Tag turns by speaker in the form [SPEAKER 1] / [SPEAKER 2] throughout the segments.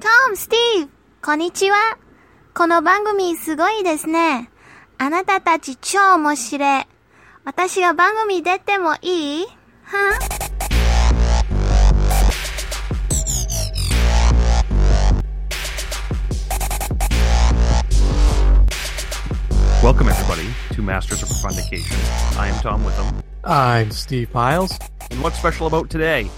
[SPEAKER 1] トム、スティーブ、こんにちは。この番組すごいですね。あなたたち超面白い。私が番組出てもいい は
[SPEAKER 2] Welcome, everybody, to Masters of Profundication. I am Tom Witham.
[SPEAKER 3] I'm Steve Piles.
[SPEAKER 2] And what's special about today?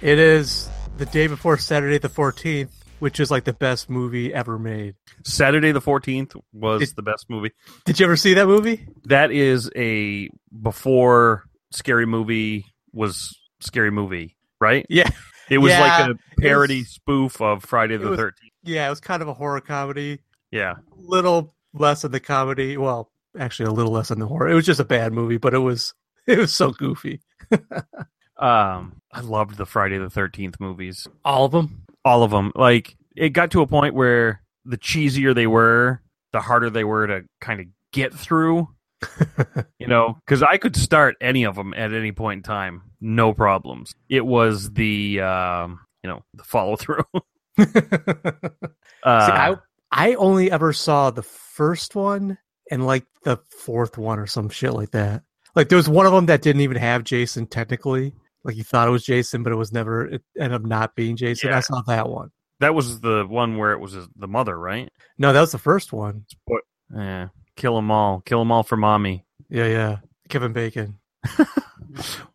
[SPEAKER 3] It is the day before Saturday the 14th, which is like the best movie ever made.
[SPEAKER 2] Saturday the 14th was
[SPEAKER 3] It-
[SPEAKER 2] the best movie.
[SPEAKER 3] Did you ever see that movie?
[SPEAKER 2] That is a before scary movie was scary movie, right?
[SPEAKER 3] Yeah.
[SPEAKER 2] It was
[SPEAKER 3] Yeah,
[SPEAKER 2] like a parody
[SPEAKER 3] it was-
[SPEAKER 2] spoof of Friday
[SPEAKER 3] it
[SPEAKER 2] the
[SPEAKER 3] was-
[SPEAKER 2] 13th.
[SPEAKER 3] Yeah, it was kind of a horror comedy,
[SPEAKER 2] Yeah.
[SPEAKER 3] little less than the comedy. Well, actually, a little less than the horror. It was just a bad movie, but it was it was so goofy.
[SPEAKER 2] Um, I loved the Friday the 13th movies.
[SPEAKER 3] All of them.
[SPEAKER 2] all of them. Like it got to a point where the cheesier they were, the harder they were to kind of get through. you know, because I could start any of them at any point in time, no problems. It was the um, you know the follow through. Uh,
[SPEAKER 3] See, I I only ever saw the first one and like the fourth one or some shit like that. Like there was one of them that didn't even have Jason technically. Like you thought it was Jason, but it was never. It ended up not being Jason.
[SPEAKER 2] Yeah.
[SPEAKER 3] I saw that one.
[SPEAKER 2] that was the one where it was his- the mother, right?
[SPEAKER 3] No, that was the first one.
[SPEAKER 2] Yeah, kill them all, kill them all for mommy.
[SPEAKER 3] Yeah, yeah. Kevin Bacon.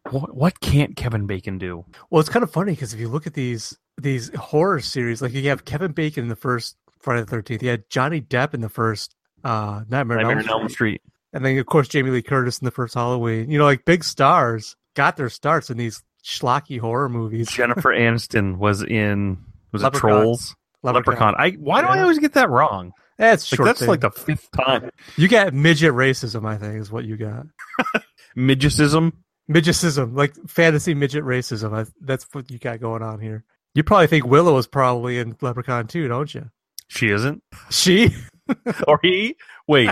[SPEAKER 2] What, what can't Kevin Bacon do?
[SPEAKER 3] Well, it's kind of funny because if you look at these these horror series, like you have Kevin Bacon in the first Friday the Thirteenth. You had Johnny Depp in the first uh, Nightmare, on
[SPEAKER 2] Nightmare
[SPEAKER 3] Elm
[SPEAKER 2] on Elm Street.
[SPEAKER 3] Street. And then, of course, Jamie Lee Curtis in the first Halloween. You know, like big stars got their starts in these schlocky horror movies.
[SPEAKER 2] Jennifer Aniston was in was it
[SPEAKER 3] Leprechaun.
[SPEAKER 2] Trolls? Leprechaun. I why do I
[SPEAKER 3] Yeah.
[SPEAKER 2] always get that wrong?
[SPEAKER 3] That's
[SPEAKER 2] Like
[SPEAKER 3] Eh, short.
[SPEAKER 2] that's
[SPEAKER 3] thing.
[SPEAKER 2] like the fifth time.
[SPEAKER 3] you got midget racism. I think is what you got.
[SPEAKER 2] Midgetism.
[SPEAKER 3] Midgetism, like fantasy midget racism. I, that's what you got going on here. You probably think Willow is probably in Leprechaun too, don't you?
[SPEAKER 2] She isn't.
[SPEAKER 3] She,
[SPEAKER 2] Or he. Wait.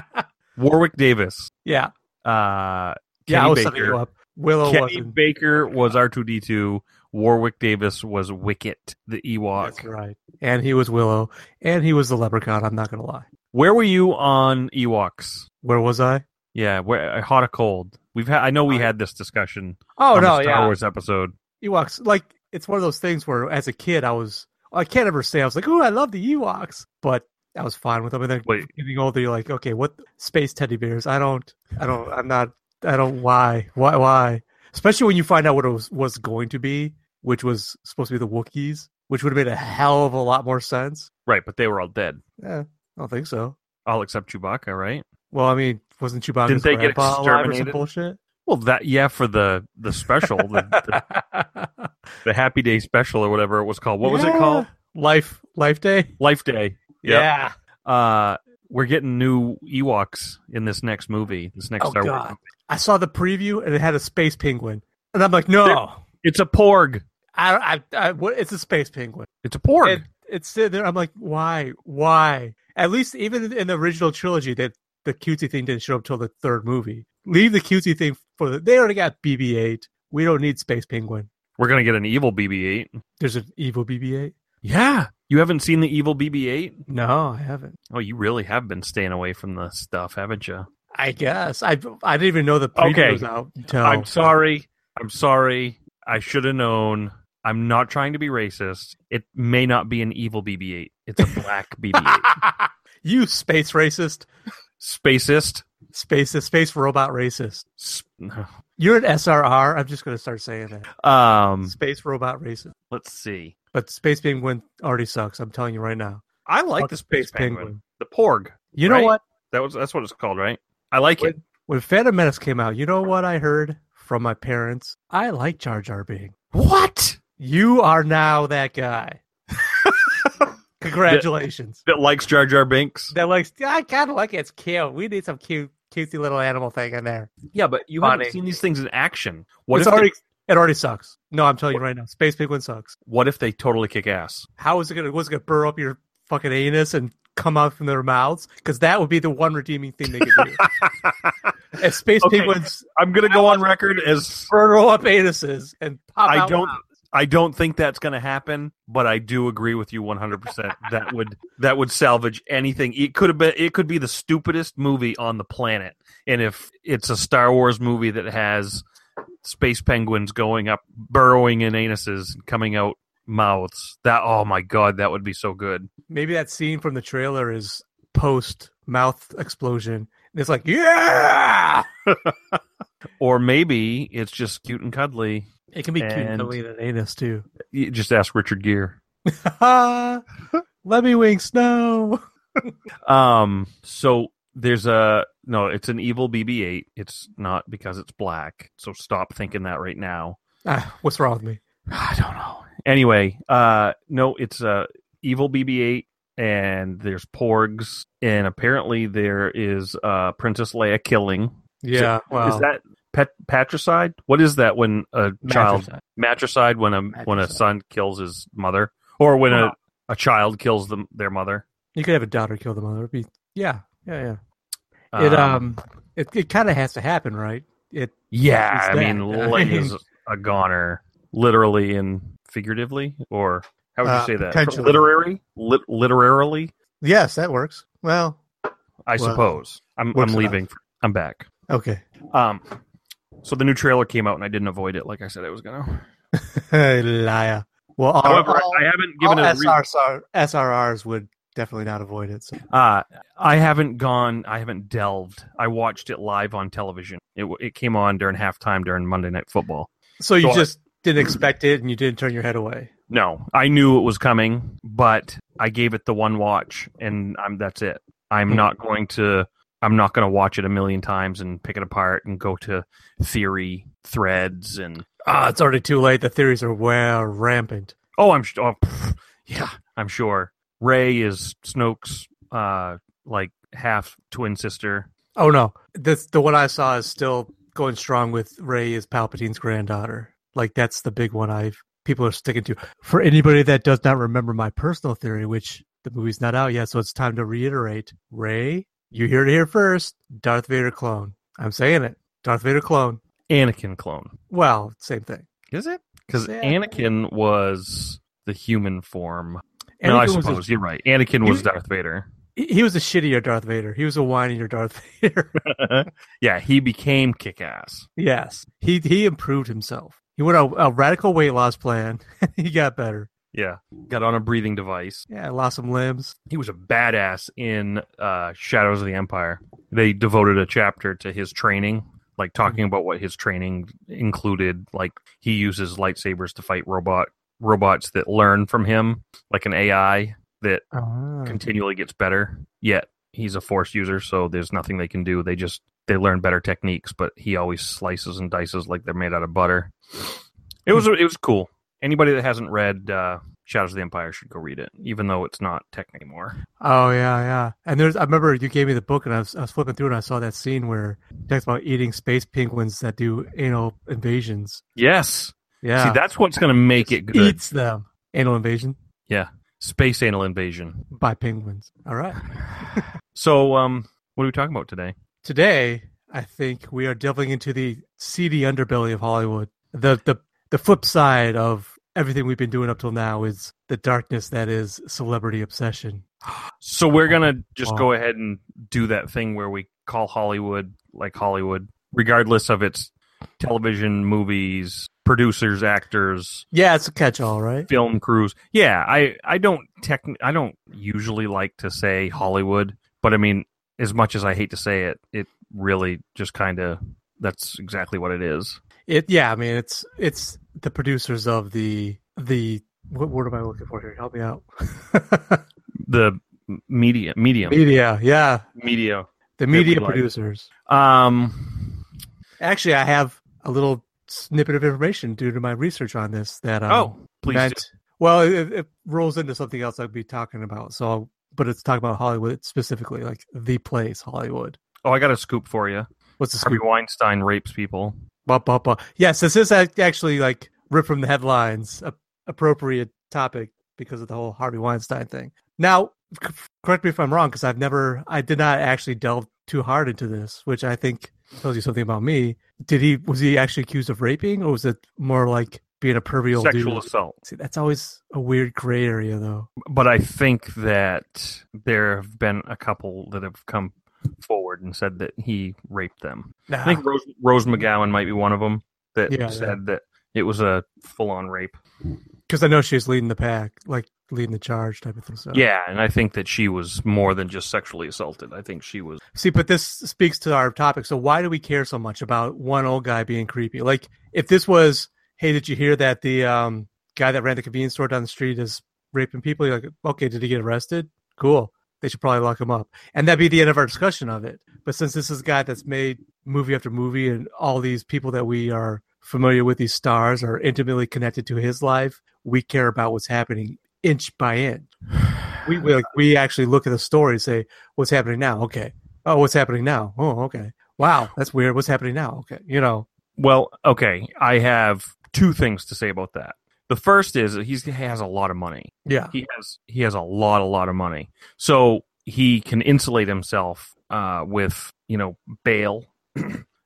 [SPEAKER 2] Warwick Davis.
[SPEAKER 3] yeah,
[SPEAKER 2] Uh
[SPEAKER 3] yeah.
[SPEAKER 2] Kenny
[SPEAKER 3] I was setting you
[SPEAKER 2] Baker.
[SPEAKER 3] up. Willow
[SPEAKER 2] Kenny
[SPEAKER 3] wasn't.
[SPEAKER 2] Baker was R2D2. Warwick Davis was Wicket, the Ewok.
[SPEAKER 3] That's right. And he was Willow, and he was the Leprechaun. I'm not gonna lie.
[SPEAKER 2] Where were you on Ewoks?
[SPEAKER 3] Where was I?
[SPEAKER 2] Yeah, where uh, hot or cold? We've had I know we had this discussion
[SPEAKER 3] Oh
[SPEAKER 2] on
[SPEAKER 3] no,
[SPEAKER 2] the Star
[SPEAKER 3] yeah.
[SPEAKER 2] Wars episode.
[SPEAKER 3] Ewoks, like it's one of those things where, as a kid, I was I can't ever say I was like, "Ooh, I love the Ewoks," but I was fine with them. And then
[SPEAKER 2] Wait.
[SPEAKER 3] getting older, you're like, "Okay, what space teddy bears?" I don't, I don't, I'm not, I don't. Why, why, why? Especially when you find out what it was was going to be, which was supposed to be the Wookiees, which would have made a hell of a lot more sense.
[SPEAKER 2] Right, but they were all dead.
[SPEAKER 3] Yeah, I don't think so.
[SPEAKER 2] All except Chewbacca, right?
[SPEAKER 3] Well, I mean, wasn't Chewbacca's
[SPEAKER 2] Didn't they get
[SPEAKER 3] grandpa alive or some
[SPEAKER 2] exterminated?
[SPEAKER 3] bullshit?
[SPEAKER 2] Well, that yeah, for the the special, the, the the Happy Day Special or whatever it was called. What was it
[SPEAKER 3] Yeah.
[SPEAKER 2] called?
[SPEAKER 3] Life, Life Day.
[SPEAKER 2] Life Day.
[SPEAKER 3] Yeah.
[SPEAKER 2] Uh, we're getting new Ewoks in this next movie. This next
[SPEAKER 3] Oh,
[SPEAKER 2] Star Wars.
[SPEAKER 3] God.
[SPEAKER 2] movie.
[SPEAKER 3] I saw the preview and it had a space penguin, and I'm like, no,
[SPEAKER 2] It's a Porg.
[SPEAKER 3] I, I, I what, it's a space penguin.
[SPEAKER 2] It's a Porg.
[SPEAKER 3] And it's sitting there. I'm like, why, why? At least even in the original trilogy, that the cutesy thing didn't show up till the third movie. Leave the cutesy thing for the. They already got BB-8. We don't need space penguin.
[SPEAKER 2] we're gonna get an evil BB-8.
[SPEAKER 3] There's an evil BB-8.
[SPEAKER 2] Yeah, you haven't seen the evil BB-8?
[SPEAKER 3] No, I haven't.
[SPEAKER 2] Oh, you really have been staying away from the stuff, haven't you?
[SPEAKER 3] I guess I I didn't even know the preview
[SPEAKER 2] Okay.
[SPEAKER 3] was out. Until,
[SPEAKER 2] I'm sorry. Oh. I'm sorry. I should have known. I'm not trying to be racist. It may not be an evil BB-8. It's a black BB-8.
[SPEAKER 3] you space racist,
[SPEAKER 2] Spacist.
[SPEAKER 3] space space robot racist.
[SPEAKER 2] Sp-
[SPEAKER 3] You're an SRR. I'm just going to start saying that.
[SPEAKER 2] um,
[SPEAKER 3] Space robot racist.
[SPEAKER 2] let's see.
[SPEAKER 3] But space penguin already sucks. I'm telling you right now.
[SPEAKER 2] I like
[SPEAKER 3] Fuck
[SPEAKER 2] the space penguin. The Porg.
[SPEAKER 3] You know
[SPEAKER 2] Right?
[SPEAKER 3] what?
[SPEAKER 2] That was that's what it's called, right? I like it.
[SPEAKER 3] When Phantom Menace came out, you know what I heard from my parents? I like Jar Jar Bing.
[SPEAKER 2] What?
[SPEAKER 3] You are now that guy. Congratulations.
[SPEAKER 2] That likes Jar Jar Binks.
[SPEAKER 3] That likes. I kind of like it. It's cute. We need some cute, cutesy little animal thing in there.
[SPEAKER 2] Yeah, but you
[SPEAKER 3] Funny.
[SPEAKER 2] haven't seen these things in action. What
[SPEAKER 3] it's
[SPEAKER 2] if
[SPEAKER 3] already.
[SPEAKER 2] they,
[SPEAKER 3] It already sucks. No, I'm telling you right now. Space penguin sucks.
[SPEAKER 2] what if they totally kick ass?
[SPEAKER 3] How is it gonna? What's it gonna burrow up your fucking anus and come out from their mouths? Because that would be the one redeeming thing they could do. If space
[SPEAKER 2] Okay.
[SPEAKER 3] penguins
[SPEAKER 2] I'm gonna go on record as
[SPEAKER 3] burrow up anuses and pop
[SPEAKER 2] I
[SPEAKER 3] out
[SPEAKER 2] don't
[SPEAKER 3] loud.
[SPEAKER 2] I don't think that's going to happen, but I do agree with you 100%. that would that would salvage anything. It could have been it could be the stupidest movie on the planet. And if it's a Star Wars movie that has space penguins going up burrowing in anuses and coming out mouths, that oh my god, that would be so good.
[SPEAKER 3] Maybe that scene from the trailer is post mouth explosion. It's like, yeah,
[SPEAKER 2] Or maybe it's just cute and cuddly.
[SPEAKER 3] it can be cute
[SPEAKER 2] And-
[SPEAKER 3] and cute and anus too.
[SPEAKER 2] You just ask Richard Gere.
[SPEAKER 3] Let me winks, no.
[SPEAKER 2] Um, so there's a no, it's an evil BB-8. It's not because it's black. So stop thinking that right now.
[SPEAKER 3] Ah, what's wrong with me?
[SPEAKER 2] I don't know. Anyway, uh, no, it's a evil BB-8, and there's Porgs, and apparently there is uh Princess Leia killing.
[SPEAKER 3] Yeah, well,
[SPEAKER 2] Is that pet patricide? What is that when a child
[SPEAKER 3] matricide.
[SPEAKER 2] matricide when a when a
[SPEAKER 3] Matricide.
[SPEAKER 2] son kills his mother, or when
[SPEAKER 3] Well-
[SPEAKER 2] a a child kills them their mother?
[SPEAKER 3] You could have a daughter kill the mother. It'd be, yeah, yeah, yeah. it um, it, it kind of has to happen, right? It
[SPEAKER 2] Yeah, I
[SPEAKER 3] It's
[SPEAKER 2] mean,
[SPEAKER 3] that.
[SPEAKER 2] Leia's a goner, literally and figuratively, or how would you
[SPEAKER 3] Uh,
[SPEAKER 2] say that?
[SPEAKER 3] potentially.
[SPEAKER 2] Literary, Lit- literarily,
[SPEAKER 3] yes, that works. Well,
[SPEAKER 2] I
[SPEAKER 3] Well,
[SPEAKER 2] suppose. I'm I'm
[SPEAKER 3] works
[SPEAKER 2] leaving. I'm back.
[SPEAKER 3] okay.
[SPEAKER 2] Um, so the new trailer came out, and I didn't avoid it, like I said I was gonna.
[SPEAKER 3] Liar. Well, all,
[SPEAKER 2] However,
[SPEAKER 3] all-
[SPEAKER 2] I haven't given
[SPEAKER 3] all
[SPEAKER 2] it. A re-
[SPEAKER 3] SRSR SRRs would definitely not avoid it. So.
[SPEAKER 2] uh, I haven't gone. I haven't delved. I watched it live on television. It w- it came on during halftime during Monday Night Football.
[SPEAKER 3] So you
[SPEAKER 2] So I-
[SPEAKER 3] just didn't expect it, and you didn't turn your head away.
[SPEAKER 2] No, I knew it was coming, but I gave it the one watch, and I'm that's it. I'm
[SPEAKER 3] Hmm.
[SPEAKER 2] not going to. I'm not going to watch it a million times and pick it apart and go to theory threads and
[SPEAKER 3] Ah, it's already too late. The theories are well rampant.
[SPEAKER 2] oh, I'm sh- oh, pff, yeah, I'm sure Ray is Snoke's uh like half twin sister.
[SPEAKER 3] Oh no, this the one I saw is still going strong with Ray is Palpatine's granddaughter. Like that's the big one I've people are sticking to. For anybody that does not remember my personal theory, which the movie's not out yet, so it's time to reiterate. Ray, you hear it here first. Darth Vader clone. I'm saying it. Darth Vader clone.
[SPEAKER 2] Anakin clone,
[SPEAKER 3] Well, same thing.
[SPEAKER 2] is it? Because
[SPEAKER 3] Yeah.
[SPEAKER 2] Anakin was the human form.
[SPEAKER 3] Anakin
[SPEAKER 2] no, I
[SPEAKER 3] was a-
[SPEAKER 2] suppose you're right. Anakin was
[SPEAKER 3] You-
[SPEAKER 2] Darth Vader.
[SPEAKER 3] he he was a shittier Darth Vader. He was a whinier Darth Vader.
[SPEAKER 2] yeah, he became kick ass.
[SPEAKER 3] yes, he he improved himself. He went on a radical weight loss plan. he got better.
[SPEAKER 2] Yeah, got on a breathing device.
[SPEAKER 3] Yeah, lost some limbs.
[SPEAKER 2] He was a badass in uh, Shadows of the Empire. They devoted a chapter to his training, like talking about what his training included. Like he uses lightsabers to fight robot robots that learn from him, like an AI that
[SPEAKER 3] Ah.
[SPEAKER 2] continually gets better. Yet he's a force user, so there's nothing they can do. They just they learn better techniques, but he always slices and dices like they're made out of butter. It was it was cool. Anybody that hasn't read uh, Shadows of the Empire should go read it, even though it's not tech anymore.
[SPEAKER 3] Oh yeah, yeah. And there's I remember you gave me the book and I was, I was flipping through and I saw that scene where it talks about eating space penguins that do anal invasions.
[SPEAKER 2] Yes,
[SPEAKER 3] Yeah,
[SPEAKER 2] see that's what's going to make it good.
[SPEAKER 3] eats them. Anal invasion
[SPEAKER 2] Space anal invasion.
[SPEAKER 3] by penguins. All right.
[SPEAKER 2] So um, what are we talking about today?
[SPEAKER 3] Today, I think we are delving into the seedy underbelly of Hollywood. The the the flip side of everything we've been doing up till now is the darkness that is celebrity obsession.
[SPEAKER 2] So we're gonna just
[SPEAKER 3] Wow.
[SPEAKER 2] go ahead and do that thing where we call Hollywood like Hollywood, regardless of its television, movies, producers, actors,
[SPEAKER 3] Yeah, it's a catch-all, right?
[SPEAKER 2] film crews. Yeah, I I don't tech I don't usually like to say Hollywood, but I mean, as much as I hate to say it, it really just kind of that's exactly what it is.
[SPEAKER 3] It yeah, I mean it's it's the producers of the the what word am I looking for here? Help me out.
[SPEAKER 2] The m- media, medium,
[SPEAKER 3] media, yeah,
[SPEAKER 2] media.
[SPEAKER 3] the
[SPEAKER 2] we
[SPEAKER 3] media
[SPEAKER 2] like.
[SPEAKER 3] producers.
[SPEAKER 2] Um.
[SPEAKER 3] Actually, I have a little snippet of information due to my research on this that um,
[SPEAKER 2] oh, please.
[SPEAKER 3] meant-
[SPEAKER 2] do.
[SPEAKER 3] well, it, it rolls into something else I'd be talking about. So, I'll- but it's talking about Hollywood specifically, like the place Hollywood.
[SPEAKER 2] Oh, I got a scoop for you.
[SPEAKER 3] What's the
[SPEAKER 2] Harvey
[SPEAKER 3] scoop?
[SPEAKER 2] Weinstein rapes people.
[SPEAKER 3] Ba, ba, ba. Yes, this is ac- actually like ripped from the headlines, a, appropriate topic because of the whole Harvey Weinstein thing. Now, c- correct me if I'm wrong, because I've never, I did not actually delve too hard into this, which I think tells you something about me. Did he, was he actually accused of raping or was it more like being a pervy old
[SPEAKER 2] sexual
[SPEAKER 3] dude.
[SPEAKER 2] assault.
[SPEAKER 3] See, that's always a weird gray area, though.
[SPEAKER 2] But I think that there have been a couple that have come forward and said that he raped them.
[SPEAKER 3] Nah.
[SPEAKER 2] I think Rose, Rose McGowan might be one of them that
[SPEAKER 3] Yeah,
[SPEAKER 2] said that it was a full-on rape.
[SPEAKER 3] because I know she's leading the pack, like leading the charge type of thing. So.
[SPEAKER 2] Yeah, and I think that she was more than just sexually assaulted. I think she was.
[SPEAKER 3] See, but this speaks to our topic. So why do we care so much about one old guy being creepy? Like, if this was, hey, did you hear that the um, guy that ran the convenience store down the street is raping people? You're like, okay, did he get arrested? Cool. They should probably lock him up, and that'd be the end of our discussion of it. But since this is a guy that's made movie after movie, and all these people that we are familiar with, these stars are intimately connected to his life, we care about what's happening inch by inch. We we, like, we actually look at the story and say, what's happening now? Okay, oh, what's happening now? Oh, okay. Wow, that's weird. What's happening now? Okay, you know,
[SPEAKER 2] Well, okay, I have two things to say about that. The first is that he's, he has a lot of money.
[SPEAKER 3] yeah,
[SPEAKER 2] he has he has a lot a lot of money so he can insulate himself uh with you know bail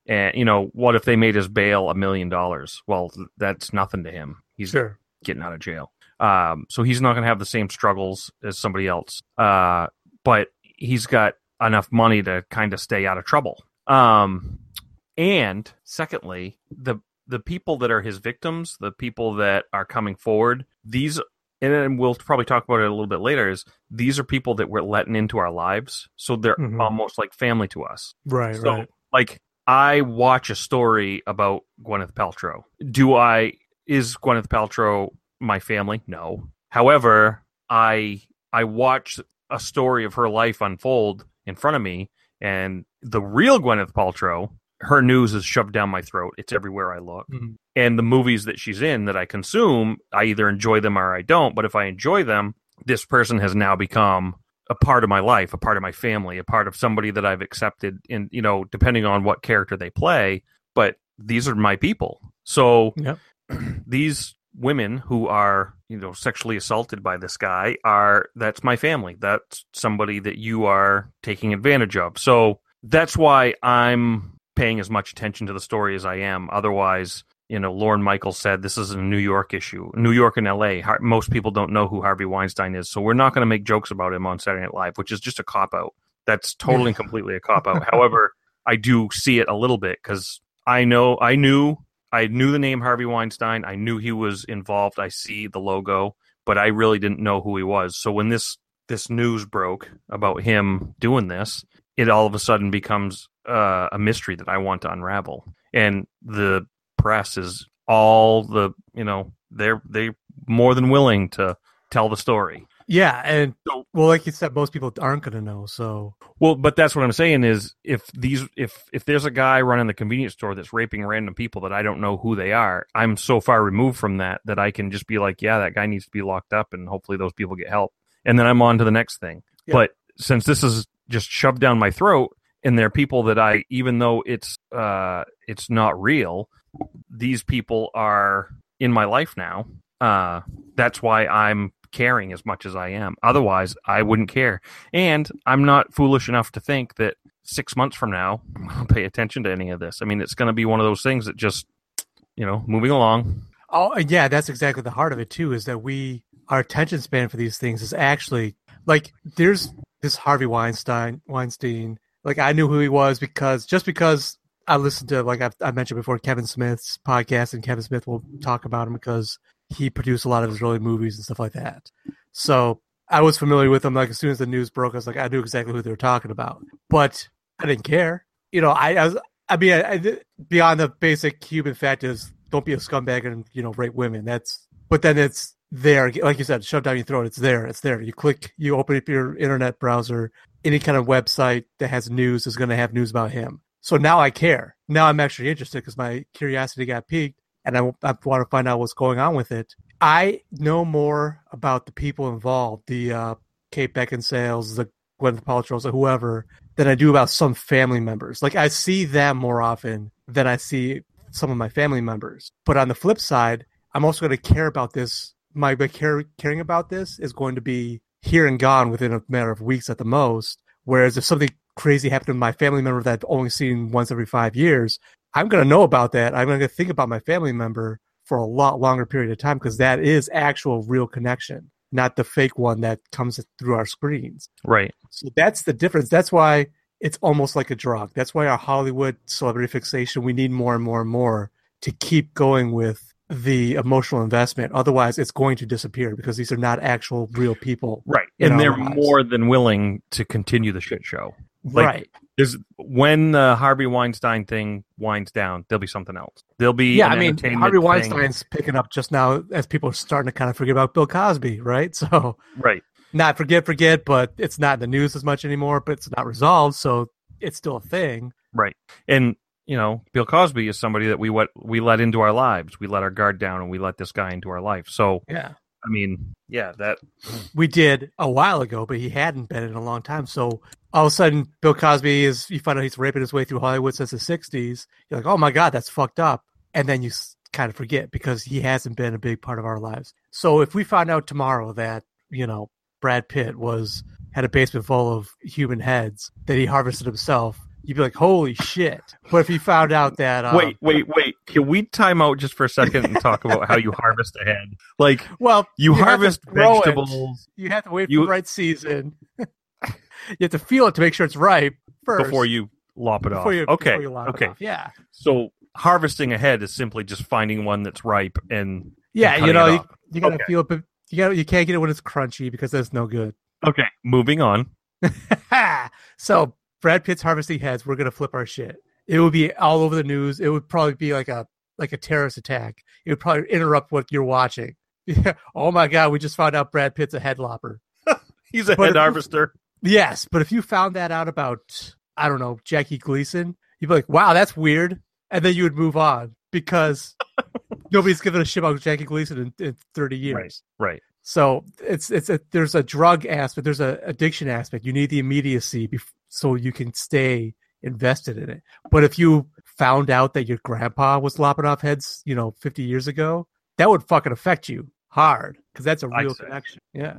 [SPEAKER 2] and you know what if they made his bail a million dollars well th- that's nothing to him he's
[SPEAKER 3] sure.
[SPEAKER 2] getting out of jail um so he's not going to have the same struggles as somebody else uh but he's got enough money to kind of stay out of trouble um and secondly the the people that are his victims the people that are coming forward these and then we'll probably talk about it a little bit later is these are people that we're letting into our lives so they're
[SPEAKER 3] Mhm.
[SPEAKER 2] almost like family to us
[SPEAKER 3] Right,
[SPEAKER 2] so
[SPEAKER 3] right.
[SPEAKER 2] like i watch a story about gwyneth paltrow do i is gwyneth paltrow my family no however i i watch a story of her life unfold in front of me and the real gwyneth paltrow her news is shoved down my throat it's everywhere i look
[SPEAKER 3] Mhm.
[SPEAKER 2] and the movies that she's in that i consume i either enjoy them or i don't but if i enjoy them this person has now become a part of my life, a part of my family, a part of somebody that I've accepted in, you know, depending on what character they play, but these are my people. So
[SPEAKER 3] Yep.
[SPEAKER 2] these women who are, you know, sexually assaulted by this guy are that's my family. That's somebody that you are taking advantage of. So that's why I'm paying as much attention to the story as I am. Otherwise, you know, Lauren Michaels said this is a New York issue. New York and L.A. Har- most people don't know who Harvey Weinstein is, so we're not going to make jokes about him on Saturday Night Live, which is just a cop out. That's totally and completely a cop out. However, I do see it a little bit because I know I knew I knew the name Harvey Weinstein. I knew he was involved. I see the logo, but I really didn't know who he was. So when this this news broke about him doing this, it all of a sudden becomes uh, a mystery that I want to unravel. And the press is all the you know they're they are more than willing to tell the story
[SPEAKER 3] Yeah, and
[SPEAKER 2] So-
[SPEAKER 3] well, like you said, most people aren't going to know. So
[SPEAKER 2] well but that's what i'm saying is if these if if there's a guy running the convenience store that's raping random people that i don't know who they are i'm so far removed from that that i can just be like yeah that guy needs to be locked up and hopefully those people get help and then i'm on to the next thing
[SPEAKER 3] Yeah.
[SPEAKER 2] but since this is just shoved down my throat and they're people that i even though it's uh it's not real these people are in my life now uh that's why i'm caring as much as i am otherwise i wouldn't care and i'm not foolish enough to think that six months from now i'll pay attention to any of this i mean it's going to be one of those things that just you know moving along
[SPEAKER 3] oh yeah, that's exactly the heart of it too. Is that we our attention span for these things is actually like there's this Harvey Weinstein Weinstein. Like I knew who he was because just because I listened to like I've, I mentioned before Kevin Smith's podcast, and Kevin Smith will talk about him because he produced a lot of his early movies and stuff like that. So I was familiar with him. Like as soon as the news broke, I was like, I knew exactly who they were talking about, but I didn't care. You know, I, I was. I mean, I, I- beyond the basic human fact is don't be a scumbag and you know rape women. That's but then it's there, like you said, shoved down your throat. It's there. It's there. You click. You open up your internet browser. Any kind of website that has news is going to have news about him. So now I care. Now I'm actually interested because my curiosity got piqued, and I, I want to find out what's going on with it. I know more about the people involved, the uh, Kate Beckinsales, the Gwyneth Paltrow's, or whoever, than I do about some family members. Like I see them more often than I see some of my family members. But on the flip side, I'm also going to care about this. My my care, caring about this is going to be here and gone within a matter of weeks at the most. Whereas if something crazy happened to my family member that I've only seen once every five years, I'm going to know about that. I'm going to think about my family member for a lot longer period of time because that is actual real connection, not the fake one that comes through our screens.
[SPEAKER 2] Right.
[SPEAKER 3] So that's the difference. That's why it's almost like a drug. That's why our Hollywood celebrity fixation, we need more and more and more to keep going with the emotional investment. Otherwise, it's going to disappear because these are not actual real people.
[SPEAKER 2] Right.
[SPEAKER 3] In
[SPEAKER 2] and
[SPEAKER 3] our
[SPEAKER 2] they're
[SPEAKER 3] lives.
[SPEAKER 2] more than willing to continue the shit show. Like-
[SPEAKER 3] right.
[SPEAKER 2] There's when the Harvey Weinstein thing winds down, there'll be something else. There'll be
[SPEAKER 3] Yeah,
[SPEAKER 2] an
[SPEAKER 3] I mean,
[SPEAKER 2] entertainment
[SPEAKER 3] Harvey
[SPEAKER 2] thing.
[SPEAKER 3] Weinstein's picking up just now as people are starting to kind of forget about Bill Cosby, right? So,
[SPEAKER 2] Right.
[SPEAKER 3] not forget, forget, but it's not in the news as much anymore, but it's not resolved. So, it's still a thing.
[SPEAKER 2] And you know, Bill Cosby is somebody that we what we let into our lives. We let our guard down and we let this guy into our life. So
[SPEAKER 3] Yeah.
[SPEAKER 2] I mean, yeah, that
[SPEAKER 3] we did a while ago, but he hadn't been in a long time. So all of a sudden, Bill Cosby is, you find out he's raping his way through Hollywood since the 60s. You're like, oh my God, that's fucked up. And then you s- kind of forget because he hasn't been a big part of our lives. So if we find out tomorrow that, you know, Brad Pitt was, had a basement full of human heads that he harvested himself, you'd be like, holy shit. But if he found out that, uh,
[SPEAKER 2] wait, wait, wait. Can we time out just for a second and talk about how you harvest a head? Like
[SPEAKER 3] well,
[SPEAKER 2] you,
[SPEAKER 3] have to
[SPEAKER 2] harvest
[SPEAKER 3] grow it.
[SPEAKER 2] vegetables
[SPEAKER 3] You have to wait for
[SPEAKER 2] You-
[SPEAKER 3] the right season. you have to feel it to make sure it's ripe first
[SPEAKER 2] before you lop it off.
[SPEAKER 3] before you-
[SPEAKER 2] okay.
[SPEAKER 3] before you lop it
[SPEAKER 2] okay.
[SPEAKER 3] off. Yeah.
[SPEAKER 2] So harvesting a head is simply just finding one that's ripe and
[SPEAKER 3] Yeah.
[SPEAKER 2] cutting
[SPEAKER 3] You
[SPEAKER 2] it
[SPEAKER 3] know, you,
[SPEAKER 2] off.
[SPEAKER 3] you gotta
[SPEAKER 2] Okay.
[SPEAKER 3] feel it, but you gotta you can't get it when it's crunchy because that's no good.
[SPEAKER 2] okay. Moving on.
[SPEAKER 3] so Brad Pitt's harvesting heads. We're gonna flip our shit. It would be all over the news. It would probably be like a like a terrorist attack. It would probably interrupt what you're watching. Yeah. Oh my God, we just found out Brad Pitt's a head lopper.
[SPEAKER 2] He's a
[SPEAKER 3] But
[SPEAKER 2] head
[SPEAKER 3] if-
[SPEAKER 2] harvester.
[SPEAKER 3] Yes, but if you found that out about, I don't know, Jackie Gleason, you'd be like, wow, that's weird. And then you would move on because nobody's given a shit about Jackie Gleason in, in 30 years.
[SPEAKER 2] Right.
[SPEAKER 3] So it's, it's a, there's a drug aspect, there's a addiction aspect. You need the immediacy bef- so you can stay invested in it. But if you found out that your grandpa was lopping off heads, you know, 50 years ago, that would fucking affect you hard because that's a
[SPEAKER 2] I
[SPEAKER 3] real
[SPEAKER 2] see.
[SPEAKER 3] connection. Yeah.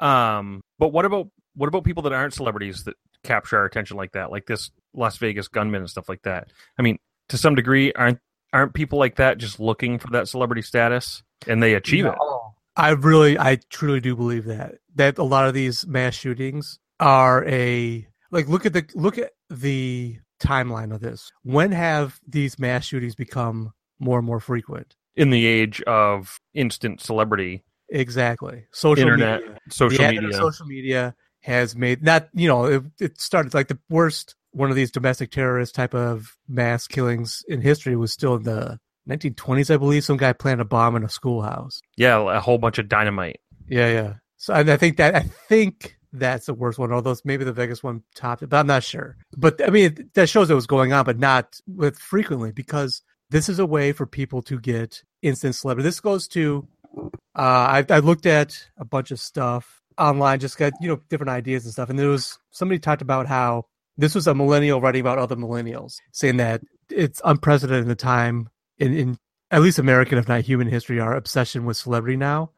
[SPEAKER 2] Um, but what about what about people that aren't celebrities that capture our attention like that, like this Las Vegas gunman and stuff like that? I mean, to some degree, aren't aren't people like that just looking for that celebrity status and they achieve it?
[SPEAKER 3] No. I really, I truly do believe that that a lot of these mass shootings are a like look at the look at the timeline of this. When have these mass shootings become more and more frequent?
[SPEAKER 2] in the age of instant celebrity,
[SPEAKER 3] Exactly, social
[SPEAKER 2] internet,
[SPEAKER 3] media.
[SPEAKER 2] social
[SPEAKER 3] The advent of
[SPEAKER 2] media.
[SPEAKER 3] social media has made not you know it, it started like the worst one of these domestic terrorist type of mass killings in history was still in the 1920s, I believe. Some guy planted a bomb in a schoolhouse.
[SPEAKER 2] yeah, a whole bunch of dynamite.
[SPEAKER 3] Yeah, yeah. So and I think that I think that's the worst one. Although maybe the Vegas one topped it, but I'm not sure. But I mean, that shows it was going on, but not with frequently because this is a way for people to get instant celebrity. This goes to uh, I, I looked at a bunch of stuff online, just got you know different ideas and stuff, and there was somebody talked about how this was a millennial writing about other millennials, saying that it's unprecedented in the time in, in at least American, if not human history, our obsession with celebrity now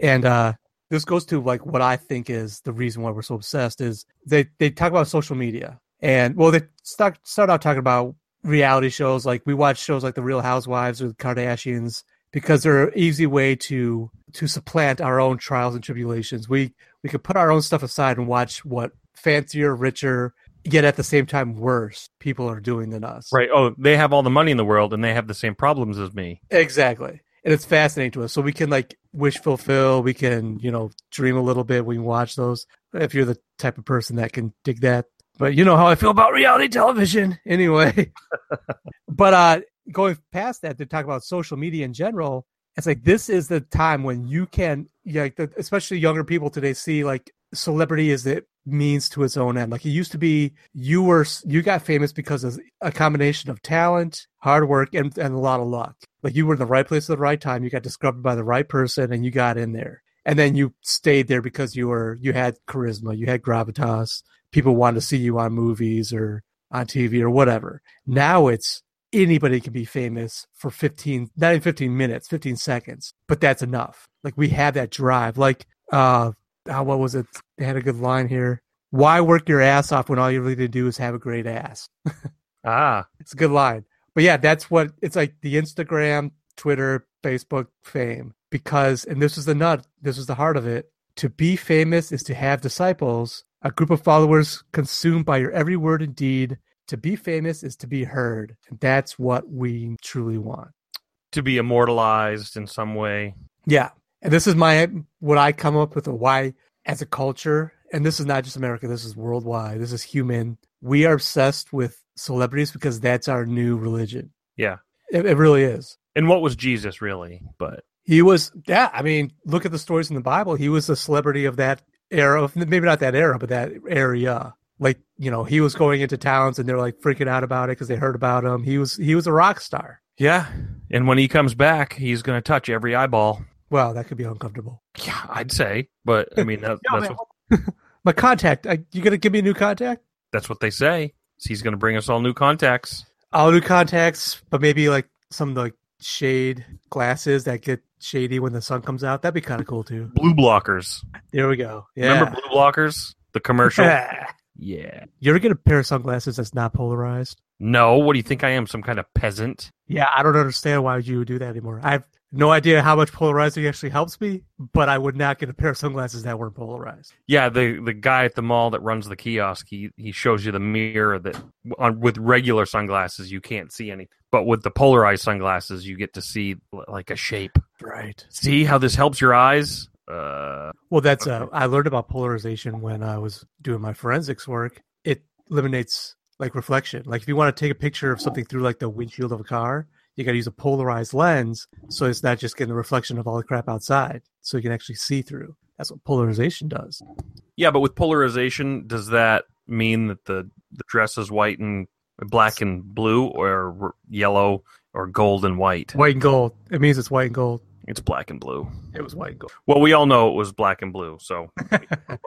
[SPEAKER 3] and uh this goes to like what i think is the reason why we're so obsessed is they they talk about social media and well they start start out talking about reality shows like we watch shows like the real housewives or the kardashians because they're an easy way to to supplant our own trials and tribulations we we could put our own stuff aside and watch what fancier richer yet at the same time worse people are doing than us
[SPEAKER 2] Right. Oh, they have all the money in the world and they have the same problems as me.
[SPEAKER 3] Exactly. And it's fascinating to us. So we can like wish fulfill, we can, you know, dream a little bit, we can watch those if you're the type of person that can dig that. But you know how I feel about reality television anyway. but uh going past that to talk about social media in general, it's like this is the time when you can yeah, like the, especially younger people today see like celebrity is the means to its own end. Like it used to be you were s- you got famous because of a combination of talent, hard work, and, and a lot of luck. Like you were in the right place at the right time. You got discovered by the right person, and you got in there. And then you stayed there because you were you had charisma, you had gravitas. People wanted to see you on movies or on TV or whatever. Now it's anybody can be famous for 15, not even 15 minutes, 15 seconds, but that's enough. Like we have that drive. Like, uh, oh, what was it? They had a good line here. Why work your ass off when all you really need to do is have a great ass?
[SPEAKER 2] Ah,
[SPEAKER 3] It's a good line. But yeah, that's what it's like the Instagram, Twitter, Facebook fame because, and this is the nut, this is the heart of it. To be famous is to have disciples, a group of followers consumed by your every word and deed. To be famous is to be heard. And that's what we truly want.
[SPEAKER 2] to be immortalized in some way.
[SPEAKER 3] Yeah. And this is my what I come up with a why as a culture, and this is not just America, this is worldwide. This is human. We are obsessed with celebrities because that's our new religion.
[SPEAKER 2] Yeah.
[SPEAKER 3] It, it really is.
[SPEAKER 2] And what was Jesus really? But
[SPEAKER 3] He was yeah, I mean, look at the stories in the Bible. He was a celebrity of that era, of- maybe not that era, but that area. Like, you know, he was going into towns and they're like freaking out about it because they heard about him. He was he was a rock star.
[SPEAKER 2] yeah. And when he comes back, he's going to touch every eyeball.
[SPEAKER 3] Wow, that could be uncomfortable.
[SPEAKER 2] Yeah, I'd say. But I mean, that,
[SPEAKER 3] Yeah,
[SPEAKER 2] that's,
[SPEAKER 3] man.
[SPEAKER 2] what,
[SPEAKER 3] My contact, I, you gonna give me a new contact?
[SPEAKER 2] that's what they say. is he's going to bring us all new contacts.
[SPEAKER 3] I'll do contacts, but maybe like some like shade glasses that get shady when the sun comes out. That'd be kind of cool too.
[SPEAKER 2] Blue blockers.
[SPEAKER 3] There we go. Yeah.
[SPEAKER 2] Remember blue blockers? The commercial?
[SPEAKER 3] Yeah.
[SPEAKER 2] yeah.
[SPEAKER 3] You ever get a pair of sunglasses that's not polarized?
[SPEAKER 2] No, what do you think I am? Some kind of peasant?
[SPEAKER 3] Yeah, I don't understand why you would do that anymore. I have no idea how much polarizing actually helps me, but I would not get a pair of sunglasses that weren't polarized.
[SPEAKER 2] Yeah, the the guy at the mall that runs the kiosk, he he shows you the mirror that on with regular sunglasses you can't see any, but with the polarized sunglasses you get to see l- like a shape.
[SPEAKER 3] Right.
[SPEAKER 2] See how this helps your eyes? Uh,
[SPEAKER 3] Well, that's uh,
[SPEAKER 2] Okay.
[SPEAKER 3] I learned about polarization when I was doing my forensics work. It eliminates like reflection. Like if you want to take a picture of something through like the windshield of a car, you got to use a polarized lens so it's not just getting the reflection of all the crap outside, so you can actually see through. That's what polarization does.
[SPEAKER 2] yeah, but with polarization, does that mean that the the dress is white and black and blue, or r- yellow, or gold and white?
[SPEAKER 3] White and gold. It means it's white and gold.
[SPEAKER 2] It's black and blue.
[SPEAKER 3] It was white and gold.
[SPEAKER 2] Well, we all know it was black and blue, so move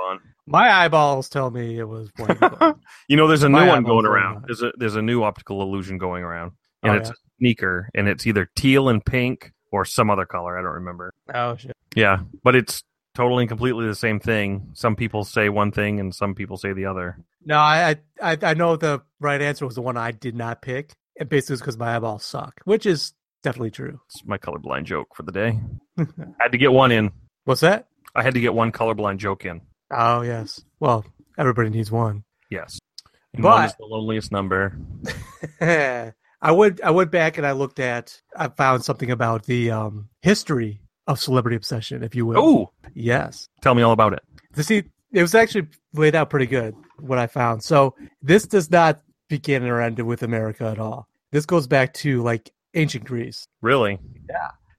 [SPEAKER 2] on.
[SPEAKER 3] My eyeballs tell me it was white and gold.
[SPEAKER 2] You know, there's a
[SPEAKER 3] My
[SPEAKER 2] new one
[SPEAKER 3] eyeballs
[SPEAKER 2] going
[SPEAKER 3] are
[SPEAKER 2] around.
[SPEAKER 3] not.
[SPEAKER 2] There's a there's a new optical illusion going around, and
[SPEAKER 3] Oh,
[SPEAKER 2] it's a sneaker, and it's either teal and pink or some other color. I don't remember.
[SPEAKER 3] oh shit.
[SPEAKER 2] Yeah, but it's totally and completely the same thing. Some people say one thing, and some people say the other.
[SPEAKER 3] No, I I I- I know the right answer was the one I did not pick, and basically it's because my eyeballs suck, which is definitely true.
[SPEAKER 2] It's my colorblind joke for the day. I had to get one in.
[SPEAKER 3] What's that?
[SPEAKER 2] I had to get one colorblind joke in.
[SPEAKER 3] Oh yes. Well, everybody needs one.
[SPEAKER 2] Yes, and one
[SPEAKER 3] But-
[SPEAKER 2] is the loneliest number.
[SPEAKER 3] I went I went back and I looked at I found something about the um, history of celebrity obsession, if you will.
[SPEAKER 2] Oh,
[SPEAKER 3] yes.
[SPEAKER 2] tell me all about it.
[SPEAKER 3] To see, it was actually laid out pretty good what I found. So this does not begin or end with America at all. This goes back to like ancient Greece.
[SPEAKER 2] Really?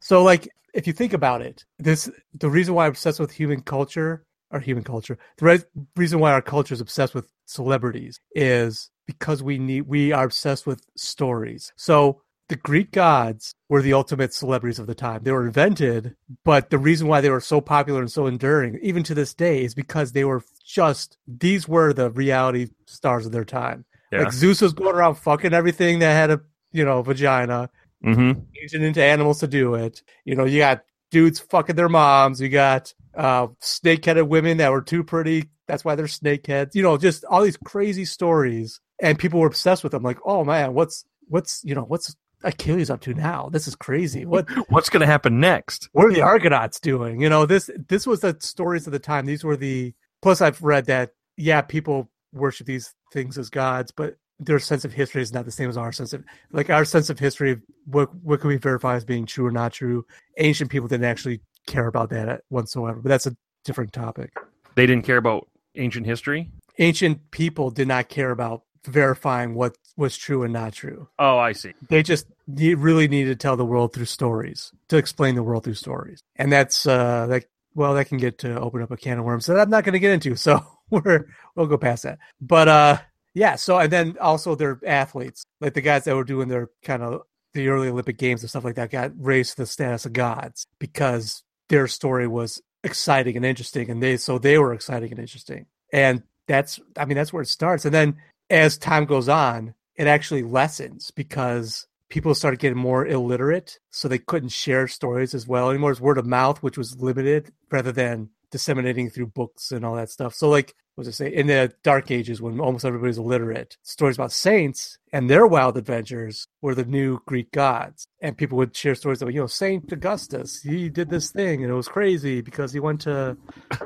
[SPEAKER 3] So like if you think about it, this the reason why I'm obsessed with human culture or human culture, the re- reason why our culture is obsessed with celebrities is because we need we are obsessed with stories. So the Greek gods were the ultimate celebrities of the time. They were invented, but the reason why they were so popular and so enduring, even to this day, is because they were just these were the reality stars of their time.
[SPEAKER 2] Yeah.
[SPEAKER 3] Like Zeus was going around fucking everything that had a you know vagina
[SPEAKER 2] mm-hmm.
[SPEAKER 3] changing into animals to do it. You know, you got dudes fucking their moms. You got uh, snake-headed women that were too pretty. That's why they're snakeheads. You know, just all these crazy stories, and people were obsessed with them. Like, oh man, what's what's you know what's Achilles up to now? This is crazy. What
[SPEAKER 2] What's going to happen next?
[SPEAKER 3] what are the Argonauts doing? You know, this this was the stories of the time. These were the plus I've read that yeah, people worship these things as gods, but their sense of history is not the same as our sense of like our sense of history of what what can we verify as being true or not true. Ancient people didn't actually care about that whatsoever, but that's a different topic.
[SPEAKER 2] They didn't care about ancient history.
[SPEAKER 3] Ancient people did not care about verifying what was true and not true.
[SPEAKER 2] Oh, I see.
[SPEAKER 3] they just need, really need to tell the world through stories to explain the world through stories and that's uh that well that can get to open up a can of worms that i'm not going to get into so we're we'll go past that but uh yeah so and then also their athletes like the guys that were doing their kind of the early olympic games and stuff like that got raised to the status of gods because their story was exciting and interesting and they so they were exciting and interesting and that's i mean that's where it starts and then as time goes on, it actually lessens because people started getting more illiterate, so they couldn't share stories as well anymore. It's word of mouth, which was limited rather than disseminating through books and all that stuff. So, like, was it say in the Dark Ages when almost everybody's illiterate. Stories about saints and their wild adventures were the new Greek gods, and people would share stories about you know Saint Augustus. He did this thing and it was crazy because he went to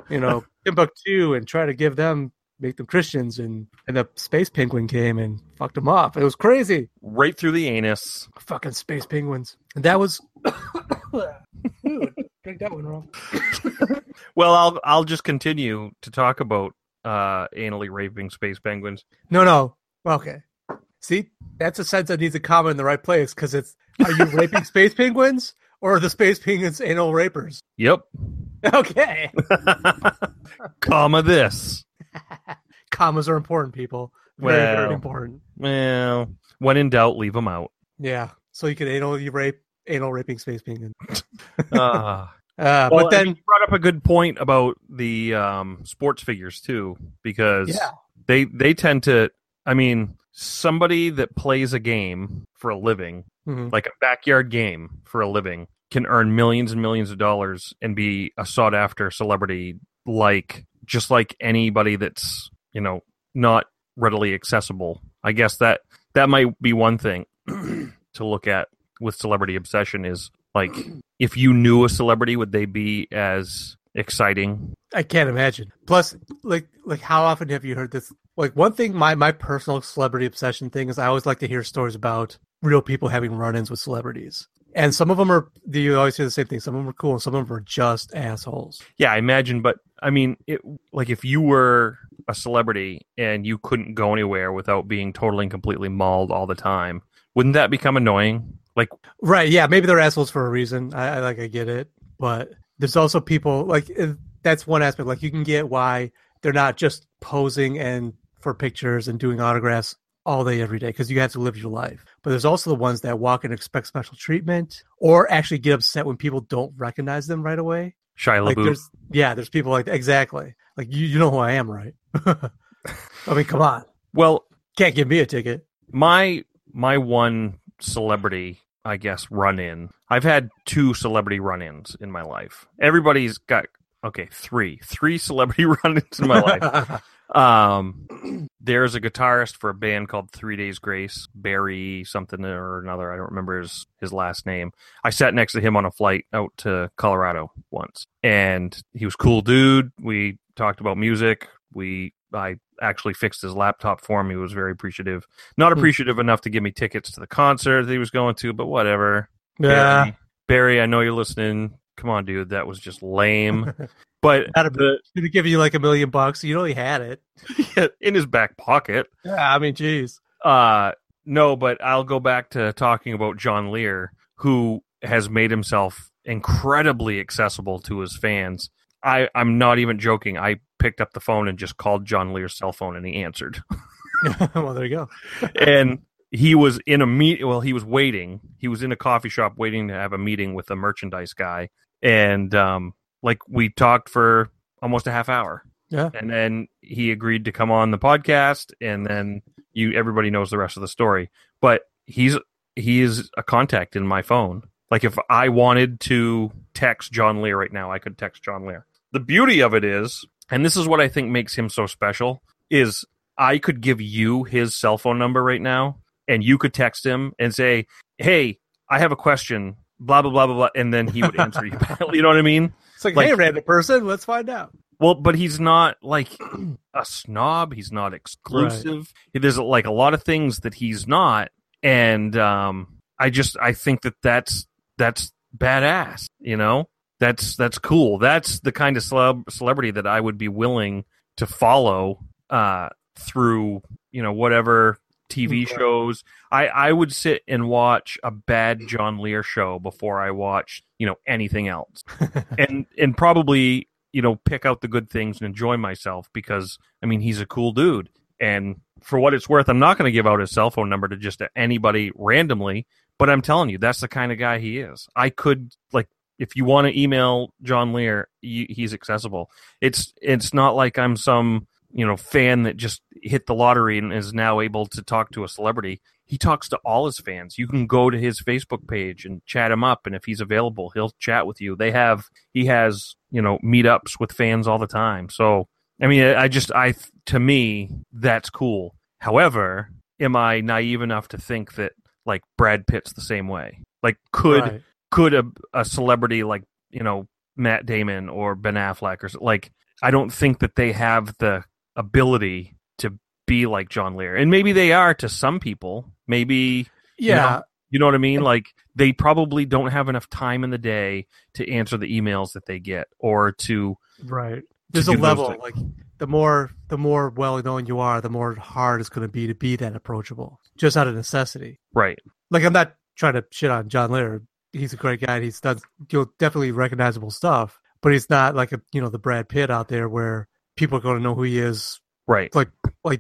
[SPEAKER 3] you know Timbuktu and tried to give them make them Christians, and and the space penguin came and fucked them up. It was crazy.
[SPEAKER 2] Right through the anus.
[SPEAKER 3] Fucking space penguins. And that was. Dude, drink that one wrong.
[SPEAKER 2] Well, I'll I'll just continue to talk about uh anally raping space penguins.
[SPEAKER 3] No, no. Okay. See, that's a sense that needs a comma in the right place because it's are you raping space penguins or are the space penguins anal rapers?
[SPEAKER 2] Yep.
[SPEAKER 3] Okay.
[SPEAKER 2] Comma this.
[SPEAKER 3] Commas are important, people. Very, very
[SPEAKER 2] Well.
[SPEAKER 3] important.
[SPEAKER 2] Well, when in doubt, leave them out.
[SPEAKER 3] Yeah. So you can anal you rape anal raping space penguin.
[SPEAKER 2] Uh,
[SPEAKER 3] Uh,
[SPEAKER 2] Well,
[SPEAKER 3] but
[SPEAKER 2] I
[SPEAKER 3] then
[SPEAKER 2] mean, you brought up a good point about the um, sports figures too, because
[SPEAKER 3] yeah,
[SPEAKER 2] they they tend to. I mean, somebody that plays a game for a living,
[SPEAKER 3] Mhm.
[SPEAKER 2] like a backyard game for a living, can earn millions and millions of dollars and be a sought after celebrity, like just like anybody that's you know not readily accessible. I guess that that might be one thing to look at with celebrity obsession is like if you knew a celebrity, would they be as exciting?
[SPEAKER 3] I can't imagine. Plus, like like how often have you heard this? Like one thing, my my personal celebrity obsession thing is I always like to hear stories about real people having run-ins with celebrities, and some of them are you always hear the same thing. Some of them are cool, and some of them are just assholes.
[SPEAKER 2] Yeah, I imagine. But I mean, it, like if you were a celebrity and you couldn't go anywhere without being totally and completely mauled all the time, wouldn't that become annoying? Like,
[SPEAKER 3] Right? Yeah, maybe they're assholes for a reason. I, I like I get it, but there's also people like if- that's one aspect. Like you can get why they're not just posing and for pictures and doing autographs all day every day because you have to live your life. But there's also the ones that walk and expect special treatment or actually get upset when people don't recognize them right away.
[SPEAKER 2] Shia
[SPEAKER 3] Like
[SPEAKER 2] LaBeouf.
[SPEAKER 3] there's yeah, there's people like exactly like you you know who I am, right? I mean, come on,
[SPEAKER 2] well,
[SPEAKER 3] can't give me a ticket.
[SPEAKER 2] my my one celebrity i guess run in i've had two celebrity run-ins in my life everybody's got okay three three celebrity run-ins in my life um there's a guitarist for a band called three days grace barry something or another i don't remember his his last name i sat next to him on a flight out to colorado once and he was a cool dude we talked about music we i actually fixed his laptop for him he was very appreciative not
[SPEAKER 3] Hmm.
[SPEAKER 2] appreciative enough to give me tickets to the concert that he was going to, but whatever.
[SPEAKER 3] yeah,
[SPEAKER 2] Barry, Barry, I know you're listening. Come on, dude. That was just lame. But
[SPEAKER 3] Not a-
[SPEAKER 2] the-
[SPEAKER 3] Should have given you like a million bucks. You know he had it.
[SPEAKER 2] in his back pocket.
[SPEAKER 3] Yeah, I mean, geez.
[SPEAKER 2] Uh no, but I'll go back to talking about John Lear, who has made himself incredibly accessible to his fans. I, I'm not even joking. I picked up the phone and just called John Lear's cell phone and he answered.
[SPEAKER 3] well, there you go.
[SPEAKER 2] and he was in a meet well he was waiting he was in a coffee shop waiting to have a meeting with a merchandise guy and um like we talked for almost a half hour
[SPEAKER 3] Yeah.
[SPEAKER 2] and then he agreed to come on the podcast and then you everybody knows the rest of the story but he's he is a contact in my phone like if i wanted to text john lear right now i could text john lear the beauty of it is and this is what i think makes him so special is I could give you his cell phone number right now, and you could text him and say, "Hey, I have a question." Blah blah blah blah blah, and then he would answer you. back. you know what I mean?
[SPEAKER 3] It's like,
[SPEAKER 2] Like-
[SPEAKER 3] hey, random person, let's find out.
[SPEAKER 2] Well, but he's not like a snob. He's not exclusive. There's like a lot of things that he's not, and um, I just I think that that's that's badass. You know, that's that's cool. That's the kind of celeb- celebrity that I would be willing to follow uh, through. You know, whatever TV
[SPEAKER 3] Right.
[SPEAKER 2] shows. I I would sit and watch a bad John Lear show before I watch you know anything else, and and probably you know pick out the good things and enjoy myself because I mean he's a cool dude. And for what it's worth, I'm not going to give out his cell phone number to just anybody randomly. But I'm telling you, that's the kind of guy he is. I could like if you want to email John Lear, you, he's accessible. It's it's not like I'm some you know fan that just hit the lottery and is now able to talk to a celebrity. He talks to all his fans. You can go to his Facebook page and chat him up, and if he's available, he'll chat with you. They have he has you know meetups with fans all the time. So I mean, I just I to me that's cool. However, am I naive enough to think that like Brad Pitt's the same way? Like, could
[SPEAKER 3] Right.
[SPEAKER 2] could a, a celebrity like you know Matt Damon or Ben Affleck or s- like I don't think that they have the ability to be like John Lear, and maybe they are to some people. Maybe
[SPEAKER 3] Yeah.
[SPEAKER 2] you know what I mean? Like they probably don't have enough time in the day to answer the emails that they get or to
[SPEAKER 3] Right. There's
[SPEAKER 2] do
[SPEAKER 3] a
[SPEAKER 2] those
[SPEAKER 3] level
[SPEAKER 2] things.
[SPEAKER 3] like the more the more well known you are, the more hard it's going to be to be that approachable, just out of necessity.
[SPEAKER 2] right.
[SPEAKER 3] Like I'm not trying to shit on John Lear. He's a great guy. And he's done you know definitely recognizable stuff, but he's not like a you know the Brad Pitt out there where people are going to know who he is
[SPEAKER 2] Right.
[SPEAKER 3] like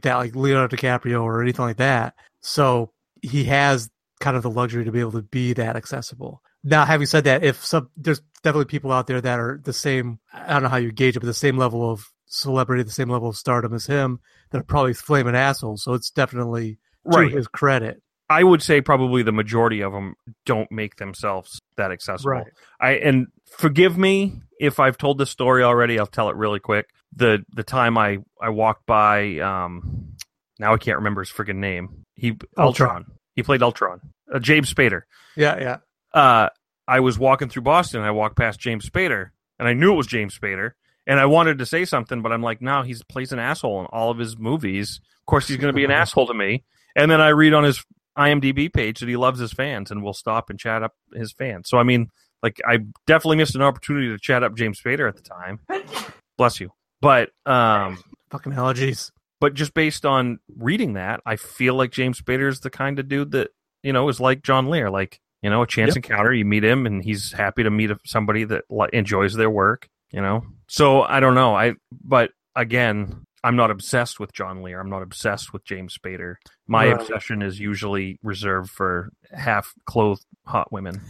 [SPEAKER 3] that, like Leonardo DiCaprio or anything like that. So he has kind of the luxury to be able to be that accessible. Now, having said that, if some there's definitely people out there that are the same, I don't know how you gauge it, but the same level of celebrity, the same level of stardom as him, that are probably flaming assholes. So it's definitely to
[SPEAKER 2] Right.
[SPEAKER 3] his credit.
[SPEAKER 2] I would say probably the majority of them don't make themselves that accessible.
[SPEAKER 3] Right.
[SPEAKER 2] I and forgive me if I've told this story already. I'll tell it really quick. The the time I I walked by um now I can't remember his friggin' name. He
[SPEAKER 3] Ultron.
[SPEAKER 2] Ultron. He played Ultron. Uh, James Spader.
[SPEAKER 3] Yeah, yeah.
[SPEAKER 2] uh, I was walking through Boston and I walked past James Spader and I knew it was James Spader and I wanted to say something, but I'm like, no, he's plays an asshole in all of his movies. Of course, he's going to be an asshole to me. And then I read on his IMDb page that he loves his fans and will stop and chat up his fans. So I mean, like, I definitely missed an opportunity to chat up James Spader at the time. Bless you, but um,
[SPEAKER 3] Fucking allergies.
[SPEAKER 2] but just based on reading that, I feel like James Spader is the kind of dude that you know is like John Lear, like you know, a chance encounter. You meet him, and he's happy to meet somebody that li- enjoys their work. You know, so I don't know. I but again, I'm not obsessed with John Lear. I'm not obsessed with James Spader. My
[SPEAKER 3] Right.
[SPEAKER 2] obsession is usually reserved for half clothed hot women.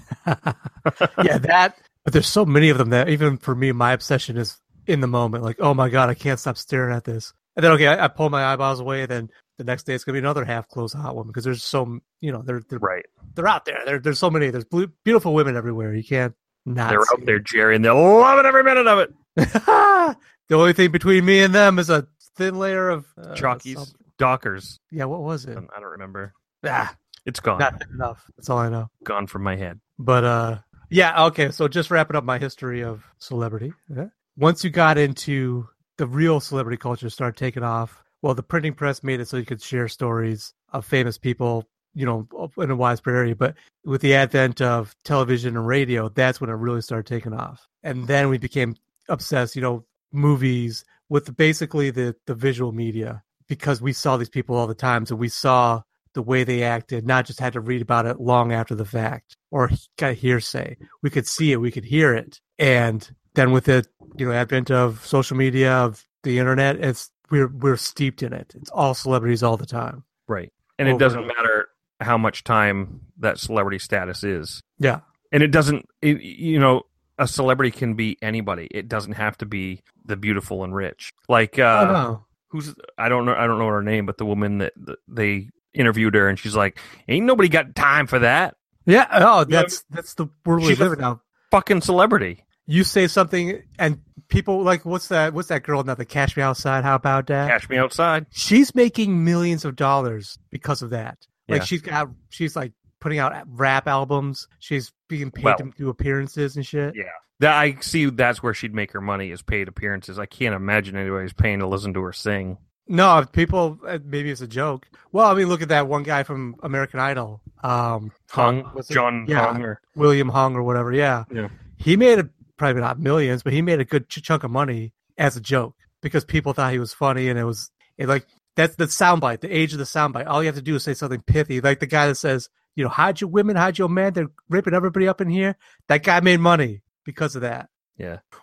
[SPEAKER 3] yeah, that. But there's so many of them that even for me, my obsession is in the moment. Like, oh my god, I can't stop staring at this. And then okay, I, I pull my eyeballs away. And then the next day, it's gonna be another half closed hot woman because there's so you know they're they're,
[SPEAKER 2] Right?
[SPEAKER 3] they're out there. There there's so many. There's blue, beautiful women everywhere. You can't not.
[SPEAKER 2] They're
[SPEAKER 3] see
[SPEAKER 2] out there, Jerry, and they're loving every minute of it.
[SPEAKER 3] them. the only thing between me and them is a thin layer of uh,
[SPEAKER 2] Chalkies,
[SPEAKER 3] some-
[SPEAKER 2] Dockers.
[SPEAKER 3] Yeah, what was it?
[SPEAKER 2] I don't remember.
[SPEAKER 3] Ah,
[SPEAKER 2] It's gone.
[SPEAKER 3] not thick enough. That's all I know.
[SPEAKER 2] gone from my head.
[SPEAKER 3] But uh yeah, okay, so just wrapping up my history of celebrity. Yeah. Once you got into the real celebrity culture started taking off, well the printing press made it so you could share stories of famous people, you know, in a wide area, but with the advent of television and radio, that's when it really started taking off. And then we became obsessed, you know, movies with basically the the visual media because we saw these people all the time, so we saw the way they acted, not just had to read about it long after the fact or got hearsay. We could see it, we could hear it, and then with the you know advent of social media of the internet, it's we're we're steeped in it. It's all celebrities all the time.
[SPEAKER 2] Right. And
[SPEAKER 3] Over
[SPEAKER 2] it doesn't
[SPEAKER 3] and
[SPEAKER 2] matter how much time that celebrity status is.
[SPEAKER 3] Yeah.
[SPEAKER 2] And it doesn't, it, you know, a celebrity can be anybody. It doesn't have to be the beautiful and rich. Like, uh,
[SPEAKER 3] oh, no.
[SPEAKER 2] who's, I don't know, I don't know her name, but the woman that that they interviewed her and she's like, ain't nobody got time for that.
[SPEAKER 3] Yeah. Oh, that's that's the world we
[SPEAKER 2] She's a-
[SPEAKER 3] live in now.
[SPEAKER 2] Fucking celebrity.
[SPEAKER 3] You say something, and people like, what's that? What's that girl now? The Cash Me Outside. How about that?
[SPEAKER 2] Cash me outside.
[SPEAKER 3] she's making millions of dollars because of that. Like
[SPEAKER 2] Yeah.
[SPEAKER 3] she's got, she's like putting out rap albums. She's being paid to
[SPEAKER 2] Well.
[SPEAKER 3] do appearances and shit.
[SPEAKER 2] Yeah. That I see that's where she'd make her money is paid appearances. I can't imagine anybody's paying to listen to her sing.
[SPEAKER 3] No, people. uh, Maybe it's a joke. Well, I mean, look at that one guy from American Idol, um,
[SPEAKER 2] Hung,
[SPEAKER 3] what's it-
[SPEAKER 2] John
[SPEAKER 3] Yeah.
[SPEAKER 2] Hung, or
[SPEAKER 3] William Hung or whatever. Yeah,
[SPEAKER 2] Yeah.
[SPEAKER 3] He made a, probably not millions, but he made a good ch- chunk of money as a joke because people thought he was funny, and it was it like that's the soundbite, the age of the soundbite. All you have to do is say something pithy, like the guy that says, you know, hide your women, hide your man. They're ripping everybody up in here. That guy made money because of that.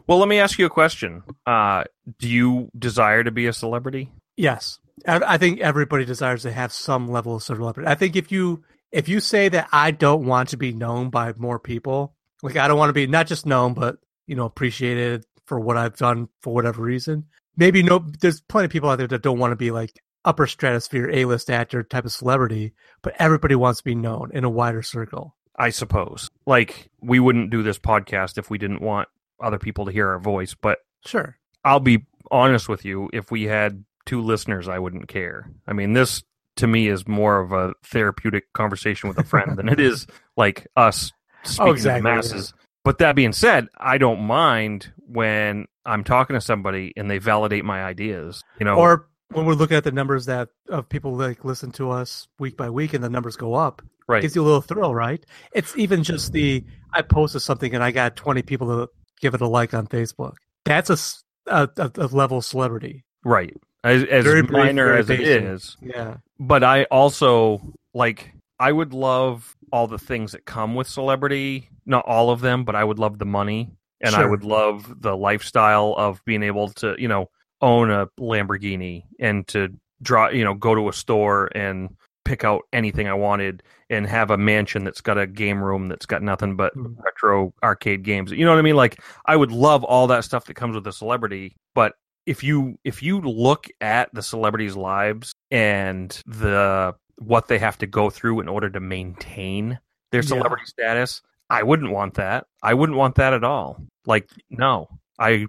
[SPEAKER 2] Well, let me ask you a question. Uh, do you desire to be a celebrity?
[SPEAKER 3] Yes, I, I think everybody desires to have some level of celebrity. I think if you if you say that I don't want to be known by more people, like I don't want to be not just known, but you know appreciated for what I've done for whatever reason. Maybe no, there's plenty of people out there that don't want to be like upper stratosphere A list actor type of celebrity, but everybody wants to be known in a wider circle.
[SPEAKER 2] I suppose. Like, we wouldn't do this podcast if we didn't want other people to hear our voice, but
[SPEAKER 3] Sure,
[SPEAKER 2] I'll be honest with you, if we had two listeners, I wouldn't care. I mean, this to me is more of a therapeutic conversation with a friend than it is like us speaking
[SPEAKER 3] Oh, exactly,
[SPEAKER 2] to the masses. But that being said, I don't mind when I'm talking to somebody and they validate my ideas. You know,
[SPEAKER 3] Or when we're looking at the numbers that of people like listen to us week by week and the numbers go up,
[SPEAKER 2] right?
[SPEAKER 3] gives you a little thrill, right? It's even just the I posted something and I got 20 people to give it a like on Facebook. That's a s- a, a- a level of celebrity.
[SPEAKER 2] Right. As, as
[SPEAKER 3] Very brief,
[SPEAKER 2] minor
[SPEAKER 3] very
[SPEAKER 2] as it
[SPEAKER 3] basic.
[SPEAKER 2] is.
[SPEAKER 3] Yeah.
[SPEAKER 2] But I also like I would love all the things that come with celebrity. Not all of them, but I would love the money and I
[SPEAKER 3] Sure.
[SPEAKER 2] would love the lifestyle of being able to, you know, own a Lamborghini and to draw, you know, go to a store and pick out anything I wanted and have a mansion that's got a game room that's got nothing but
[SPEAKER 3] Mhm.
[SPEAKER 2] retro arcade games. You know what I mean? Like I would love all that stuff that comes with a celebrity, but if you if you look at the celebrities' lives and the what they have to go through in order to maintain their
[SPEAKER 3] Yeah.
[SPEAKER 2] celebrity status, I wouldn't want that. I wouldn't want that at all. Like no. I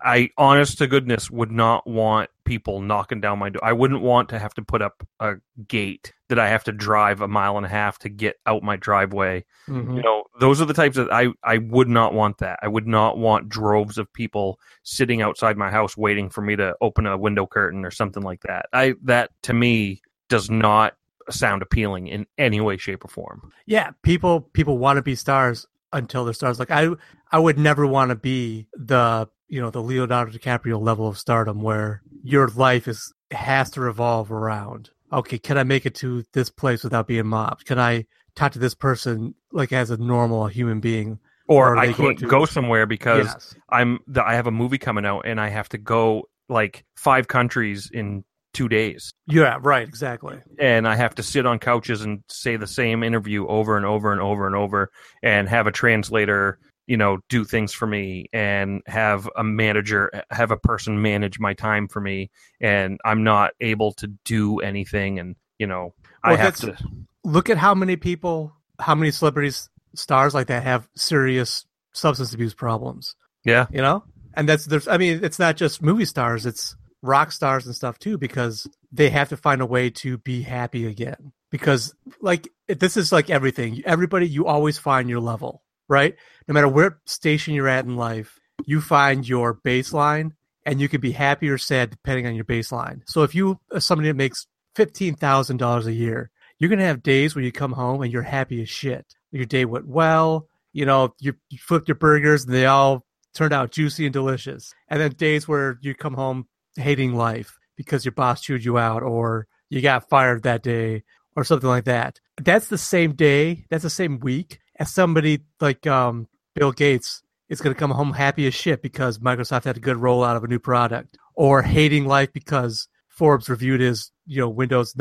[SPEAKER 2] I honest to goodness would not want people knocking down my door. I wouldn't want to have to put up a gate that I have to drive a mile and a half to get out my driveway.
[SPEAKER 3] Mm-hmm.
[SPEAKER 2] You know, those are the types that I I would not want that. I would not want droves of people sitting outside my house waiting for me to open a window curtain or something like that. I that to me does not sound appealing in any way shape or form.
[SPEAKER 3] Yeah, people people want to be stars until they're stars. Like I I would never want to be the you know the Leonardo DiCaprio level of stardom where your life is has to revolve around. Okay, can I make it to this place without being mobbed? Can I talk to this person like as a normal human being? Or
[SPEAKER 2] Or,
[SPEAKER 3] are
[SPEAKER 2] I
[SPEAKER 3] they going
[SPEAKER 2] can't
[SPEAKER 3] to-
[SPEAKER 2] go somewhere because
[SPEAKER 3] Yes.
[SPEAKER 2] I'm the, I have a movie coming out and I have to go like five countries in two days
[SPEAKER 3] Yeah, right, exactly.
[SPEAKER 2] and I have to sit on couches and say the same interview over and over and over and over and have a translator you know do things for me and have a manager have a person manage my time for me and I'm not able to do anything and you know I
[SPEAKER 3] Well,
[SPEAKER 2] have to
[SPEAKER 3] that's- Look at how many people, how many celebrities, stars like that have serious substance abuse problems.
[SPEAKER 2] yeah
[SPEAKER 3] you know and that's there's i mean it's not just movie stars it's rock stars and stuff too because they have to find a way to be happy again because like it- this is like everything everybody you always find your level right no matter where station you're at in life you find your baseline and you can be happy or sad depending on your baseline so if you are somebody that makes $15000 a year you're going to have days where you come home and you're happy as shit your day went well you know you, you flipped your burgers and they all turned out juicy and delicious. And then days where you come home hating life because your boss chewed you out or you got fired that day or something like that. That's the same day, that's the same week as somebody like um, Bill Gates is going to come home happy as shit because Microsoft had a good rollout of a new product or hating life because Forbes reviewed his, you know, Windows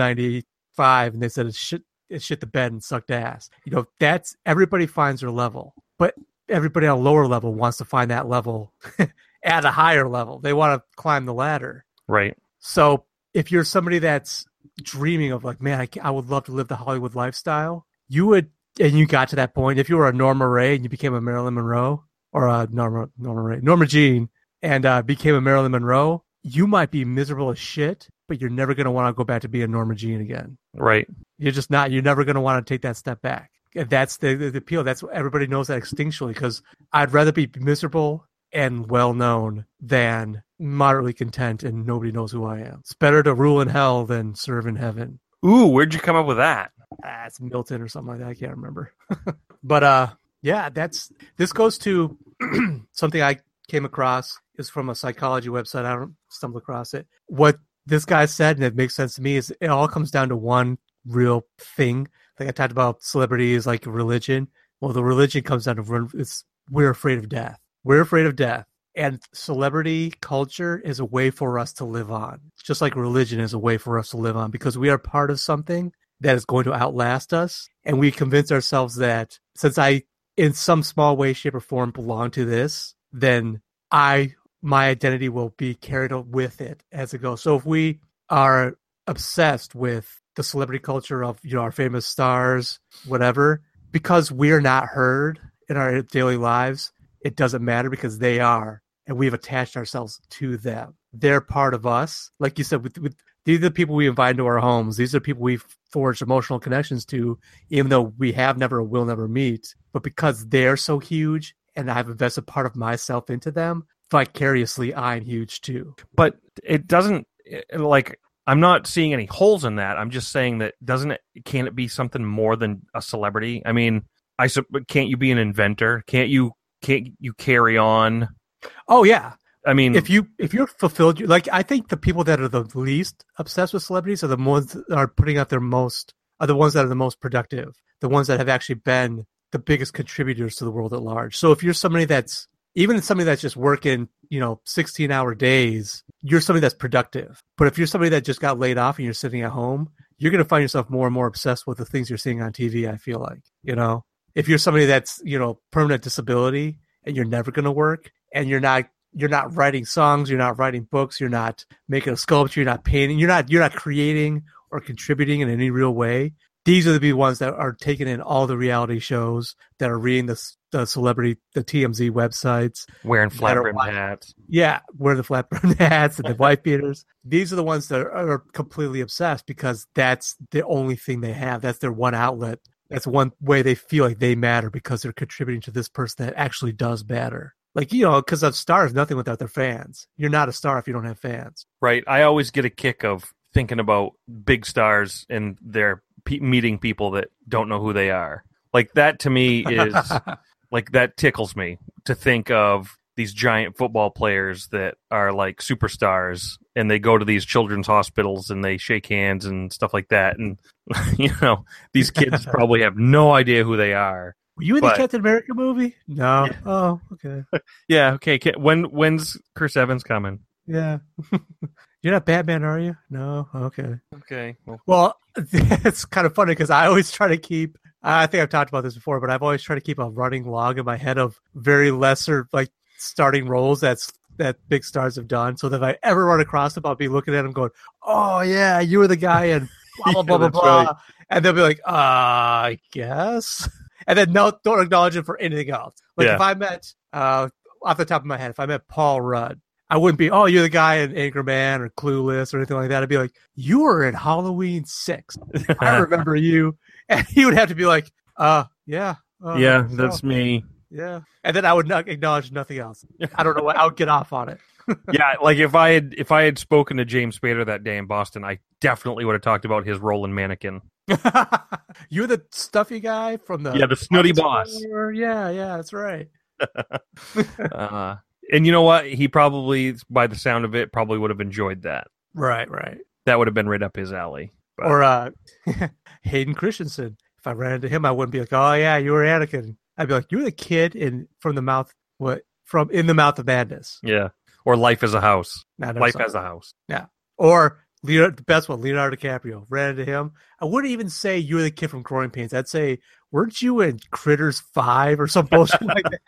[SPEAKER 3] 95 and they said it's shit, it's shit the bed and sucked ass. You know, that's everybody finds their level. But everybody on a lower level wants to find that level at a higher level. They want to climb the ladder.
[SPEAKER 2] right
[SPEAKER 3] So if you're somebody that's dreaming of like, man, I, ca- I would love to live the Hollywood lifestyle, you would, and you got to that point. If you were a Norma Ray and you became a Marilyn Monroe or a Norma Norma Ray Norma Jean and uh, became a Marilyn Monroe, you might be miserable as shit, but you're never gonna want to go back to being a Norma Jean again
[SPEAKER 2] right
[SPEAKER 3] you're just not you're never going to want to take that step back And that's the, the, the appeal that's what everybody knows that instinctually because i'd rather be miserable and well known than moderately content and nobody knows who i am it's better to rule in hell than serve in heaven
[SPEAKER 2] ooh where'd you come up with that
[SPEAKER 3] ah, it's milton or something like that i can't remember but uh yeah that's this goes to something i came across is from a psychology website i don't stumble across it what this guy said and it makes sense to me is it all comes down to one real thing like i talked about celebrities like religion well the religion comes down to run- it's we're afraid of death we're afraid of death and celebrity culture is a way for us to live on just like religion is a way for us to live on because we are part of something that is going to outlast us and we convince ourselves that since i in some small way shape or form belong to this then i my identity will be carried o- with it as it goes so if we are obsessed with the celebrity culture of you know our famous stars whatever because we're not heard in our daily lives it doesn't matter because they are and we've attached ourselves to them they're part of us. Like you said, with, with these are the people we invite into our homes. These are people we've forged emotional connections to, even though we have never or will never meet. But because they're so huge and I've invested part of myself into them, vicariously, I'm huge too.
[SPEAKER 2] But it doesn't it- like I'm not seeing any holes in that. I'm just saying that doesn't it can it be something more than a celebrity? I mean, I sup- can't you be an inventor? Can't you can't you carry on?
[SPEAKER 3] Oh, yeah.
[SPEAKER 2] I mean,
[SPEAKER 3] if you if you're fulfilled you like i think the people that are the least obsessed with celebrities are the ones that are putting out their most are the ones that are the most productive the ones that have actually been the biggest contributors to the world at large so if you're somebody that's even somebody that's just working you know 16 hour days you're somebody that's productive but if you're somebody that just got laid off and you're sitting at home you're going to find yourself more and more obsessed with the things you're seeing on tv i feel like you know if you're somebody that's you know permanent disability and you're never going to work and you're not you're not writing songs you're not writing books you're not making a sculpture you're not painting you're not you're not creating or contributing in any real way these are the ones that are taking in all the reality shows that are reading the, s- the celebrity the tmz websites
[SPEAKER 2] wearing
[SPEAKER 3] don't
[SPEAKER 2] flat rimmed
[SPEAKER 3] want-
[SPEAKER 2] hats.
[SPEAKER 3] yeah, wear the flatbread hats and the white beaters. These are the ones that are completely obsessed because that's the only thing they have. That's their one outlet. That's one way they feel like they matter because they're contributing to this person that actually does matter. Like, you know, because a star is nothing without their fans. You're not a star if you don't have fans.
[SPEAKER 2] Right. I always get a kick of thinking about big stars and their pe- meeting people that don't know who they are. Like that to me is like that tickles me to think of these giant football players that are like superstars and they go to these children's hospitals and they shake hands and stuff like that and you know these kids probably have no idea who they are
[SPEAKER 3] Were you in
[SPEAKER 2] But-
[SPEAKER 3] the Captain America movie? No.
[SPEAKER 2] Yeah.
[SPEAKER 3] Oh, okay.
[SPEAKER 2] yeah okay ca- when when's chris evans coming
[SPEAKER 3] Yeah. You're not Batman, are you? No. Okay.
[SPEAKER 2] okay well
[SPEAKER 3] Well, it's kind of funny because I always try to keep. I think I've talked about this before, but I've always tried to keep a running log in my head of very lesser like starting roles that's that big stars have done. So that if I ever run across them, I'll be looking at them going, "Oh yeah, you were the guy," and blah blah
[SPEAKER 2] Yeah,
[SPEAKER 3] blah blah
[SPEAKER 2] that's
[SPEAKER 3] blah,
[SPEAKER 2] right.
[SPEAKER 3] and they'll be like, "Uh, I guess," and then no, don't acknowledge him for anything else. Like
[SPEAKER 2] Yeah.
[SPEAKER 3] if I met uh, off the top of my head, if I met Paul Rudd, I wouldn't be, oh, you're the guy in Anchorman or Clueless or anything like that. I'd be like, you were in Halloween six.
[SPEAKER 2] Uh,
[SPEAKER 3] I remember you. And he would have to be like, uh, yeah. Uh,
[SPEAKER 2] yeah
[SPEAKER 3] so,
[SPEAKER 2] that's me
[SPEAKER 3] Yeah. And then I would not acknowledge nothing else. I don't know what I would get off on it.
[SPEAKER 2] yeah, like if I had if I had spoken to James Spader that day in Boston, I definitely would have talked about his role in Mannequin.
[SPEAKER 3] you're the stuffy guy from the.
[SPEAKER 2] Yeah, the snooty boss.
[SPEAKER 3] Yeah, yeah, that's right.
[SPEAKER 2] Uh, and you know what? He probably, by the sound of it, probably would have enjoyed that.
[SPEAKER 3] Right, right.
[SPEAKER 2] That would have been right up his alley. But-
[SPEAKER 3] Or uh, Hayden Christensen. If I ran into him, I wouldn't be like, "Oh yeah, you were Anakin." I'd be like, "You were the kid in from the mouth what from in the mouth of madness."
[SPEAKER 2] Yeah. Or Life as a House.
[SPEAKER 3] Not
[SPEAKER 2] Life as a House.
[SPEAKER 3] or Leonardo, the best one, Leonardo DiCaprio. Ran into him. I wouldn't even say you were the kid from Growing Pains. I'd say, "Weren't you in Critters Five or some bullshit like that?"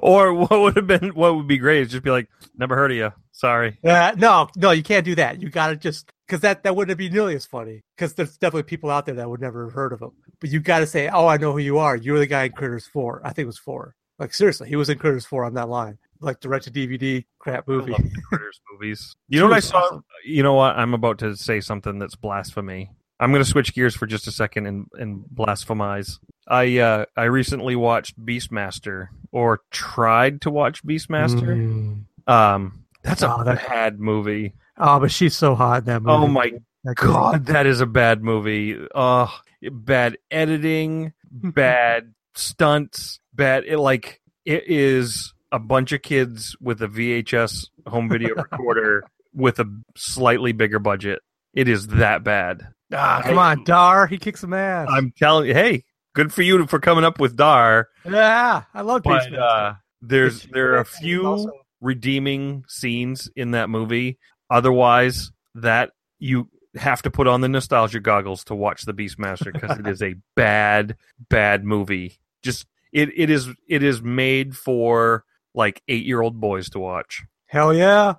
[SPEAKER 2] Or what would have been what would be great is just be like, never heard of you. Sorry.
[SPEAKER 3] Uh, no, no, you can't do that. You gotta just because that that wouldn't be nearly as funny. Because there's definitely people out there that would never have heard of him. But you gotta say, "Oh, I know who you are. You're the guy in Critters Four. I think it was four. Like seriously, he was in Critters Four. I'm not lying. Like direct to DVD crap
[SPEAKER 2] I
[SPEAKER 3] movie.
[SPEAKER 2] love the Critters movies. You know what I
[SPEAKER 3] was
[SPEAKER 2] saw?
[SPEAKER 3] awesome.
[SPEAKER 2] You know what? I'm about to say something that's blasphemy. I'm going to switch gears for just a second and, and blasphemize. I uh, I recently watched Beastmaster or tried to watch Beastmaster.
[SPEAKER 3] Mm.
[SPEAKER 2] Um, that's a
[SPEAKER 3] Oh, that-
[SPEAKER 2] bad movie.
[SPEAKER 3] Oh, but she's so hot in that movie.
[SPEAKER 2] Oh my
[SPEAKER 3] That girl.
[SPEAKER 2] god, that is a bad movie. Oh, bad editing, bad stunts, bad. It like it is a bunch of kids with a VHS home video recorder with a slightly bigger budget. It is that bad.
[SPEAKER 3] Ah, come on, Dar. He kicks some ass.
[SPEAKER 2] I'm telling you, hey, good for you for coming up with Dar.
[SPEAKER 3] yeah, I love
[SPEAKER 2] But
[SPEAKER 3] Beastmaster.
[SPEAKER 2] uh, there's
[SPEAKER 3] Beastmaster
[SPEAKER 2] there are a
[SPEAKER 3] is
[SPEAKER 2] few
[SPEAKER 3] also-
[SPEAKER 2] redeeming scenes in that movie. Otherwise, that you have to put on the nostalgia goggles to watch the Beastmaster because it is a bad, bad movie. Just it, it is it is made for like eight year old boys to watch.
[SPEAKER 3] Hell yeah.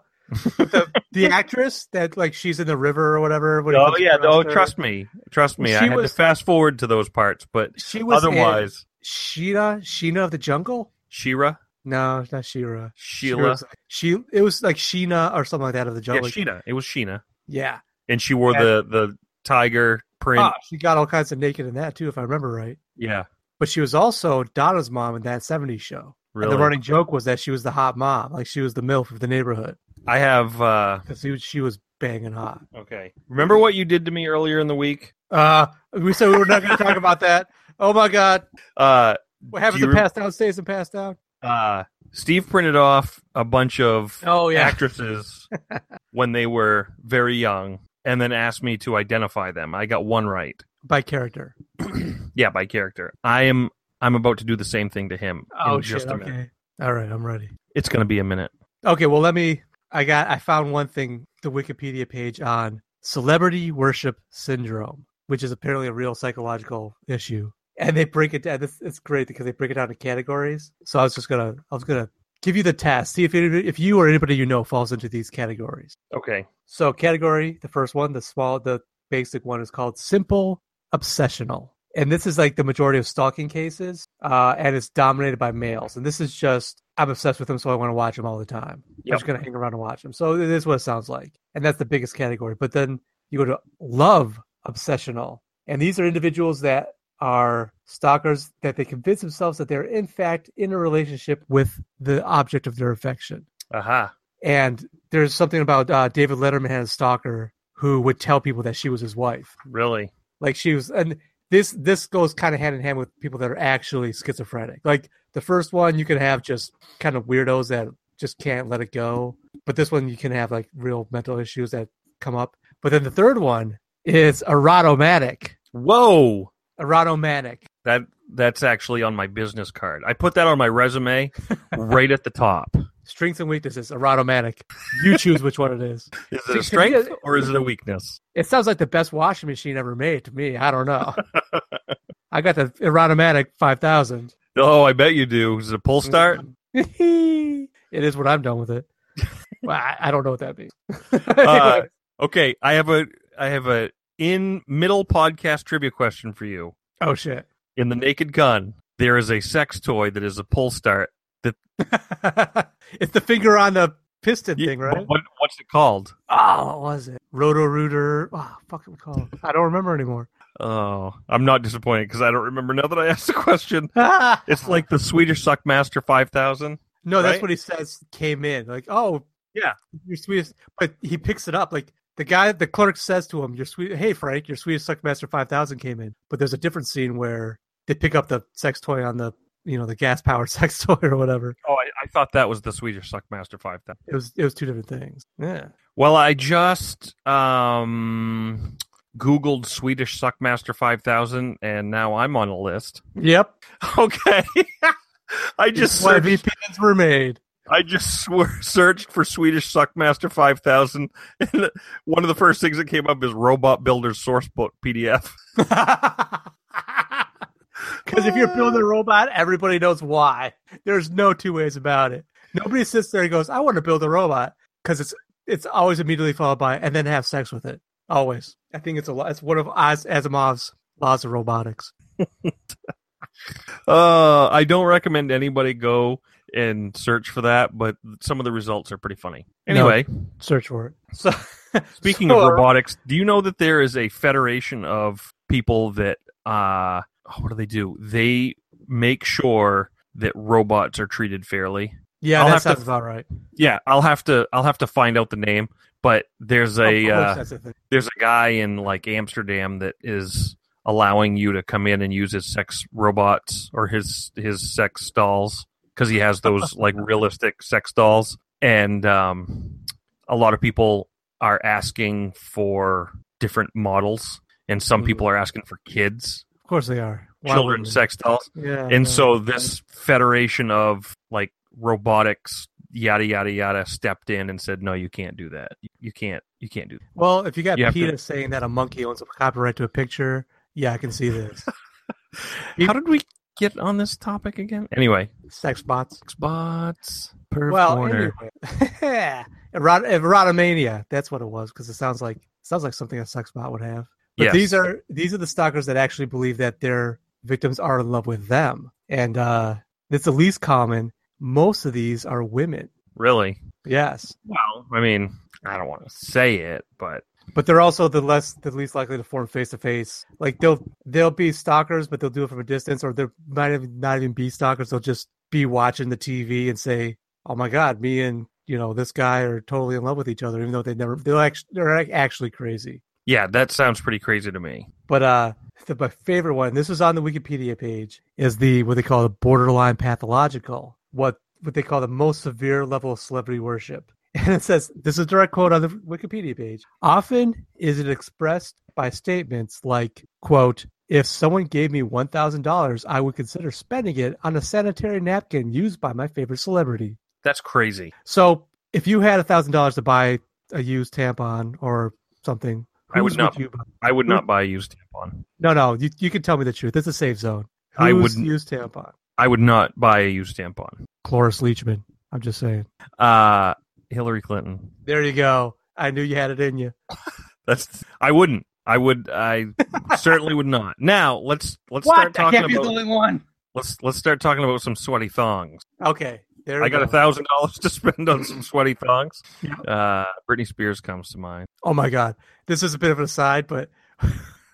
[SPEAKER 3] But the, the actress that like she's in the river or whatever. when he
[SPEAKER 2] Oh
[SPEAKER 3] comes
[SPEAKER 2] yeah,
[SPEAKER 3] across
[SPEAKER 2] oh
[SPEAKER 3] her.
[SPEAKER 2] trust me, trust me.
[SPEAKER 3] She
[SPEAKER 2] I had
[SPEAKER 3] was-
[SPEAKER 2] to fast forward to those parts, but
[SPEAKER 3] She was in
[SPEAKER 2] otherwise,
[SPEAKER 3] Sheena, Sheena of the Jungle.
[SPEAKER 2] Shira,
[SPEAKER 3] No, it's not Shira.
[SPEAKER 2] Sheila.
[SPEAKER 3] She it was like Sheena or something like that of the
[SPEAKER 2] Yeah,
[SPEAKER 3] jungle.
[SPEAKER 2] Sheena. It was Sheena,
[SPEAKER 3] yeah.
[SPEAKER 2] and she wore
[SPEAKER 3] Yeah.
[SPEAKER 2] the the tiger print.
[SPEAKER 3] Ah, she got all kinds of naked in that too, if I remember right.
[SPEAKER 2] Yeah,
[SPEAKER 3] But she was also Donna's mom in that '70s show. And
[SPEAKER 2] really.
[SPEAKER 3] the running joke was that she was the hot mom, like she was the milf of the neighborhood
[SPEAKER 2] I have. uh
[SPEAKER 3] because she was, she was banging hot.
[SPEAKER 2] Okay. Remember what you did to me earlier in the week?
[SPEAKER 3] Uh, we said we were not going to talk about that. Oh my God,
[SPEAKER 2] Uh,
[SPEAKER 3] what happens
[SPEAKER 2] you
[SPEAKER 3] in
[SPEAKER 2] rem-
[SPEAKER 3] passed out stays in passed out.
[SPEAKER 2] uh, Steve printed off a bunch of
[SPEAKER 3] Oh
[SPEAKER 2] actresses when they were very young, and then asked me to identify them. I got one right.
[SPEAKER 3] by character.
[SPEAKER 2] Yeah, by character. I am. I'm about to do the same thing to him.
[SPEAKER 3] Oh
[SPEAKER 2] in just
[SPEAKER 3] shit.
[SPEAKER 2] a minute.
[SPEAKER 3] Okay. All right, I'm ready.
[SPEAKER 2] It's going to be a minute.
[SPEAKER 3] Okay, well let me. I got. I found one thing. The Wikipedia page on celebrity worship syndrome, which is apparently a real psychological issue, and they break it down. This it's great because they break it down into categories. So I was just gonna. I was gonna give you the test. See if anybody, if you or anybody you know falls into these categories.
[SPEAKER 2] Okay.
[SPEAKER 3] So category, the first one, the small, the basic one is called simple obsessional. And this is like the majority of stalking cases, uh, and it's dominated by males. And this is just I'm obsessed with them, so I want to watch them all the time. I'm
[SPEAKER 2] Yep.
[SPEAKER 3] just gonna hang around and watch them. So it is what it sounds like, and that's the biggest category. But then you go to love obsessional, and these are individuals that are stalkers that they convince themselves that they're in fact in a relationship with the object of their affection.
[SPEAKER 2] Aha.
[SPEAKER 3] And there's something about uh, David Letterman had a stalker who would tell people that she was his wife.
[SPEAKER 2] Really?
[SPEAKER 3] Like she was, and this this goes kind of hand in hand with people that are actually schizophrenic. Like the first one, you can have just kind of weirdos that just can't let it go, but this one you can have like real mental issues that come up. But then the third one is erotomatic.
[SPEAKER 2] Whoa.
[SPEAKER 3] Erotomatic.
[SPEAKER 2] That that's actually on my business card. I put that on my resume right at the top.
[SPEAKER 3] Strengths and weaknesses. Erotomatic. You choose which one it is.
[SPEAKER 2] Is it
[SPEAKER 3] See, to
[SPEAKER 2] a
[SPEAKER 3] me,
[SPEAKER 2] strength
[SPEAKER 3] it-
[SPEAKER 2] or is it a weakness?
[SPEAKER 3] It sounds like the best washing machine ever made to me. I don't know. I got the Erotomatic 5000.
[SPEAKER 2] Oh, I bet you do. Is it a pull
[SPEAKER 3] Mm-hmm.
[SPEAKER 2] start?
[SPEAKER 3] it is what I'm done with it. Well, I, I don't know what that means.
[SPEAKER 2] Uh, okay, I have a I have a in middle podcast trivia question for you.
[SPEAKER 3] oh shit!
[SPEAKER 2] In the Naked Gun, there is a sex toy that is a pull start.
[SPEAKER 3] it's the finger on the piston
[SPEAKER 2] Yeah,
[SPEAKER 3] thing, right?
[SPEAKER 2] What, what's it called?
[SPEAKER 3] Oh, what was it? Roto Rooter. Oh, fuck it was called. I don't remember anymore.
[SPEAKER 2] Oh, I'm not disappointed because I don't remember now that I asked the question.
[SPEAKER 3] no,
[SPEAKER 2] It's like the Swedish Suckmaster 5000.
[SPEAKER 3] that's
[SPEAKER 2] Right?
[SPEAKER 3] what he says. Came in like, oh
[SPEAKER 2] Yeah.
[SPEAKER 3] your sweetest. But he picks it up like. The guy, the clerk says to him, "Your sweet, hey Frank, your sweetest suckmaster five thousand came in." But there's a different scene where they pick up the sex toy on the, you know, the gas powered sex toy or whatever.
[SPEAKER 2] Oh, I, I thought that was the Swedish Suckmaster 5000.
[SPEAKER 3] It was it was two different things. Yeah.
[SPEAKER 2] Well, I just um googled Swedish Suckmaster 5000 and now I'm on a list.
[SPEAKER 3] Yep.
[SPEAKER 2] Okay. I just
[SPEAKER 3] why
[SPEAKER 2] searched,
[SPEAKER 3] VPNs were made.
[SPEAKER 2] I just swor- searched for Swedish Suckmaster 5000 and one of the first things that came up is Robot Builder's sourcebook PDF.
[SPEAKER 3] Because if you're building a robot, everybody knows why. There's no two ways about it. Nobody sits there and goes, "I want to build a robot," because it's it's always immediately followed by and then have sex with it. Always. I think it's a lot. It's one of Oz, Asimov's laws of robotics.
[SPEAKER 2] Uh, I don't recommend anybody go and search for that, but some of the results are pretty funny.
[SPEAKER 3] No.
[SPEAKER 2] Anyway,
[SPEAKER 3] Search for it. So
[SPEAKER 2] Speaking
[SPEAKER 3] So-
[SPEAKER 2] of robotics, do you know that there is a federation of people that uh oh, what do they do? They make sure that robots are treated fairly.
[SPEAKER 3] yeah,
[SPEAKER 2] I'll
[SPEAKER 3] that
[SPEAKER 2] have to-
[SPEAKER 3] sounds about right.
[SPEAKER 2] Yeah, I'll have to I'll have to find out the name, but there's a
[SPEAKER 3] Of course
[SPEAKER 2] uh,
[SPEAKER 3] that's a thing.
[SPEAKER 2] there's a guy in like Amsterdam that is allowing you to come in and use his sex robots or his his sex dolls because he has those like realistic sex dolls and um a lot of people are asking for different models and some
[SPEAKER 3] Mhm.
[SPEAKER 2] people are asking for kids
[SPEAKER 3] Of course they are. Why
[SPEAKER 2] children
[SPEAKER 3] wouldn't they?
[SPEAKER 2] sex dolls
[SPEAKER 3] Yeah.
[SPEAKER 2] and
[SPEAKER 3] yeah.
[SPEAKER 2] so this federation of like robotics yada yada yada stepped in and said no you can't do that you can't you can't do
[SPEAKER 3] Well, if you got
[SPEAKER 2] You have
[SPEAKER 3] PETA saying that a monkey owns a copyright to a picture, yeah, I can see this.
[SPEAKER 2] How did we get on this topic again? Anyway,
[SPEAKER 3] Sex bots.
[SPEAKER 2] bots per
[SPEAKER 3] well,
[SPEAKER 2] corner.
[SPEAKER 3] anyway, Erot- erotomania. That's what it was because it sounds like sounds like something a sex bot would have. But
[SPEAKER 2] Yes.
[SPEAKER 3] these are these are the stalkers that actually believe that their victims are in love with them, and uh, it's the least common. most of these are women.
[SPEAKER 2] Really?
[SPEAKER 3] Yes,
[SPEAKER 2] Well, I mean, I don't want to say it, but
[SPEAKER 3] but they're also the less the least likely to form face to face. Like they'll they'll be stalkers, but they'll do it from a distance, or they might even not even be stalkers. They'll just be watching the TV and say, "Oh my God, me and you know this guy are totally in love with each other," even though they never they're actually, they're ac- actually crazy.
[SPEAKER 2] yeah, that sounds pretty crazy to me.
[SPEAKER 3] But uh, the, my favorite one, this was on the Wikipedia page, is the what they call the borderline pathological, what what they call the most severe level of celebrity worship. And it says this is a direct quote on the Wikipedia page. Often is it expressed by statements like, "quote If someone gave me one thousand dollars, I would consider spending it on a sanitary napkin used by my favorite celebrity."
[SPEAKER 2] That's crazy.
[SPEAKER 3] So, if you had thousand dollars to buy a used tampon or something,
[SPEAKER 2] I would
[SPEAKER 3] whose
[SPEAKER 2] not
[SPEAKER 3] you buy?
[SPEAKER 2] I would not buy a used tampon.
[SPEAKER 3] No, no, you, you can tell me the truth. It's a safe zone.
[SPEAKER 2] I
[SPEAKER 3] Who's
[SPEAKER 2] wouldn't-
[SPEAKER 3] use tampon.
[SPEAKER 2] I would not buy a used tampon.
[SPEAKER 3] Cloris Leachman. I'm just saying.
[SPEAKER 2] Uh Hillary Clinton.
[SPEAKER 3] There you go. I knew you had it in you.
[SPEAKER 2] That's I wouldn't. I would I certainly would not. Now, let's let's start
[SPEAKER 4] What? I
[SPEAKER 2] talking
[SPEAKER 4] can't be the
[SPEAKER 2] about
[SPEAKER 4] only one.
[SPEAKER 2] let's let's start talking about some sweaty thongs.
[SPEAKER 3] Okay. There
[SPEAKER 2] I
[SPEAKER 3] you
[SPEAKER 2] got
[SPEAKER 3] go.
[SPEAKER 2] a thousand dollars to spend on some sweaty thongs. Uh, Britney Spears comes to mind.
[SPEAKER 3] oh my god. This is a bit of an aside, but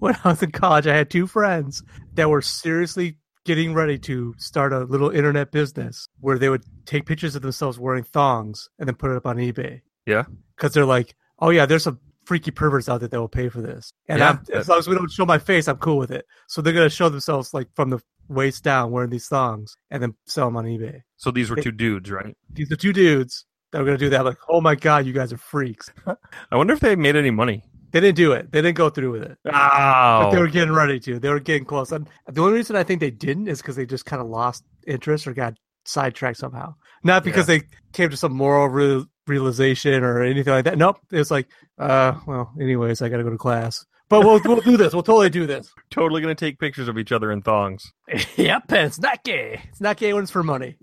[SPEAKER 3] when I was in college, I had two friends that were seriously getting ready to start a little internet business where they would take pictures of themselves wearing thongs and then put it up on eBay.
[SPEAKER 2] Yeah.
[SPEAKER 3] Because they're like, oh yeah, there's some freaky perverts out there that will pay for this. And
[SPEAKER 2] Yeah,
[SPEAKER 3] I'm, as long as we don't show my face, I'm cool with it. So they're going to show themselves like from the waist down wearing these thongs and then sell them on eBay.
[SPEAKER 2] So these were two dudes, right?
[SPEAKER 3] These are two dudes that are going to do that. Like, oh my God, you guys are freaks.
[SPEAKER 2] I wonder if they made any money.
[SPEAKER 3] They didn't do it. They didn't go through with it. But they were
[SPEAKER 2] Oh,
[SPEAKER 3] getting ready to. They were getting close. And the only reason I think they didn't is because they just kind of lost interest or got sidetracked somehow. Not because they came to some moral real realization or anything like that. Nope. It's like, uh, well, anyways, I got to go to class. But we'll we'll do this. We'll totally do this.
[SPEAKER 2] totally gonna take pictures of each other in thongs.
[SPEAKER 3] yep, and it's not gay. It's not gay when it's for money.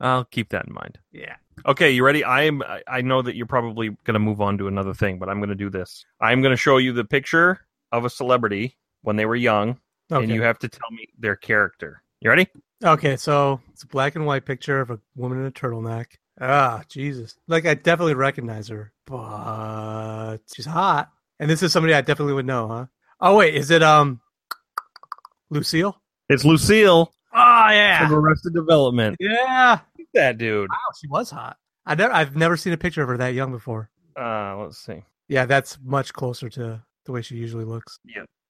[SPEAKER 2] I'll keep that in mind.
[SPEAKER 3] Yeah.
[SPEAKER 2] Okay, you ready? I'm. I- I know that you're probably gonna move on to another thing, but I'm gonna do this. I'm gonna show you the picture of a celebrity when they were young,
[SPEAKER 3] Okay.
[SPEAKER 2] and you have to tell me their character. You ready?
[SPEAKER 3] okay. So it's a black and white picture of a woman in a turtleneck. Ah, Jesus. Like I definitely recognize her, but she's hot. And this is somebody I definitely would know, huh? Oh wait, is it um Lucille?
[SPEAKER 2] It's Lucille
[SPEAKER 3] Oh yeah,
[SPEAKER 2] from Arrested Development.
[SPEAKER 3] yeah.
[SPEAKER 2] Look at Ah. That dude.
[SPEAKER 3] Wow, she was hot. I never, I've never seen a picture of her that young before.
[SPEAKER 2] Uh, let's see.
[SPEAKER 3] Yeah, that's much closer to the way she usually looks.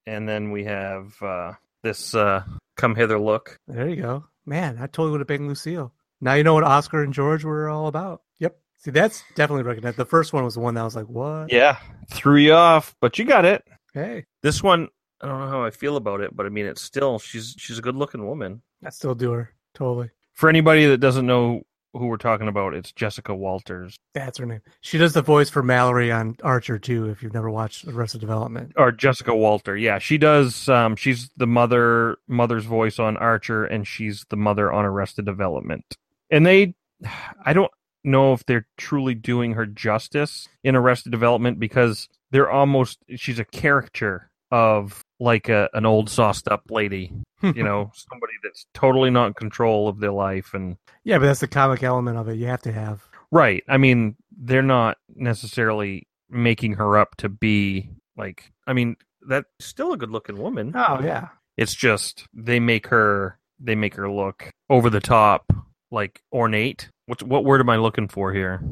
[SPEAKER 2] and then we have uh, this uh, come hither look.
[SPEAKER 3] There you go, man. I totally would have banged Lucille. Now you know what Oscar and George were all about. Yep. See, that's definitely recognized. The first one was the one that I was like, "What?
[SPEAKER 2] Yeah, threw you off, but you got it.
[SPEAKER 3] Hey,
[SPEAKER 2] This one, I don't know how I feel about it, but I mean, it's still she's she's a good looking woman.
[SPEAKER 3] I still do her totally."
[SPEAKER 2] For anybody that doesn't know who we're talking about, it's Jessica Walters
[SPEAKER 3] That's her name. She does the voice for Mallory on Archer too. If you've never watched Arrested Development,
[SPEAKER 2] or Jessica Walter. Yeah, she does. Um, she's the mother mother's voice on Archer, and she's the mother on Arrested Development. And they, I don't know if they're truly doing her justice in Arrested Development because they're almost she's a caricature of like a an old sauced up lady, you know, somebody that's totally not in control of their life and
[SPEAKER 3] yeah, but that's the comic element of it. You have to have.
[SPEAKER 2] right. I mean, they're not necessarily making her up to be like. I mean, that's still a good looking woman.
[SPEAKER 3] Oh yeah,
[SPEAKER 2] It's just they make her they make her look over the top, like ornate. What what word am I looking for here?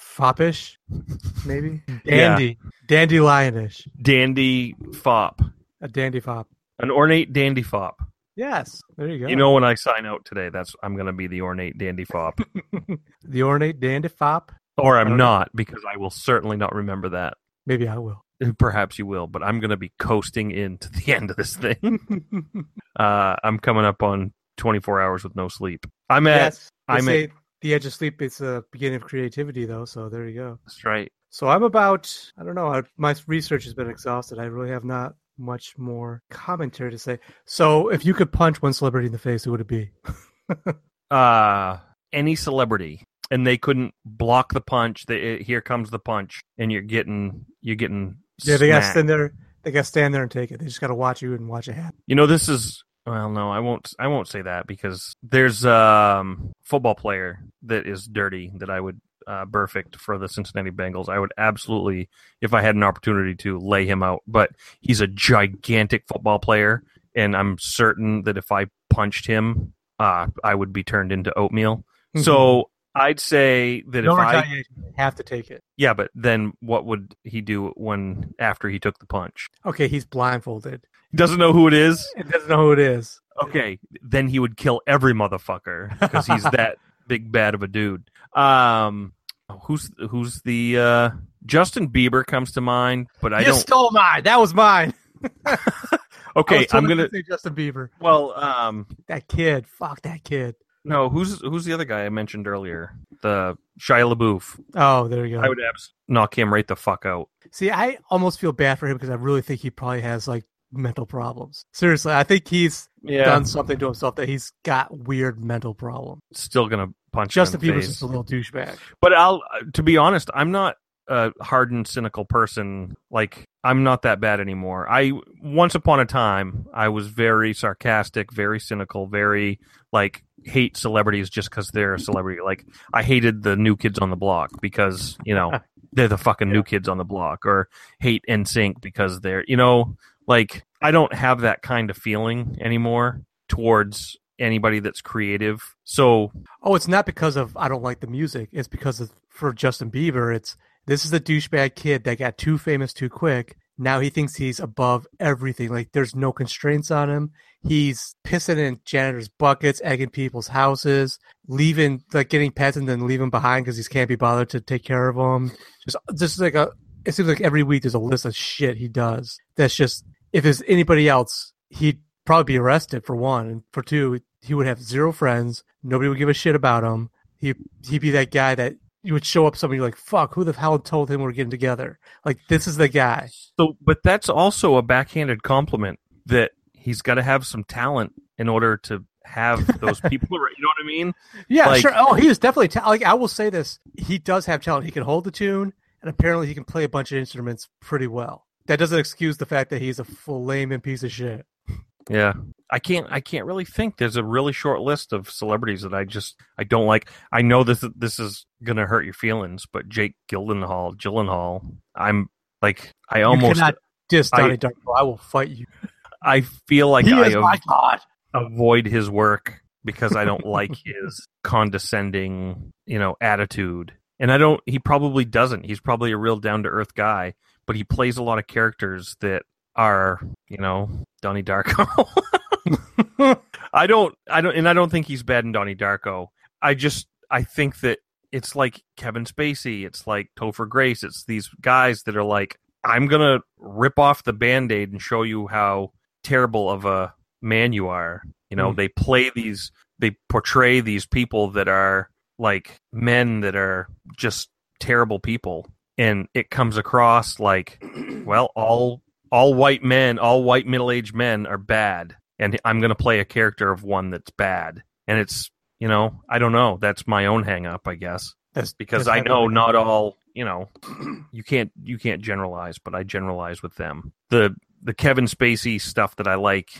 [SPEAKER 3] foppish, maybe
[SPEAKER 2] Yeah.
[SPEAKER 3] dandy, dandy lionish,
[SPEAKER 2] Dandy fop,
[SPEAKER 3] a dandy fop.
[SPEAKER 2] an ornate dandy fop.
[SPEAKER 3] Yes, there you go.
[SPEAKER 2] You know, when I sign out today, that's I'm gonna be the ornate dandy fop,
[SPEAKER 3] the ornate dandy fop.
[SPEAKER 2] or
[SPEAKER 3] I
[SPEAKER 2] I'm
[SPEAKER 3] don't know.
[SPEAKER 2] not because I will certainly not remember that.
[SPEAKER 3] Maybe I will.
[SPEAKER 2] Perhaps you will, but I'm gonna be coasting into the end of this thing. Uh, I'm coming up on 24 hours with no sleep. I'm at
[SPEAKER 3] yes, I
[SPEAKER 2] I'm
[SPEAKER 3] say the edge of sleep is the beginning of creativity, though. So there you go.
[SPEAKER 2] that's right.
[SPEAKER 3] So I'm about, I don't know, I, my research has been exhausted. I really have not much more commentary to say. So if you could punch one celebrity in the face, who would it be?
[SPEAKER 2] uh any celebrity and they couldn't block the punch they, it, here comes the punch and you're getting you're getting
[SPEAKER 3] Yeah, they got to
[SPEAKER 2] smacked.
[SPEAKER 3] stand there. They got to stand there and take it. They just got to watch you and watch it happen.
[SPEAKER 2] you know this is Well, no, I won't. I won't say that because there's um football player that is dirty that I would uh, perfect for the Cincinnati Bengals. I would absolutely, if I had an opportunity to, lay him out. But he's a gigantic football player, and I'm certain that if I punched him, uh, I would be turned into oatmeal.
[SPEAKER 3] Mm-hmm.
[SPEAKER 2] So I'd say that
[SPEAKER 3] no
[SPEAKER 2] if I,
[SPEAKER 3] retaliation. I... Have to take it.
[SPEAKER 2] yeah, but then what would he do when after he took the punch?
[SPEAKER 3] Okay, he's blindfolded.
[SPEAKER 2] He doesn't know who it is.
[SPEAKER 3] It doesn't know who it is.
[SPEAKER 2] Okay, then he would kill every motherfucker because he's that big bad of a dude. Um, who's who's the uh, Justin Bieber comes to mind, but I
[SPEAKER 3] you
[SPEAKER 2] don't.
[SPEAKER 3] stole mine. That was mine. I
[SPEAKER 2] okay,
[SPEAKER 3] was
[SPEAKER 2] I'm
[SPEAKER 3] totally
[SPEAKER 2] gonna.
[SPEAKER 3] say Justin Bieber.
[SPEAKER 2] Well, um,
[SPEAKER 3] That kid. Fuck that kid.
[SPEAKER 2] no, who's who's the other guy I mentioned earlier? The Shia LaBeouf.
[SPEAKER 3] Oh, there you go.
[SPEAKER 2] I would abs- knock him right the fuck out.
[SPEAKER 3] See, I almost feel bad for him because I really think he probably has like mental problems. Seriously, I think he's
[SPEAKER 2] Yeah,
[SPEAKER 3] done something to himself that he's got weird mental problem.
[SPEAKER 2] still gonna punch
[SPEAKER 3] Justin
[SPEAKER 2] him in the
[SPEAKER 3] Bieber's
[SPEAKER 2] face.
[SPEAKER 3] just a little douchebag.
[SPEAKER 2] but I'll to be honest, I'm not a hardened cynical person. Like I'm not that bad anymore. I once upon a time I was very sarcastic, very cynical, very like hate celebrities just because they're a celebrity. Like I hated the new kids on the block because you know they're the fucking new kids on the block, or hate NSYNC because they're you know like I don't have that kind of feeling anymore towards anybody that's creative. So
[SPEAKER 3] Oh, it's not because of I don't like the music. It's because of for Justin Bieber, it's this is the douchebag kid that got too famous too quick. Now he thinks he's above everything. Like there's no constraints on him. He's pissing in janitors' buckets, egging people's houses, leaving like getting pets and then leaving behind because he can't be bothered to take care of them. Just just like a it seems like every week there's a list of shit he does. That's just if it's anybody else, he'd probably be arrested for one, and for two, he would have zero friends. Nobody would give a shit about him. He he'd be that guy that you would show up somebody like fuck. Who the hell told him we're getting together? Like this is the guy.
[SPEAKER 2] So, but that's also a backhanded compliment that he's got to have some talent in order to have those people. around. You know what I mean?
[SPEAKER 3] Yeah,
[SPEAKER 2] Like-
[SPEAKER 3] sure. Oh, he is definitely ta- like I will say this. He does have talent. He can hold the tune, and apparently he can play a bunch of instruments pretty well. That doesn't excuse the fact that he's a full lame and piece of shit.
[SPEAKER 2] Yeah. I can't. I can't really think. There's a really short list of celebrities that I just I don't like. I know this this is gonna hurt your feelings, but Jake Gyllenhaal, Gyllenhaal, I'm like I
[SPEAKER 3] you
[SPEAKER 2] almost
[SPEAKER 3] cannot diss
[SPEAKER 2] I-
[SPEAKER 3] Donnie Darko. I will fight you.
[SPEAKER 2] I feel like
[SPEAKER 3] he
[SPEAKER 2] I
[SPEAKER 3] is
[SPEAKER 2] am-
[SPEAKER 3] my god.
[SPEAKER 2] avoid his work because I don't like his condescending, you know, attitude. And I don't he probably doesn't. He's probably a real down to earth guy, but he plays a lot of characters that are, you know, Donnie Darko. I don't I don't and I don't think he's bad in Donnie Darko. I just I think that it's like Kevin Spacey, it's like Topher Grace, it's these guys that are like I'm going to rip off the band-aid and show you how terrible of a man you are. You know,
[SPEAKER 3] Mm.
[SPEAKER 2] they play these, they portray these people that are like men that are just terrible people, and it comes across like, well, all all white men, all white middle aged men are bad, and I'm going to play a character of one that's bad, and it's you know, I don't know. That's my own hang up, I guess,
[SPEAKER 3] That's
[SPEAKER 2] because
[SPEAKER 3] that's
[SPEAKER 2] I know
[SPEAKER 3] everybody.
[SPEAKER 2] not all. You know, you can't you can't generalize, but I generalize with them. The the Kevin Spacey stuff that I like,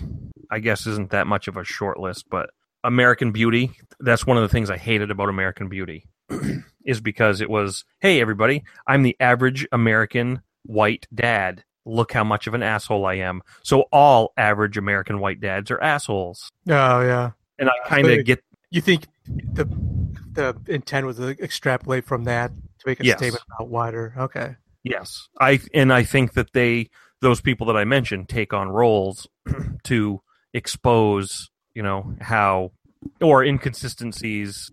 [SPEAKER 2] I guess, isn't that much of a short list, but American Beauty. That's one of the things I hated about American Beauty, is because it was, hey, everybody, I'm the average American white dad. Look how much of an asshole I am. So all average American white dads are assholes,
[SPEAKER 3] Oh yeah.
[SPEAKER 2] and I kind of
[SPEAKER 3] Absolutely.
[SPEAKER 2] get
[SPEAKER 3] You think the the intent was to extrapolate from that to make a
[SPEAKER 2] Yes.
[SPEAKER 3] statement about wider? Okay.
[SPEAKER 2] yes, I and I think that they those people that I mentioned take on roles to expose, you know, how or inconsistencies.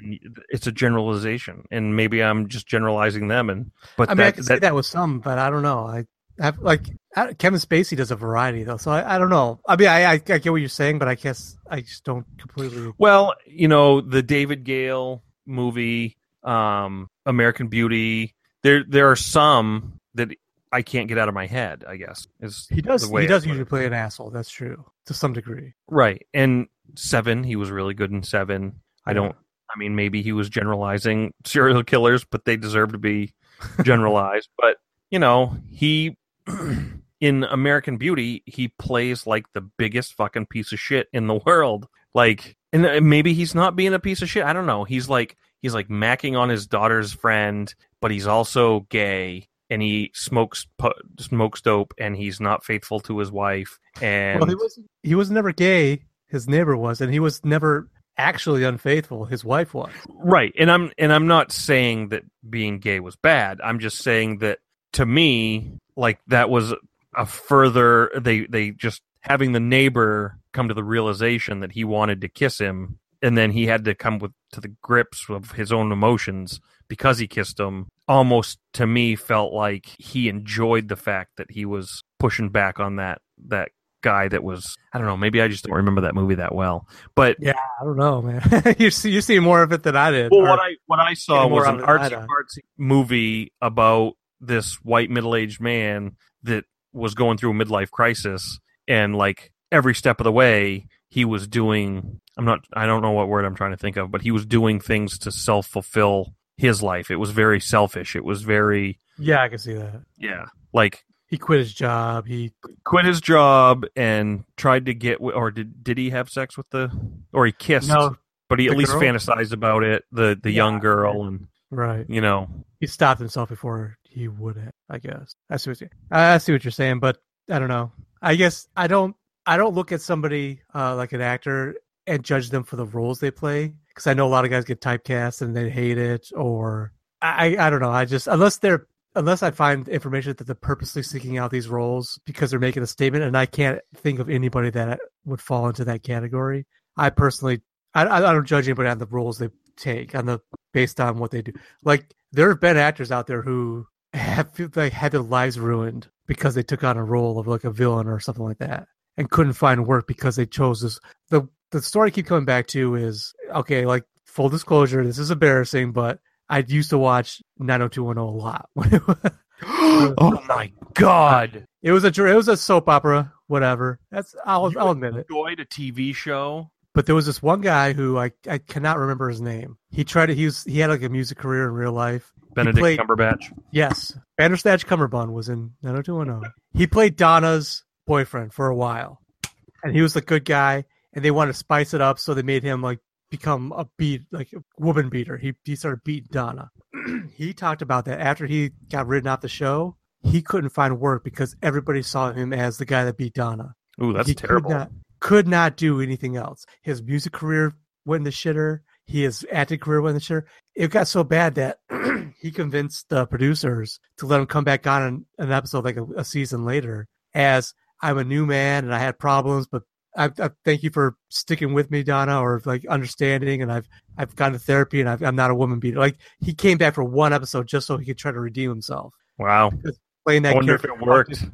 [SPEAKER 2] And it's a generalization, and maybe I'm just generalizing them. And but
[SPEAKER 3] I mean, I
[SPEAKER 2] that,
[SPEAKER 3] can say
[SPEAKER 2] that,
[SPEAKER 3] that with some, but I don't know. I I've, like I, Kevin Spacey does a variety though, so I, I don't know. I mean, I, I I get what you're saying, but I guess I just don't completely.
[SPEAKER 2] well, you know, the David Gale movie, um, American Beauty. There, there are some that I can't get out of my head. I guess is
[SPEAKER 3] He does.
[SPEAKER 2] the way
[SPEAKER 3] He
[SPEAKER 2] I
[SPEAKER 3] does
[SPEAKER 2] put it.
[SPEAKER 3] usually play an asshole. That's true to some degree.
[SPEAKER 2] Right. And seven, he was really good in seven. I
[SPEAKER 3] Yeah.
[SPEAKER 2] don't I mean maybe he was generalizing serial killers, but they deserve to be generalized. but you know, he in American Beauty, he plays like the biggest fucking piece of shit in the world. Like, and uh, maybe he's not being a piece of shit. I don't know. He's like, he's like macking on his daughter's friend, but he's also gay and he smokes pu- smokes dope and he's not faithful to his wife. And
[SPEAKER 3] Well, he was he was never gay. His neighbor was, and he was never actually unfaithful. His wife was.
[SPEAKER 2] right, and I'm and I'm not saying that being gay was bad. I'm just saying that to me, like that was a further they they just having the neighbor come to the realization that he wanted to kiss him and then he had to come with to the grips of his own emotions because he kissed him almost to me felt like he enjoyed the fact that he was pushing back on that that guy that was I don't know maybe I just don't remember that movie that well but
[SPEAKER 3] I don't know, man. you see, you see more of it than I did.
[SPEAKER 2] well,
[SPEAKER 3] Or-
[SPEAKER 2] what I what I saw
[SPEAKER 3] Getting more
[SPEAKER 2] was
[SPEAKER 3] out
[SPEAKER 2] an
[SPEAKER 3] of his
[SPEAKER 2] artsy
[SPEAKER 3] eye-dye.
[SPEAKER 2] fartsy movie about this white middle aged man that was going through a midlife crisis, and like every step of the way, he was doing. I'm not. I don't know what word I'm trying to think of, but he was doing things to self fulfill his life. It was very selfish. It was very
[SPEAKER 3] yeah, I can see that.
[SPEAKER 2] yeah, like
[SPEAKER 3] He quit his job. He
[SPEAKER 2] quit his job and tried to get wi- or did did he have sex with the or he kissed
[SPEAKER 3] no
[SPEAKER 2] but he at
[SPEAKER 3] the
[SPEAKER 2] least
[SPEAKER 3] girl?
[SPEAKER 2] fantasized about it the the
[SPEAKER 3] Yeah.
[SPEAKER 2] young girl and
[SPEAKER 3] right.
[SPEAKER 2] you know
[SPEAKER 3] He stopped himself before he would have. I guess. I see. What you, I see what you're saying, but I don't know. I guess I don't. I don't look at somebody uh, like an actor and judge them for the roles they play because I know a lot of guys get typecast and they hate it, or I, I I don't know. I just unless they're unless I find information that they're purposely seeking out these roles because they're making a statement, and I can't think of anybody that would fall into that category. I personally, I, I don't judge anybody on the roles they take on the based on what they do. Like there have been actors out there who have like had their lives ruined because they took on a role of like a villain or something like that and couldn't find work because they chose this. The the story I keep coming back to is okay. Like full disclosure, this is embarrassing, but I used to watch 90210 a lot when it was
[SPEAKER 2] oh my god!
[SPEAKER 3] It was a dr- it was a soap opera, whatever. That's I'll
[SPEAKER 2] You
[SPEAKER 3] I'll admit it.
[SPEAKER 2] Enjoyed a TV show.
[SPEAKER 3] But there was this one guy who I I cannot remember his name. He tried to he was he had like a music career in real life.
[SPEAKER 2] Benedict
[SPEAKER 3] played-
[SPEAKER 2] Cumberbatch.
[SPEAKER 3] Yes, Bandersnatch Cummerbund was in 90210. He played Donna's boyfriend for a while, and he was the good guy. And they wanted to spice it up, so they made him like become a beat like a woman beater. He he started beating Donna. he talked about that after he got written off the show. He couldn't find work because everybody saw him as the guy that beat Donna.
[SPEAKER 2] Ooh, that's
[SPEAKER 3] He
[SPEAKER 2] terrible.
[SPEAKER 3] Could not, could not do anything else. His music career went in the shitter. His acting career went in the shitter. It got so bad that he convinced the producers to let him come back on an, an episode like a, a season later as I'm a new man and I had problems, but I, I thank you for sticking with me, Donna, or like understanding. And I've I've gone to therapy and I've, I'm not a woman beater. Like he came back for one episode just so he could try to redeem himself
[SPEAKER 2] Wow.
[SPEAKER 3] playing that
[SPEAKER 2] I wonder if
[SPEAKER 3] character
[SPEAKER 2] it worked.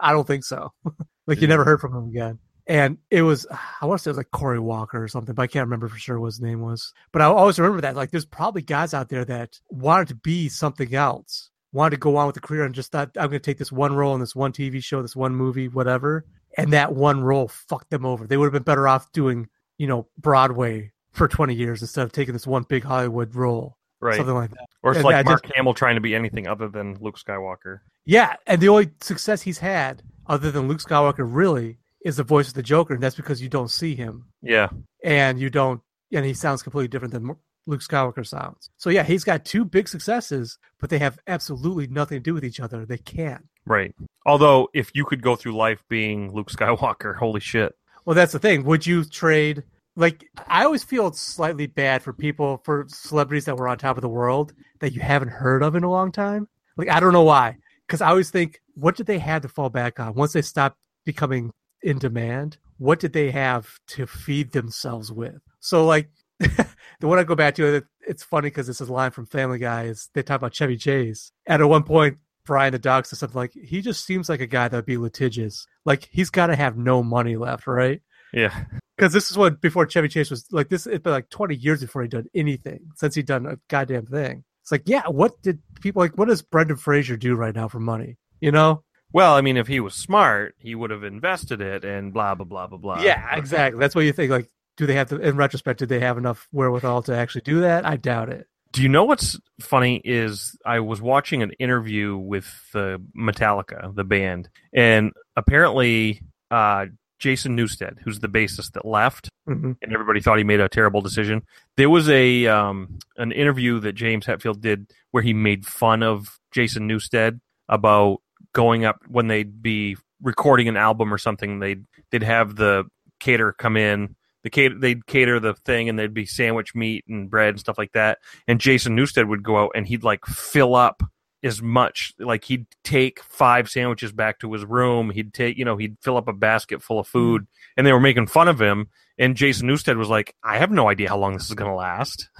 [SPEAKER 3] I don't think so. like you
[SPEAKER 2] Yeah.
[SPEAKER 3] never heard from him again. And it was I want to say it was like Corey Walker or something, but I can't remember for sure what his name was. But I always remember that. Like there's probably guys out there that wanted to be something else, wanted to go on with a career and just thought I'm gonna take this one role in this one TV show, this one movie, whatever. And that one role fucked them over. They would have been better off doing, you know, Broadway for 20 years instead of taking this one big Hollywood role,
[SPEAKER 2] Right.
[SPEAKER 3] something like that.
[SPEAKER 2] or it's
[SPEAKER 3] Yeah, I
[SPEAKER 2] like Mark
[SPEAKER 3] just-
[SPEAKER 2] Hamill trying to be anything other than Luke Skywalker.
[SPEAKER 3] Yeah, and the only success he's had, other than Luke Skywalker, really is the voice of the Joker, and that's because you don't see him,
[SPEAKER 2] Yeah.
[SPEAKER 3] and you don't, and he sounds completely different than Luke Skywalker sounds. So yeah, he's got two big successes, but they have absolutely nothing to do with each other. They can't.
[SPEAKER 2] Right. Although, if you could go through life being Luke Skywalker, holy shit.
[SPEAKER 3] Well, that's the thing. Would you trade? Like, I always feel slightly bad for people, for celebrities that were on top of the world that you haven't heard of in a long time. Like, I don't know why. Because I always think, what did they have to fall back on once they stopped becoming in demand? What did they have to feed themselves with? So, like, the one I go back to, it- it's funny because this is a line from Family Guy is they talk about Chevy Chase. And at one point, Brian the dog says something like, he just seems like a guy that would be litigious. Like, he's got to have no money left, right?
[SPEAKER 2] Yeah.
[SPEAKER 3] because this is what before Chevy Chase was like this. It's been like twenty years before he done anything since he done a goddamn thing. It's like, yeah, what did people like? What does Brendan Fraser do right now for money? You know?
[SPEAKER 2] Well, I mean, if he was smart, he would have invested it and blah, blah, blah, blah, blah.
[SPEAKER 3] exactly. That's what you think. Like, do they have to? In retrospect, did they have enough wherewithal to actually do that? I doubt it.
[SPEAKER 2] Do you know what's funny is I was watching an interview with uh, Metallica, the band, and apparently uh, Jason Newsted, who's the bassist that left,
[SPEAKER 3] Mm-hmm.
[SPEAKER 2] and everybody thought he made a terrible decision. There was a um, an interview that James Hetfield did where he made fun of Jason Newsted about going up when they'd be recording an album or something. They'd they'd have the caterer come in. The cater, they'd cater the thing, and there'd be sandwich meat and bread and stuff like that. And Jason Newsted would go out and he'd like fill up as much like he'd take five sandwiches back to his room he'd take you know he'd fill up a basket full of food and they were making fun of him and Jason Newsted was like, I have no idea how long this is going to last.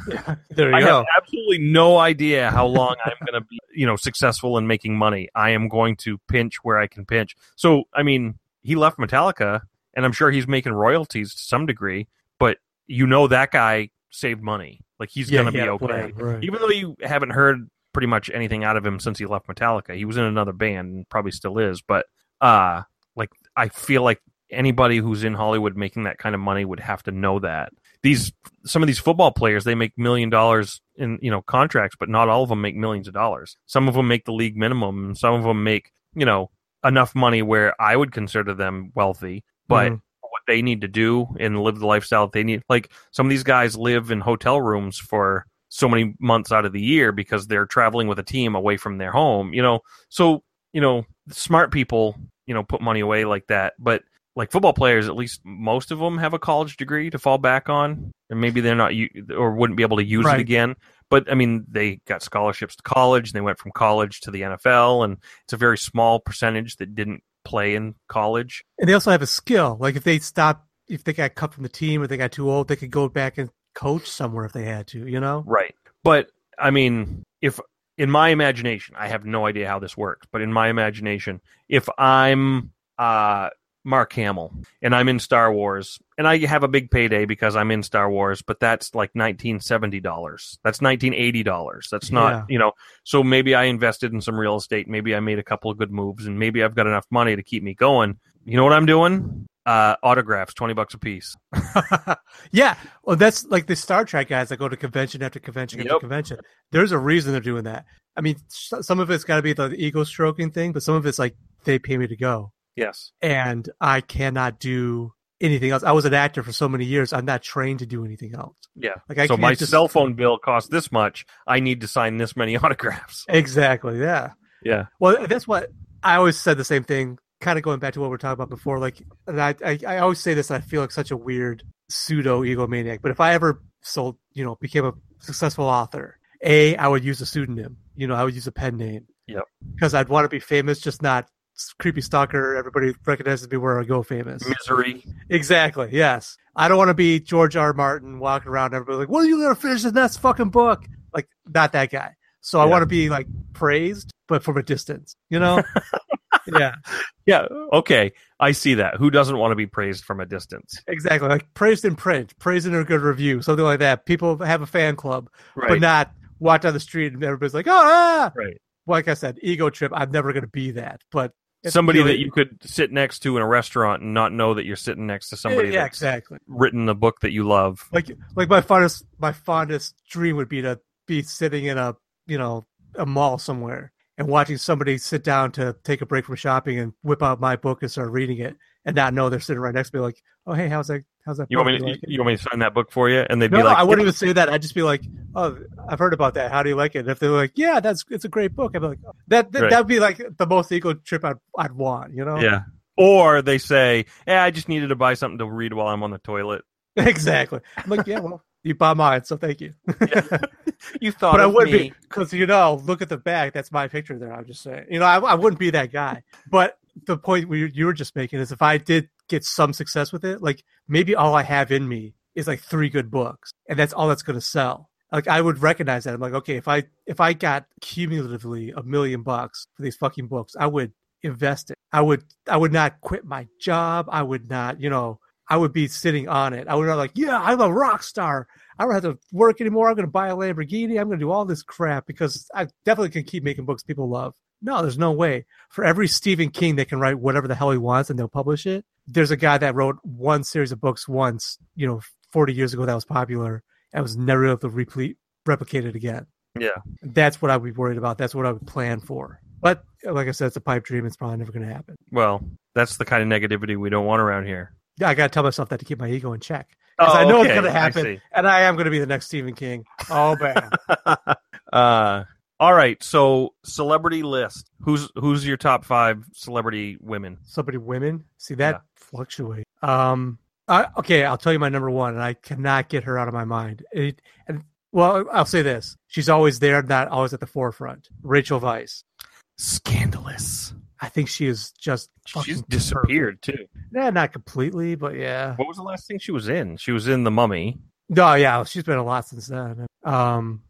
[SPEAKER 3] There you
[SPEAKER 2] I
[SPEAKER 3] go.
[SPEAKER 2] have absolutely no idea how long I'm going to be, you know, successful in making money. I am going to pinch where I can pinch. So, I mean, he left Metallica, and I'm sure he's making royalties to some degree, but you know that guy saved money. Like he's
[SPEAKER 3] Yeah,
[SPEAKER 2] going to
[SPEAKER 3] he
[SPEAKER 2] be
[SPEAKER 3] had a
[SPEAKER 2] okay.
[SPEAKER 3] plan, right.
[SPEAKER 2] Even though you haven't heard pretty much anything out of him since he left Metallica, he was in another band and probably still is, but uh like I feel like anybody who's in Hollywood making that kind of money would have to know that. These some of these football players they make million dollars in you know contracts, but not all of them make millions of dollars. Some of them make the league minimum, and some of them make you know enough money where I would consider them wealthy, but
[SPEAKER 3] Mhm.
[SPEAKER 2] what they need to do and live the lifestyle that they need. Like some of these guys live in hotel rooms for so many months out of the year because they're traveling with a team away from their home, you know. So, you know, smart people, you know, put money away like that, but like football players, at least most of them have a college degree to fall back on, and maybe they're not u- or wouldn't be able to use
[SPEAKER 3] Right.
[SPEAKER 2] it again. But I mean, they got scholarships to college, and they went from college to the NFL, and it's a very small percentage that didn't play in college.
[SPEAKER 3] and they also have a skill. Like if they stop, if they got cut from the team or they got too old, they could go back and coach somewhere if they had to. You know,
[SPEAKER 2] Right. But I mean, if in my imagination, I have no idea how this works, but in my imagination, if I'm uh Mark Hamill and I'm in Star Wars and I have a big payday because I'm in Star Wars, but that's like $1970. That's $1980. That's not,
[SPEAKER 3] Yeah.
[SPEAKER 2] you know, so maybe I invested in some real estate, maybe I made a couple of good moves and maybe I've got enough money to keep me going. You know what I'm doing? Uh autographs, 20 bucks a piece.
[SPEAKER 3] yeah. Well, that's like the Star Trek guys that go to convention after convention after
[SPEAKER 2] Yep.
[SPEAKER 3] convention. There's a reason they're doing that. I mean, s- some of it's got to be the ego stroking thing, but some of it's like they pay me to go,
[SPEAKER 2] Yes.
[SPEAKER 3] and I cannot do anything else. I was an actor for so many years. I'm not trained to do anything else.
[SPEAKER 2] Yeah.
[SPEAKER 3] Like I
[SPEAKER 2] so
[SPEAKER 3] can't
[SPEAKER 2] my
[SPEAKER 3] just-
[SPEAKER 2] cell phone bill costs this much. I need to sign this many autographs.
[SPEAKER 3] Exactly. Yeah.
[SPEAKER 2] Yeah.
[SPEAKER 3] Well, that's what I always said the same thing, kind of going back to what we are talking about before. Like, and I, I, I always say this, and I feel like such a weird pseudo egomaniac. But if I ever sold, you know, became a successful author, A, I would use a pseudonym. You know, I would use a pen name.
[SPEAKER 2] Yep.
[SPEAKER 3] Because I'd want to be famous, just not s- creepy stalker. Everybody recognizes me where I go famous.
[SPEAKER 2] Misery.
[SPEAKER 3] Exactly. Yes. I don't want to be George R. Martin walking around. Everybody like, when are you gonna finish the next fucking book? Like, not that guy. So I
[SPEAKER 2] Yeah.
[SPEAKER 3] want to be like praised, but from a distance. You know? yeah.
[SPEAKER 2] Yeah. Okay. I see that. Who doesn't want to be praised from a distance?
[SPEAKER 3] Exactly. Like praised in print, praised in a good review, something like that. People have a fan club, but
[SPEAKER 2] Right.
[SPEAKER 3] not walk down the street and everybody's like, oh, ah.
[SPEAKER 2] Right.
[SPEAKER 3] Like I said, ego trip. I'm never gonna be that. But if-
[SPEAKER 2] somebody
[SPEAKER 3] you know,
[SPEAKER 2] that you could sit next to in a restaurant and not know that you're sitting next to somebody
[SPEAKER 3] Yeah.
[SPEAKER 2] that's
[SPEAKER 3] Exactly.
[SPEAKER 2] written a book that you love.
[SPEAKER 3] like like my fondest my fondest dream would be to be sitting in a you know a mall somewhere and watching somebody sit down to take a break from shopping and whip out my book and start reading it and not know they're sitting right next to me like oh hey how's that how's that
[SPEAKER 2] You want
[SPEAKER 3] book?
[SPEAKER 2] me? To,
[SPEAKER 3] You
[SPEAKER 2] you,
[SPEAKER 3] like it?"
[SPEAKER 2] want me to sign that book for you? And they'd
[SPEAKER 3] no,
[SPEAKER 2] be
[SPEAKER 3] no,
[SPEAKER 2] like,
[SPEAKER 3] I wouldn't
[SPEAKER 2] "Yeah."
[SPEAKER 3] even say that. I'd just be like, "Oh, I've heard about that. How do you like it?" And if they're like, "Yeah, that's it's a great book," I'd be like, "Oh." "That that
[SPEAKER 2] Right.
[SPEAKER 3] that'd be like the most ego trip I'd I'd want," you know?
[SPEAKER 2] Yeah. Or they say, "Yeah, I just needed to buy something to read while I'm on the toilet."
[SPEAKER 3] exactly. I'm like, "Yeah, well, you bought mine, so thank you."
[SPEAKER 2] You thought,
[SPEAKER 3] but I
[SPEAKER 2] of
[SPEAKER 3] would
[SPEAKER 2] me.
[SPEAKER 3] be because you know, look at the back. That's my picture there. I'm just saying, you know, I, I wouldn't be that guy. But the point we, you were just making is if I did get some success with it, like maybe all I have in me is like three good books, and that's all that's going to sell. Like I would recognize that. I'm like, okay, if I if I got cumulatively a million bucks for these fucking books, I would invest it. I would I would not quit my job. I would not, you know, I would be sitting on it. I would not like, yeah, I'm a rock star. I don't have to work anymore. I'm going to buy a Lamborghini. I'm going to do all this crap because I definitely can keep making books people love. No, there's no way. For every Stephen King that can write whatever the hell he wants and they'll publish it, there's a guy that wrote one series of books once, you know, 40 years ago that was popular and was never able to replete, replicate it again.
[SPEAKER 2] Yeah.
[SPEAKER 3] That's what I'd be worried about. That's what I would plan for. But like I said, it's a pipe dream. It's probably never going to happen.
[SPEAKER 2] Well, that's the kind of negativity we don't want around here.
[SPEAKER 3] I got to tell myself that to keep my ego in check. Because I know it's
[SPEAKER 2] okay,
[SPEAKER 3] going to
[SPEAKER 2] I
[SPEAKER 3] happen.
[SPEAKER 2] see.
[SPEAKER 3] and I am going to be the next Stephen King. Oh, man.
[SPEAKER 2] uh, all right. So celebrity list. Who's who's your top five celebrity women?
[SPEAKER 3] Somebody women. See, that
[SPEAKER 2] Yeah.
[SPEAKER 3] fluctuate. Um, I, okay, I'll tell you my number one, and I cannot get her out of my mind. It, and, well, I'll say this. She's always there, not always at the forefront. Rachel Weisz.
[SPEAKER 2] Scandalous.
[SPEAKER 3] I think she is just
[SPEAKER 2] She's
[SPEAKER 3] fucking
[SPEAKER 2] disappeared too.
[SPEAKER 3] perfect. Eh, not completely, but yeah.
[SPEAKER 2] What was the last thing she was in? She was in The Mummy,
[SPEAKER 3] No, yeah, she's been a lot since then. Um,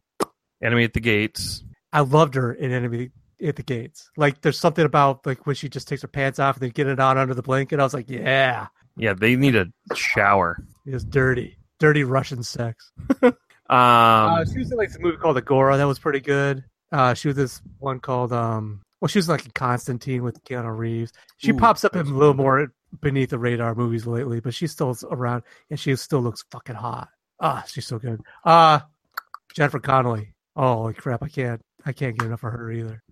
[SPEAKER 2] Enemy at the Gates.
[SPEAKER 3] I loved her in Enemy at the Gates. Like, there's something about like when she just takes her pants off and then get it on under the blanket. I was like, yeah,
[SPEAKER 2] Yeah, they need a shower.
[SPEAKER 3] it's dirty, dirty Russian sex.
[SPEAKER 2] Um,
[SPEAKER 3] uh, she was in like this movie called Agora that was pretty good. Uh, she was this one called um, well, she was like in Constantine with Keanu Reeves. She
[SPEAKER 2] Ooh,
[SPEAKER 3] pops up in
[SPEAKER 2] that's
[SPEAKER 3] a
[SPEAKER 2] cool.
[SPEAKER 3] little more beneath the radar movies lately, but she's still around and she still looks fucking hot. Ah, she's so good. Uh Jennifer Connelly. Oh holy crap, I can't I can't get enough of her either.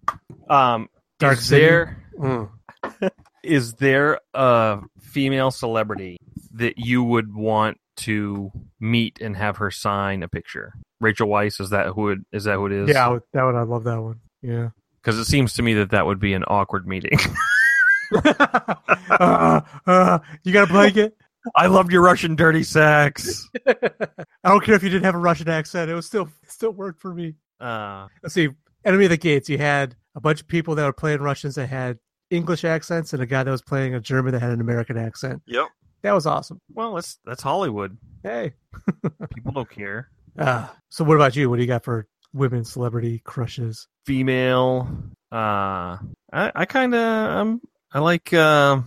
[SPEAKER 2] um,
[SPEAKER 3] Dark
[SPEAKER 2] is
[SPEAKER 3] City?
[SPEAKER 2] there
[SPEAKER 3] Mm.
[SPEAKER 2] Hmm. is there a female celebrity that you would want to meet and have her sign a picture? Rachel Weisz is that who it, is that who it is?
[SPEAKER 3] Yeah, I would- that one I love that one. Yeah.
[SPEAKER 2] because it seems to me that that would be an awkward meeting.
[SPEAKER 3] Uh, uh, you got a blanket?
[SPEAKER 2] I loved your Russian dirty sex.
[SPEAKER 3] I don't care if you didn't have a Russian accent. It was still it still worked for me.
[SPEAKER 2] Uh,
[SPEAKER 3] let's see, Enemy of the Gates, you had a bunch of people that were playing Russians that had English accents and a guy that was playing a German that had an American accent.
[SPEAKER 2] Yep.
[SPEAKER 3] That was awesome.
[SPEAKER 2] well, that's that's Hollywood.
[SPEAKER 3] Hey.
[SPEAKER 2] People don't care.
[SPEAKER 3] Uh, so what about you? What do you got for women celebrity crushes?
[SPEAKER 2] Female. Uh, I I kind of um I like uh,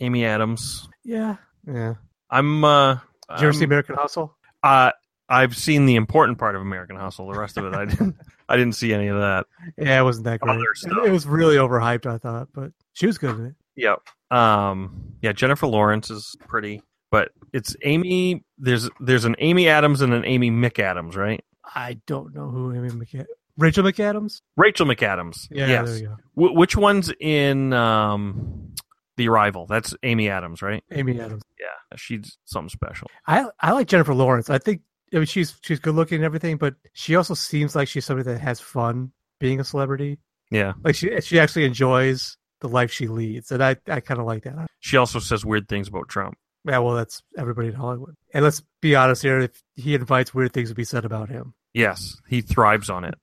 [SPEAKER 2] Amy Adams.
[SPEAKER 3] Yeah. Yeah.
[SPEAKER 2] I'm. Uh,
[SPEAKER 3] Did you ever see
[SPEAKER 2] I'm-
[SPEAKER 3] American Hustle?
[SPEAKER 2] Uh, I've seen the important part of American Hustle. The rest of it, I didn't. I didn't see any of that.
[SPEAKER 3] Yeah, it wasn't that great.
[SPEAKER 2] Other stuff.
[SPEAKER 3] It was really overhyped, I thought, but she was good in it.
[SPEAKER 2] Yep. Um. Yeah. Jennifer Lawrence is pretty, but it's Amy. There's there's an Amy Adams and an Amy McAdams, right?
[SPEAKER 3] I don't know who Amy McAdams. Rachel McAdams?
[SPEAKER 2] Rachel McAdams.
[SPEAKER 3] there
[SPEAKER 2] yes.
[SPEAKER 3] you go.
[SPEAKER 2] Wh- which one's in um, the Arrival? That's Amy Adams, right?
[SPEAKER 3] Amy Adams.
[SPEAKER 2] Yeah. She's something special.
[SPEAKER 3] I I like Jennifer Lawrence. I think I mean she's she's good looking and everything, but she also seems like she's somebody that has fun being a celebrity.
[SPEAKER 2] Yeah.
[SPEAKER 3] like she she actually enjoys the life she leads, and I I kind of like that.
[SPEAKER 2] She also says weird things about Trump.
[SPEAKER 3] Yeah, well, that's everybody in Hollywood. And let's be honest here: if he invites weird things to be said about him,
[SPEAKER 2] Yes, he thrives on it.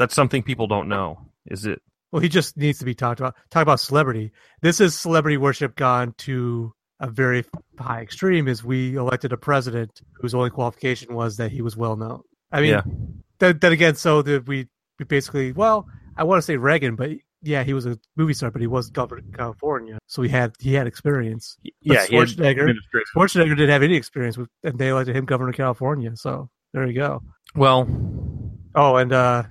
[SPEAKER 2] That's something people don't know. Is it?
[SPEAKER 3] well, he just needs to be talked about. Talk about celebrity. This is celebrity worship gone to a very high extreme. Is we elected a president whose only qualification was that he was well known. I mean,
[SPEAKER 2] Yeah.
[SPEAKER 3] then, then again, so that we we basically well, I want to say Reagan, but yeah, he was a movie star, but he was governor of California, so he had he had experience.
[SPEAKER 2] Yeah. he had
[SPEAKER 3] Schwarzenegger-
[SPEAKER 2] administration.
[SPEAKER 3] Schwarzenegger didn't have any experience with, and they elected him governor of California. So there you go.
[SPEAKER 2] Well,
[SPEAKER 3] Oh, and uh,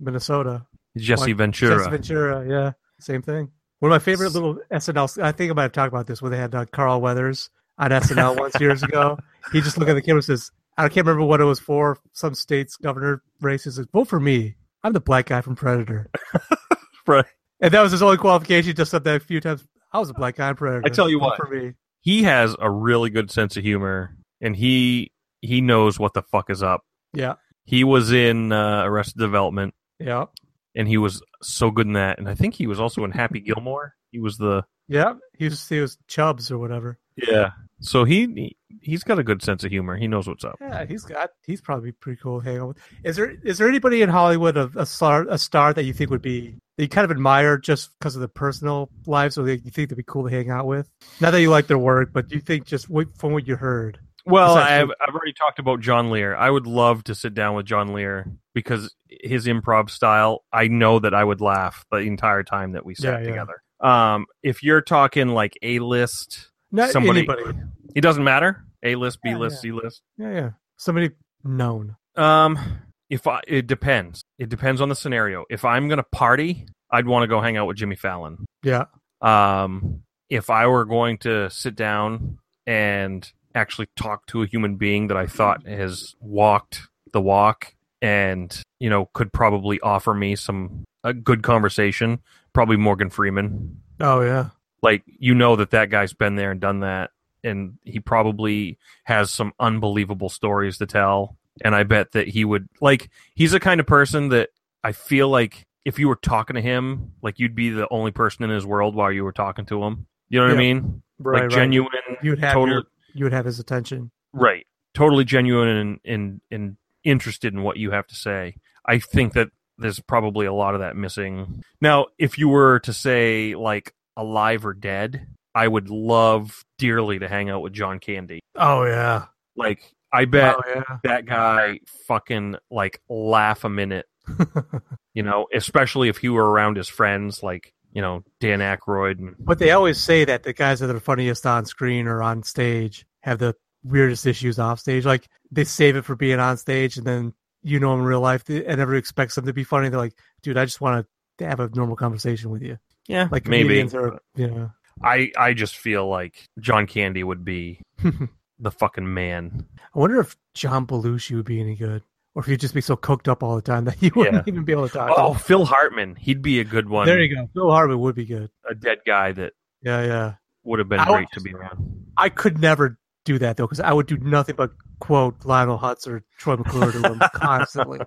[SPEAKER 3] Minnesota,
[SPEAKER 2] Jesse
[SPEAKER 3] Like,
[SPEAKER 2] Ventura.
[SPEAKER 3] Jesse Ventura, yeah, same thing. One of my favorite
[SPEAKER 2] S-
[SPEAKER 3] little SNL. I think I might have talked about this when they had uh, Carl Weathers on SNL once years ago. He just looked at the camera and says, "I can't remember what it was for. Some states governor race." He says, "Vote for me. I'm the black guy from Predator."
[SPEAKER 2] Right.
[SPEAKER 3] And that was his only qualification. He Just said that a few times. I was a black guy in Predator.
[SPEAKER 2] tell you
[SPEAKER 3] Vote
[SPEAKER 2] what.
[SPEAKER 3] for me.
[SPEAKER 2] He has a really good sense of humor, and he he knows what the fuck is up.
[SPEAKER 3] Yeah.
[SPEAKER 2] He was in uh, Arrested Development,
[SPEAKER 3] Yeah.
[SPEAKER 2] and he was so good in that. And I think he was also in Happy Gilmore. He was the
[SPEAKER 3] Yeah. He was he was Chubbs or whatever.
[SPEAKER 2] yeah. So he he's got a good sense of humor. He knows what's up.
[SPEAKER 3] Yeah, he's got. He's probably pretty cool. to Hang on with. Is there is there anybody in Hollywood a, a star a star that you think would be that you kind of admire just because of the personal lives, or that you think they'd be cool to hang out with? Not that you like their work, but you think just what, from what you heard.
[SPEAKER 2] Well,
[SPEAKER 3] Besides
[SPEAKER 2] I've, I've already talked about John Lear. I would love to sit down with John Lear because his improv style, I know that I would laugh the entire time that we sat
[SPEAKER 3] Yeah, yeah.
[SPEAKER 2] together. Um, if you're talking like A list,
[SPEAKER 3] Not
[SPEAKER 2] Somebody-
[SPEAKER 3] anybody.
[SPEAKER 2] it doesn't matter. A list, B
[SPEAKER 3] Yeah,
[SPEAKER 2] list, C list.
[SPEAKER 3] Yeah, yeah. Somebody known.
[SPEAKER 2] Um, if I, it depends. It depends on the scenario. If I'm gonna party, I'd want to go hang out with Jimmy Fallon.
[SPEAKER 3] Yeah.
[SPEAKER 2] Um, if I were going to sit down and actually talk to a human being that I thought has walked the walk and you know could probably offer me some a good conversation. Probably Morgan Freeman.
[SPEAKER 3] Oh yeah.
[SPEAKER 2] Like you know that that guy's been there and done that, and he probably has some unbelievable stories to tell. And I bet that he would like. He's the kind of person that I feel like if you were talking to him, like you'd be the only person in his world while you were talking to him. You know what I
[SPEAKER 3] Yeah.
[SPEAKER 2] mean?
[SPEAKER 3] Right.
[SPEAKER 2] like genuine,
[SPEAKER 3] You would have
[SPEAKER 2] total,
[SPEAKER 3] your- you would have his attention.
[SPEAKER 2] right, totally genuine and, and and interested in what you have to say. I think that there's probably a lot of that missing. Now, if you were to say like alive or dead, I would love dearly to hang out with John Candy.
[SPEAKER 3] Oh yeah.
[SPEAKER 2] Like I bet
[SPEAKER 3] Oh yeah.
[SPEAKER 2] that guy fucking like laugh a minute you know, especially if you were around his friends like, you know, Dan Aykroyd. And,
[SPEAKER 3] But they always say that the guys that are the funniest on screen or on stage have the weirdest issues off stage. Like they save it for being on stage, and then you know in real life, they, I never expect them to be funny. They're like, dude, I just want to have a normal conversation with you.
[SPEAKER 2] yeah,
[SPEAKER 3] Like
[SPEAKER 2] maybe.
[SPEAKER 3] comedians are, you
[SPEAKER 2] I, I just feel like John Candy would be
[SPEAKER 3] know.
[SPEAKER 2] the fucking man.
[SPEAKER 3] I wonder if John Belushi would be any good, or if he'd just be so cooked up all the time that he wouldn't
[SPEAKER 2] Yeah.
[SPEAKER 3] even be able to talk.
[SPEAKER 2] Oh, Phil Hartman. He'd be a good one.
[SPEAKER 3] there you go. Phil Hartman would be good.
[SPEAKER 2] A dead guy that
[SPEAKER 3] Yeah, yeah.
[SPEAKER 2] would have been
[SPEAKER 3] I would
[SPEAKER 2] great to be around.
[SPEAKER 3] I could never do that though, because I would do nothing but quote Lionel Hutz or Troy McClure to him constantly.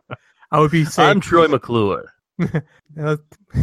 [SPEAKER 3] I would be saying,
[SPEAKER 2] I'm Troy McClure.
[SPEAKER 3] uh,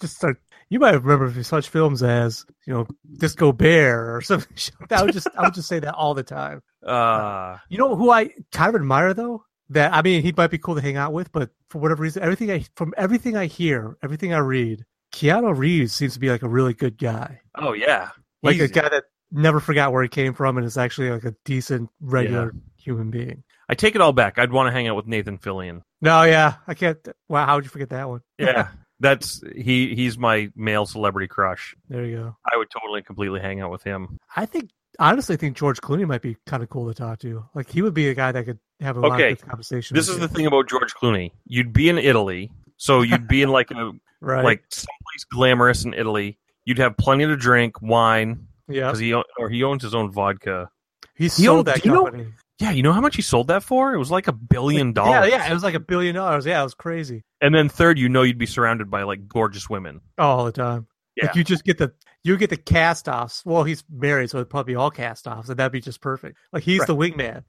[SPEAKER 3] just start. You might remember such films as you know Disco Bear or something. I would just, I would just say that all the time.
[SPEAKER 2] Uh,
[SPEAKER 3] You know who I kind of admire though? That I mean, he might be cool to hang out with, but for whatever reason, everything I from everything I hear, everything I read, Keanu Reeves seems to be like a really good guy,
[SPEAKER 2] oh, yeah.
[SPEAKER 3] like
[SPEAKER 2] He's-
[SPEAKER 3] a guy that never forgot where he came from and is actually like a decent, regular human being.
[SPEAKER 2] I take it all back. I'd want to hang out with Nathan Fillion.
[SPEAKER 3] No, yeah, I can't. Wow, how would you forget that one?
[SPEAKER 2] Yeah. That's he. He's my male celebrity crush.
[SPEAKER 3] There you go.
[SPEAKER 2] I would totally and completely hang out with him.
[SPEAKER 3] I think honestly, I think George Clooney might be kind of cool to talk to. Like he would be a guy that could have a lot
[SPEAKER 2] Okay,
[SPEAKER 3] of good conversation.
[SPEAKER 2] This
[SPEAKER 3] with
[SPEAKER 2] is
[SPEAKER 3] you.
[SPEAKER 2] the thing about George Clooney. You'd be in Italy, so you'd be in like a
[SPEAKER 3] right,
[SPEAKER 2] like someplace glamorous in Italy. You'd have plenty to drink, wine,
[SPEAKER 3] yeah.
[SPEAKER 2] because he own- or he owns his own vodka.
[SPEAKER 3] He
[SPEAKER 2] You know-
[SPEAKER 3] sold that
[SPEAKER 2] do you know-
[SPEAKER 3] company.
[SPEAKER 2] Yeah, you know how much he sold that for? It was like a billion
[SPEAKER 3] yeah,
[SPEAKER 2] dollars.
[SPEAKER 3] yeah, it was like a billion dollars. Yeah, it was crazy.
[SPEAKER 2] And then third, you know you'd be surrounded by like gorgeous women.
[SPEAKER 3] all the time. Like
[SPEAKER 2] Yeah.
[SPEAKER 3] you just get the you get the cast offs. Well, he's married, so it'd probably be all cast offs, and that'd be just perfect. Like he's the wingman.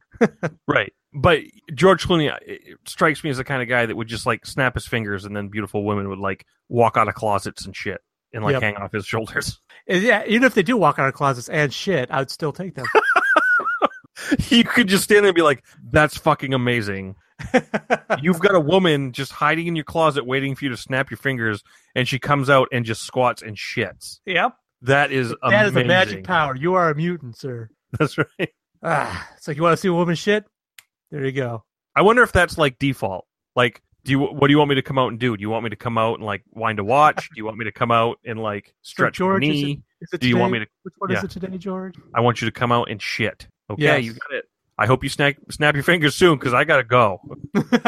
[SPEAKER 2] Right. But George Clooney uh, it strikes me as the kind of guy that would just like snap his fingers and then beautiful women would like walk out of closets and shit and like
[SPEAKER 3] Yep.
[SPEAKER 2] hang off his shoulders.
[SPEAKER 3] And yeah, even if they do walk out of closets and shit, I'd still take them.
[SPEAKER 2] you could just stand there and be like, that's fucking amazing. You've got a woman just hiding in your closet waiting for you to snap your fingers, and she comes out and just squats and shits.
[SPEAKER 3] yep,
[SPEAKER 2] That is
[SPEAKER 3] that
[SPEAKER 2] amazing.
[SPEAKER 3] is a magic power. You are a mutant, sir.
[SPEAKER 2] That's right.
[SPEAKER 3] Ah, it's like you want to see a woman shit. There you go.
[SPEAKER 2] I wonder if that's like default. Like, do you what do you want me to come out and do? Do you want me to come out and like wind a watch? do you want me to come out and like stretch my
[SPEAKER 3] George, is
[SPEAKER 2] knee?
[SPEAKER 3] Is it
[SPEAKER 2] Do you want me
[SPEAKER 3] today?
[SPEAKER 2] to?
[SPEAKER 3] Which one is
[SPEAKER 2] yeah.
[SPEAKER 3] it today, George?
[SPEAKER 2] I want you to come out and shit. Okay,
[SPEAKER 3] Yes.
[SPEAKER 2] you got it. I hope you snap snap your fingers soon because I gotta go.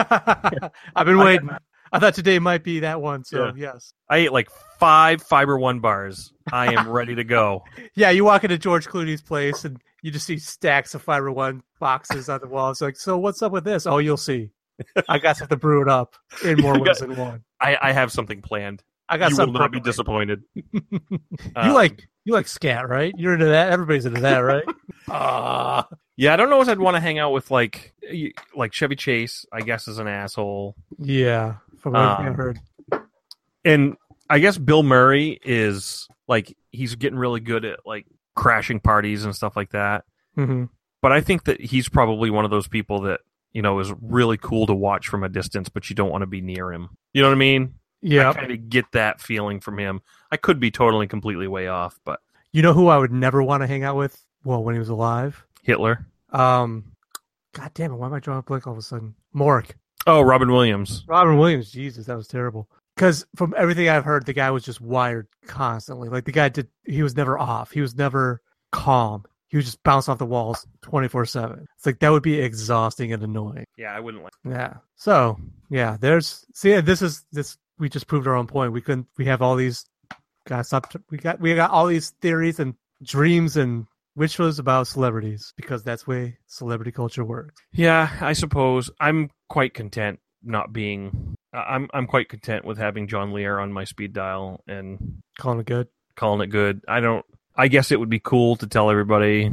[SPEAKER 3] I've been
[SPEAKER 2] I-
[SPEAKER 3] waiting. I thought today might be that one. So
[SPEAKER 2] Yeah.
[SPEAKER 3] yes.
[SPEAKER 2] I ate like five fiber one bars. I am ready to go.
[SPEAKER 3] Yeah, you walk into George Clooney's place and you just see stacks of Fiber One boxes on the wall. It's like, so what's up with this? Oh, you'll see. I got something brewed up in more
[SPEAKER 2] You
[SPEAKER 3] ways than one.
[SPEAKER 2] I, I have something planned.
[SPEAKER 3] I got
[SPEAKER 2] you will
[SPEAKER 3] something.
[SPEAKER 2] not be
[SPEAKER 3] prepared.
[SPEAKER 2] disappointed.
[SPEAKER 3] you
[SPEAKER 2] Uh,
[SPEAKER 3] like you like scat, right? You're into that. Everybody's into that, right? Ah,
[SPEAKER 2] Yeah, I don't know if I'd want to hang out with like y- like Chevy Chase. I guess is an asshole,
[SPEAKER 3] yeah. From what I
[SPEAKER 2] Um,
[SPEAKER 3] heard,
[SPEAKER 2] and I guess Bill Murray is like he's getting really good at like crashing parties and stuff like that.
[SPEAKER 3] hmm
[SPEAKER 2] But I think that he's probably one of those people that you know is really cool to watch from a distance, but you don't want to be near him. You know what I mean?
[SPEAKER 3] yeah.
[SPEAKER 2] I kind of get that feeling from him. I could be totally and completely way off, but
[SPEAKER 3] You know who I would never want to hang out with? Well, when he was alive.
[SPEAKER 2] Hitler.
[SPEAKER 3] Um, God damn it! Why am I drawing a blank all of a sudden? Mork.
[SPEAKER 2] Oh, Robin Williams.
[SPEAKER 3] Robin Williams, Jesus, that was terrible. Because from everything I've heard, the guy was just wired constantly. Like the guy did, he was never off. He was never calm. He was just bouncing off the walls twenty four seven. It's like that would be exhausting and annoying.
[SPEAKER 2] Yeah, I wouldn't like.
[SPEAKER 3] Yeah. So yeah, there's see, this is this. We just proved our own point. We couldn't. We have all these. God, stop. We got we got all these theories and dreams and rituals about celebrities because that's the way celebrity culture works.
[SPEAKER 2] Yeah, I suppose I'm quite content not being. I- I'm I'm quite content with having John Lear on my speed dial and
[SPEAKER 3] Calling it good.
[SPEAKER 2] calling it good. I don't. I guess it would be cool to tell everybody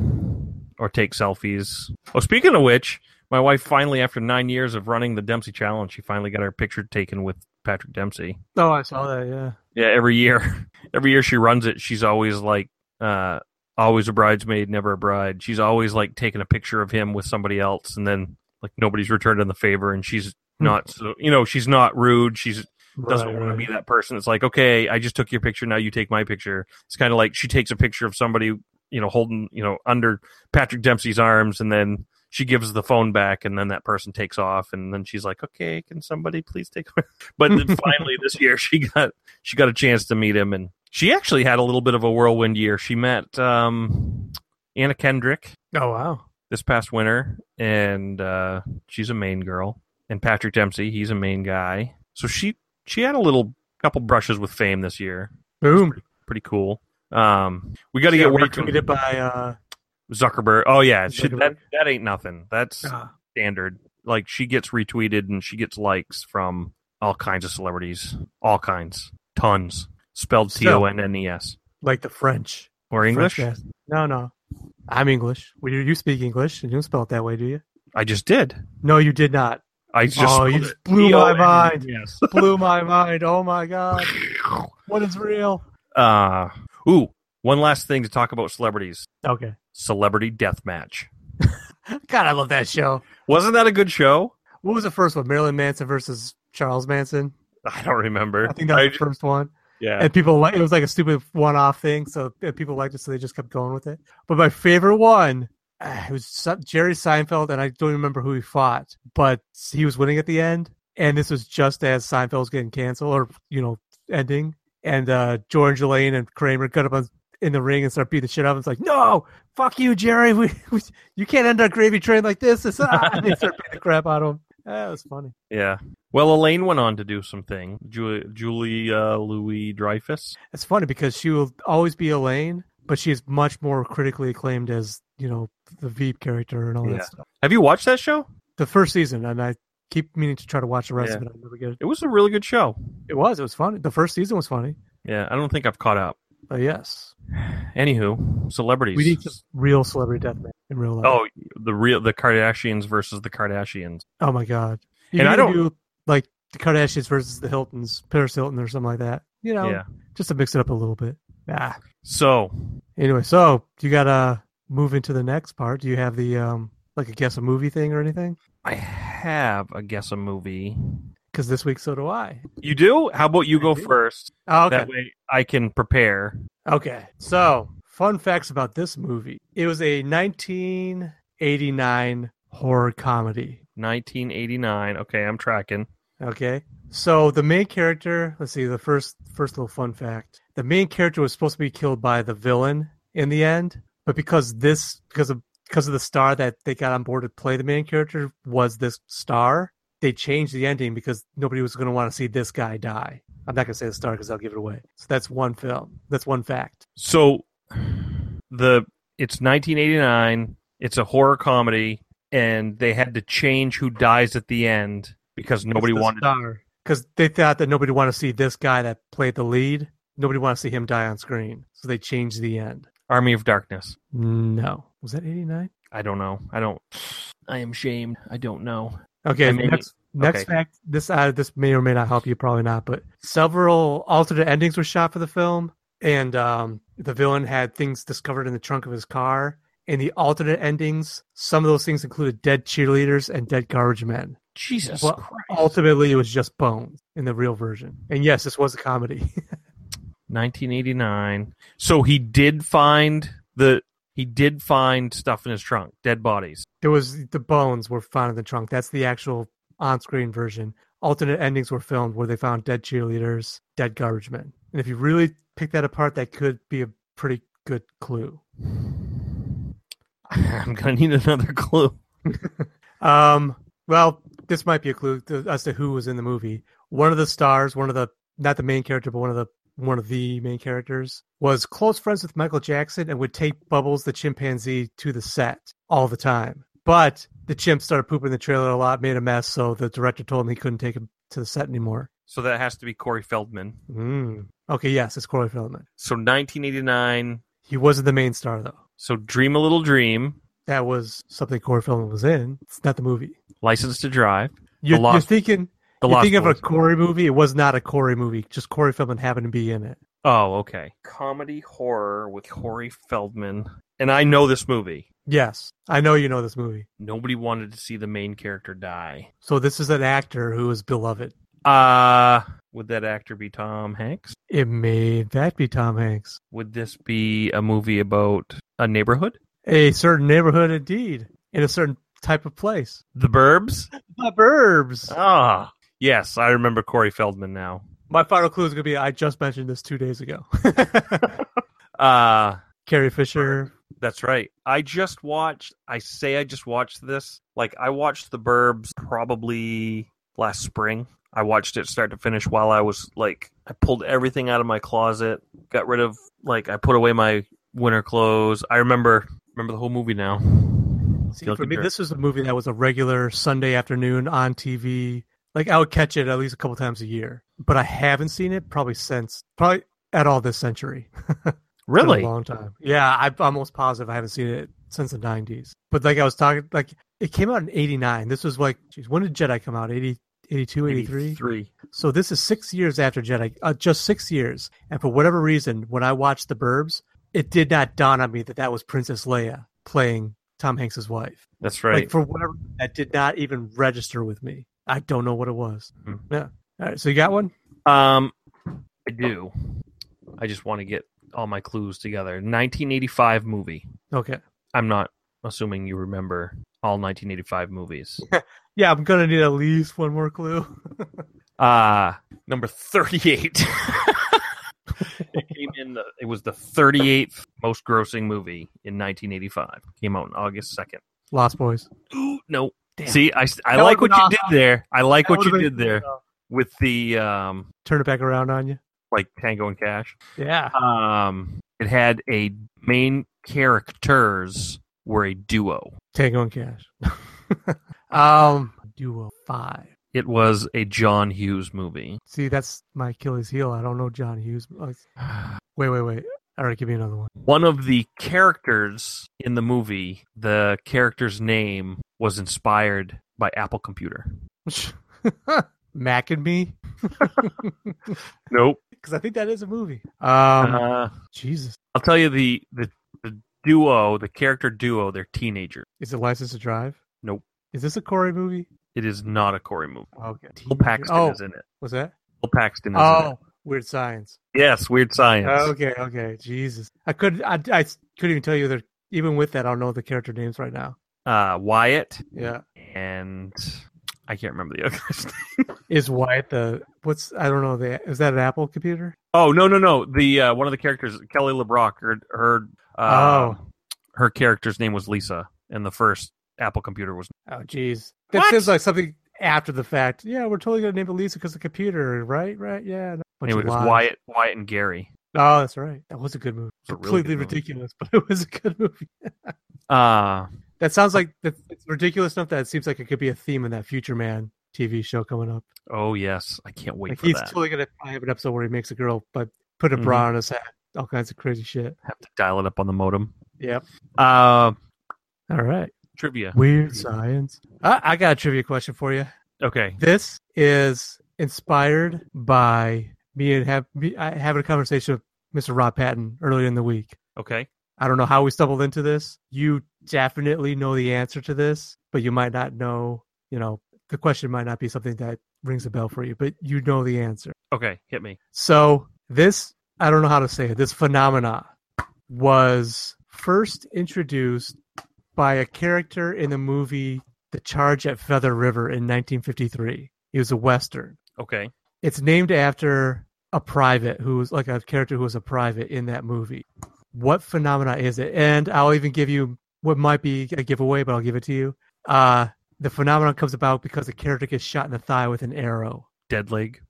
[SPEAKER 2] or take selfies. Oh, speaking of which, my wife finally, after nine years of running the Dempsey Challenge, she finally got her picture taken with Patrick Dempsey.
[SPEAKER 3] Oh, I saw that. Yeah.
[SPEAKER 2] Yeah, every year, every year she runs it. She's always like, uh, always a bridesmaid, never a bride. She's always like taking a picture of him with somebody else, and then like nobody's returned in the favor, and she's not so you know she's not rude. She's doesn't
[SPEAKER 3] Right,
[SPEAKER 2] want to
[SPEAKER 3] right.
[SPEAKER 2] be that person that's like, okay, I just took your picture, now you take my picture. It's kind of like she takes a picture of somebody, you know, holding, you know, under Patrick Dempsey's arms, and then she gives the phone back, and then that person takes off, and then she's like, okay, can somebody please take? my-" But then finally, this year she got she got a chance to meet him, and she actually had a little bit of a whirlwind year. She met um, Anna Kendrick
[SPEAKER 3] Oh wow.
[SPEAKER 2] this past winter, and uh, she's a main girl. And Patrick Dempsey, he's a main guy. So she she had a little couple brushes with fame this year.
[SPEAKER 3] Boom.
[SPEAKER 2] Pretty cool. Um, we got to
[SPEAKER 3] Yeah,
[SPEAKER 2] get work on
[SPEAKER 3] retweeted by uh,
[SPEAKER 2] Zuckerberg. Oh yeah, she-
[SPEAKER 3] Zuckerberg.
[SPEAKER 2] that that ain't nothing. That's
[SPEAKER 3] uh,
[SPEAKER 2] standard. Like she gets retweeted and she gets likes from all kinds of celebrities, all kinds, tons. Spelled
[SPEAKER 3] So-
[SPEAKER 2] T O N N E S
[SPEAKER 3] like the French.
[SPEAKER 2] or English.
[SPEAKER 3] French guys. no, no. I'm English. Well, you, you speak English, and you don't spell it that way, do you?
[SPEAKER 2] I just did.
[SPEAKER 3] No, you did not.
[SPEAKER 2] I just
[SPEAKER 3] Oh,
[SPEAKER 2] spelled
[SPEAKER 3] you just
[SPEAKER 2] it. E
[SPEAKER 3] blew my mind.
[SPEAKER 2] T-O-N-N-E-S.
[SPEAKER 3] Blew my mind. Oh my god. What is real?
[SPEAKER 2] Uh, ooh, one last thing to talk about celebrities.
[SPEAKER 3] Okay.
[SPEAKER 2] Celebrity Death Match.
[SPEAKER 3] God, I love that show.
[SPEAKER 2] Wasn't that a good show?
[SPEAKER 3] What was the first one? Marilyn Manson versus Charles Manson.
[SPEAKER 2] I don't remember.
[SPEAKER 3] I think that was the
[SPEAKER 2] ju-
[SPEAKER 3] first one.
[SPEAKER 2] yeah.
[SPEAKER 3] And people like it was like a stupid one-off thing, so uh, people liked it, so they just kept going with it. But my favorite one, uh, it was so- Jerry Seinfeld, and I don't remember who he fought, but he was winning at the end. And this was just as Seinfeld was getting canceled, or you know, ending. And uh, George Lane and Kramer got up on, in the ring and start beating the shit out of him. It's like, no, fuck you, Jerry. We, we you can't end our gravy train like this. It's, ah, and they start beating the crap out of him. That was funny.
[SPEAKER 2] Yeah. Well, Elaine went on to do something. Julie, Julie uh, Louis Dreyfus.
[SPEAKER 3] It's funny because she will always be Elaine, but she's much more critically acclaimed as you know the Veep character and all
[SPEAKER 2] Yeah.
[SPEAKER 3] that stuff.
[SPEAKER 2] Have you watched that show?
[SPEAKER 3] The first season, and I keep meaning to try to watch the rest of it. I never get it.
[SPEAKER 2] It was a really good show.
[SPEAKER 3] It was, it was funny. The first season was funny,
[SPEAKER 2] Yeah. I don't think I've caught up.
[SPEAKER 3] but yes,
[SPEAKER 2] Anywho, celebrities.
[SPEAKER 3] we need some real celebrity deathmatch in real life.
[SPEAKER 2] oh, the real the Kardashians versus the Kardashians.
[SPEAKER 3] Oh my god! You
[SPEAKER 2] And I
[SPEAKER 3] can
[SPEAKER 2] don't-
[SPEAKER 3] do like the Kardashians versus the Hiltons, Paris Hilton or something like that. You know,
[SPEAKER 2] Yeah.
[SPEAKER 3] just to mix it up a little bit. Ah.
[SPEAKER 2] So
[SPEAKER 3] Anyway, so you gotta move into the next part. Do you have the um like a guess a movie thing or anything?
[SPEAKER 2] I have a guess a movie.
[SPEAKER 3] Because this week, so do I.
[SPEAKER 2] You do? How about you go
[SPEAKER 3] do.
[SPEAKER 2] first?
[SPEAKER 3] Oh, okay.
[SPEAKER 2] That way I can prepare.
[SPEAKER 3] Okay. So, fun facts about this movie. It was a 1989 horror comedy.
[SPEAKER 2] 1989. Okay, I'm tracking.
[SPEAKER 3] Okay. So, the main character, let's see, the first first little fun fact. The main character was supposed to be killed by the villain in the end, but because this because of because of the star that they got on board to play the main character was this star, they changed the ending because nobody was going to want to see this guy die. I'm not going to say the star because I'll give it away. So that's one film. That's one fact.
[SPEAKER 2] So the it's 1989. It's a horror comedy, and they had to change who dies at the end because nobody wanted.
[SPEAKER 3] because they thought that nobody wanted to see this guy that played the lead. Nobody wanted to see him die on screen, so they changed the end.
[SPEAKER 2] Army of Darkness.
[SPEAKER 3] No, was that eighty nine?
[SPEAKER 2] I don't know. I don't. I am shamed. I don't know.
[SPEAKER 3] Okay,
[SPEAKER 2] I mean,
[SPEAKER 3] next next
[SPEAKER 2] okay.
[SPEAKER 3] fact. This uh, this may or may not help you, probably not. But several alternate endings were shot for the film, and um, the villain had things discovered in the trunk of his car. In the alternate endings, some of those things included dead cheerleaders and dead garbage men.
[SPEAKER 2] Jesus
[SPEAKER 3] Well,
[SPEAKER 2] Christ.
[SPEAKER 3] Ultimately, it was just bones in the real version. And yes, this was a comedy.
[SPEAKER 2] 1989. So he did find the he did find stuff in his trunk, dead bodies.
[SPEAKER 3] There was the bones were found in the trunk. That's the actual on-screen version. Alternate endings were filmed where they found dead cheerleaders, dead garbage men. And if you really pick that apart, that could be a pretty good clue.
[SPEAKER 2] I'm gonna need another clue.
[SPEAKER 3] Um, well, this might be a clue to, as to who was in the movie. One of the stars, one of the not the main character, but one of the one of the main characters was close friends with Michael Jackson and would take Bubbles the chimpanzee to the set all the time. But the chimp started pooping the trailer a lot, made a mess, so the director told him he couldn't take him to the set anymore.
[SPEAKER 2] So that has to be Corey Feldman.
[SPEAKER 3] Mm. Okay, yes, it's Corey Feldman.
[SPEAKER 2] So 1989.
[SPEAKER 3] He wasn't the main star though.
[SPEAKER 2] So Dream a Little Dream,
[SPEAKER 3] That was something Corey Feldman was in. It's not the movie.
[SPEAKER 2] License to Drive,
[SPEAKER 3] You're, you're
[SPEAKER 2] Lost-
[SPEAKER 3] thinking
[SPEAKER 2] The
[SPEAKER 3] you're
[SPEAKER 2] Lost
[SPEAKER 3] thinking of
[SPEAKER 2] Boys.
[SPEAKER 3] a Corey movie. It was not a Corey movie. Just Corey Feldman happened to be in it.
[SPEAKER 2] Oh, okay. Comedy horror with Corey Feldman. And I know this movie.
[SPEAKER 3] Yes, I know you know this movie.
[SPEAKER 2] Nobody wanted to see the main character die.
[SPEAKER 3] So this is an actor who is beloved.
[SPEAKER 2] Uh would that actor be Tom Hanks?
[SPEAKER 3] It may in fact be Tom Hanks.
[SPEAKER 2] Would this be a movie about a neighborhood?
[SPEAKER 3] A certain neighborhood, indeed, in a certain type of place.
[SPEAKER 2] The Burbs?
[SPEAKER 3] The Burbs.
[SPEAKER 2] Ah, yes, I remember Corey Feldman now.
[SPEAKER 3] My final clue is going to be I just mentioned this two days ago.
[SPEAKER 2] Uh
[SPEAKER 3] Carrie Fisher.
[SPEAKER 2] that's right. I just watched I say I just watched this. Like I watched The Burbs probably last spring. I watched it start to finish while I was like I pulled everything out of my closet, got rid of like I put away my winter clothes. I remember remember the whole movie now.
[SPEAKER 3] See,
[SPEAKER 2] Guilty
[SPEAKER 3] for me,
[SPEAKER 2] Dirt.
[SPEAKER 3] this was a movie that was a regular Sunday afternoon on TV. Like I would catch it at least a couple times a year, but I haven't seen it probably since probably at all this century. It's been a long time. Yeah, I, I'm almost positive I haven't seen it since the '90s. But like I was talking, like it came out in '89. This was like, geez, when did Jedi come out? 80, 82, 83.
[SPEAKER 2] Three.
[SPEAKER 3] So this is six years after Jedi, uh, just six years. And for whatever reason, when I watched The Burbs, it did not dawn on me that that was Princess Leia playing Tom Hanks' wife.
[SPEAKER 2] That's right.
[SPEAKER 3] Like for whatever, that did not even register with me. I don't know what it was.
[SPEAKER 2] Hmm.
[SPEAKER 3] Yeah. All right. So you got one?
[SPEAKER 2] Um, I do. I just want to get all my clues together. 1985 movie.
[SPEAKER 3] Okay.
[SPEAKER 2] I'm not assuming you remember all 1985 movies.
[SPEAKER 3] Yeah, I'm gonna need at least one more clue.
[SPEAKER 2] Uh number 38. it came in. The, it was the 38th most grossing movie in 1985. Came out on August 2nd.
[SPEAKER 3] Lost Boys.
[SPEAKER 2] no.
[SPEAKER 3] Damn.
[SPEAKER 2] See, I, s- I
[SPEAKER 3] That
[SPEAKER 2] like what
[SPEAKER 3] would've
[SPEAKER 2] you
[SPEAKER 3] been
[SPEAKER 2] did there. I like
[SPEAKER 3] That
[SPEAKER 2] what you
[SPEAKER 3] would've
[SPEAKER 2] did
[SPEAKER 3] been-
[SPEAKER 2] there with the um
[SPEAKER 3] Turn it back around on you.
[SPEAKER 2] like Tango and Cash.
[SPEAKER 3] Yeah.
[SPEAKER 2] um it had a main characters were a duo
[SPEAKER 3] Tango and Cash. um, duo five.
[SPEAKER 2] it was a john hughes movie
[SPEAKER 3] See, that's my Achilles heel. I don't know John Hughes. Oh, it's- Wait, wait, wait. All right, give me another one.
[SPEAKER 2] one of the characters in the movie the character's name was inspired by apple computer
[SPEAKER 3] Mac and me,
[SPEAKER 2] nope
[SPEAKER 3] because I think that is a movie. Um,
[SPEAKER 2] uh,
[SPEAKER 3] Jesus,
[SPEAKER 2] i'll tell you the, the the duo the character duo they're teenagers
[SPEAKER 3] is it License to Drive?
[SPEAKER 2] Nope.
[SPEAKER 3] Is this a Corey movie?
[SPEAKER 2] it is not a corey movie
[SPEAKER 3] Okay.
[SPEAKER 2] Bill Paxton
[SPEAKER 3] oh,
[SPEAKER 2] is in it.
[SPEAKER 3] was that?
[SPEAKER 2] Bill Paxton is in it.
[SPEAKER 3] Oh, Weird Science.
[SPEAKER 2] Yes, Weird Science.
[SPEAKER 3] Okay, okay. Jesus, I could, I, I couldn't even tell you that. Even with that, I don't know the character names right now.
[SPEAKER 2] Uh, Wyatt
[SPEAKER 3] Yeah.
[SPEAKER 2] and I can't remember the other guy's name.
[SPEAKER 3] Is Wyatt the what's I don't know the is that an Apple computer?
[SPEAKER 2] Oh no no no! The uh, one of the characters, Kelly LeBrock, her her uh,
[SPEAKER 3] oh,
[SPEAKER 2] her character's name was Lisa, and the first Apple computer was
[SPEAKER 3] oh, jeez, that seems like something after the fact. Yeah, we're totally gonna name it Lisa because the computer, right? Right? Yeah. no, bunch
[SPEAKER 2] anyway,
[SPEAKER 3] of
[SPEAKER 2] it was
[SPEAKER 3] lies.
[SPEAKER 2] Wyatt Wyatt and Gary.
[SPEAKER 3] Oh, that's right. That was a good movie.
[SPEAKER 2] It's a really
[SPEAKER 3] Completely
[SPEAKER 2] good movie.
[SPEAKER 3] ridiculous, but it was a good movie.
[SPEAKER 2] Uh
[SPEAKER 3] That sounds like that- it's ridiculous enough that it seems like it could be a theme in that Future Man TV show coming up.
[SPEAKER 2] oh yes, I can't wait
[SPEAKER 3] like
[SPEAKER 2] for
[SPEAKER 3] he's
[SPEAKER 2] that.
[SPEAKER 3] totally gonna probably have an episode where he makes a girl, but put a bra on his head, all kinds of crazy shit.
[SPEAKER 2] Have to dial it up on the modem.
[SPEAKER 3] Yep.
[SPEAKER 2] Uh,
[SPEAKER 3] All right.
[SPEAKER 2] trivia.
[SPEAKER 3] Weird science. I, I got a trivia question for you.
[SPEAKER 2] Okay.
[SPEAKER 3] This is inspired by me and have me I having a conversation with Mr. Rob Patton earlier in the week.
[SPEAKER 2] Okay.
[SPEAKER 3] I don't know how we stumbled into this. You definitely know the answer to this, but you might not know, you know, the question might not be something that rings a bell for you, but you know the answer.
[SPEAKER 2] Okay. Hit me.
[SPEAKER 3] So this I don't know how to say it, this phenomena was first introduced by a character in the movie The Charge at Feather River in 1953. It was a western.
[SPEAKER 2] Okay.
[SPEAKER 3] It's named after a private who was like a character who was a private in that movie. What phenomena is it? And I'll even give you what might be a giveaway, but I'll give it to you. Uh, the phenomenon comes about because the character gets shot in the thigh with an arrow.
[SPEAKER 2] Dead leg.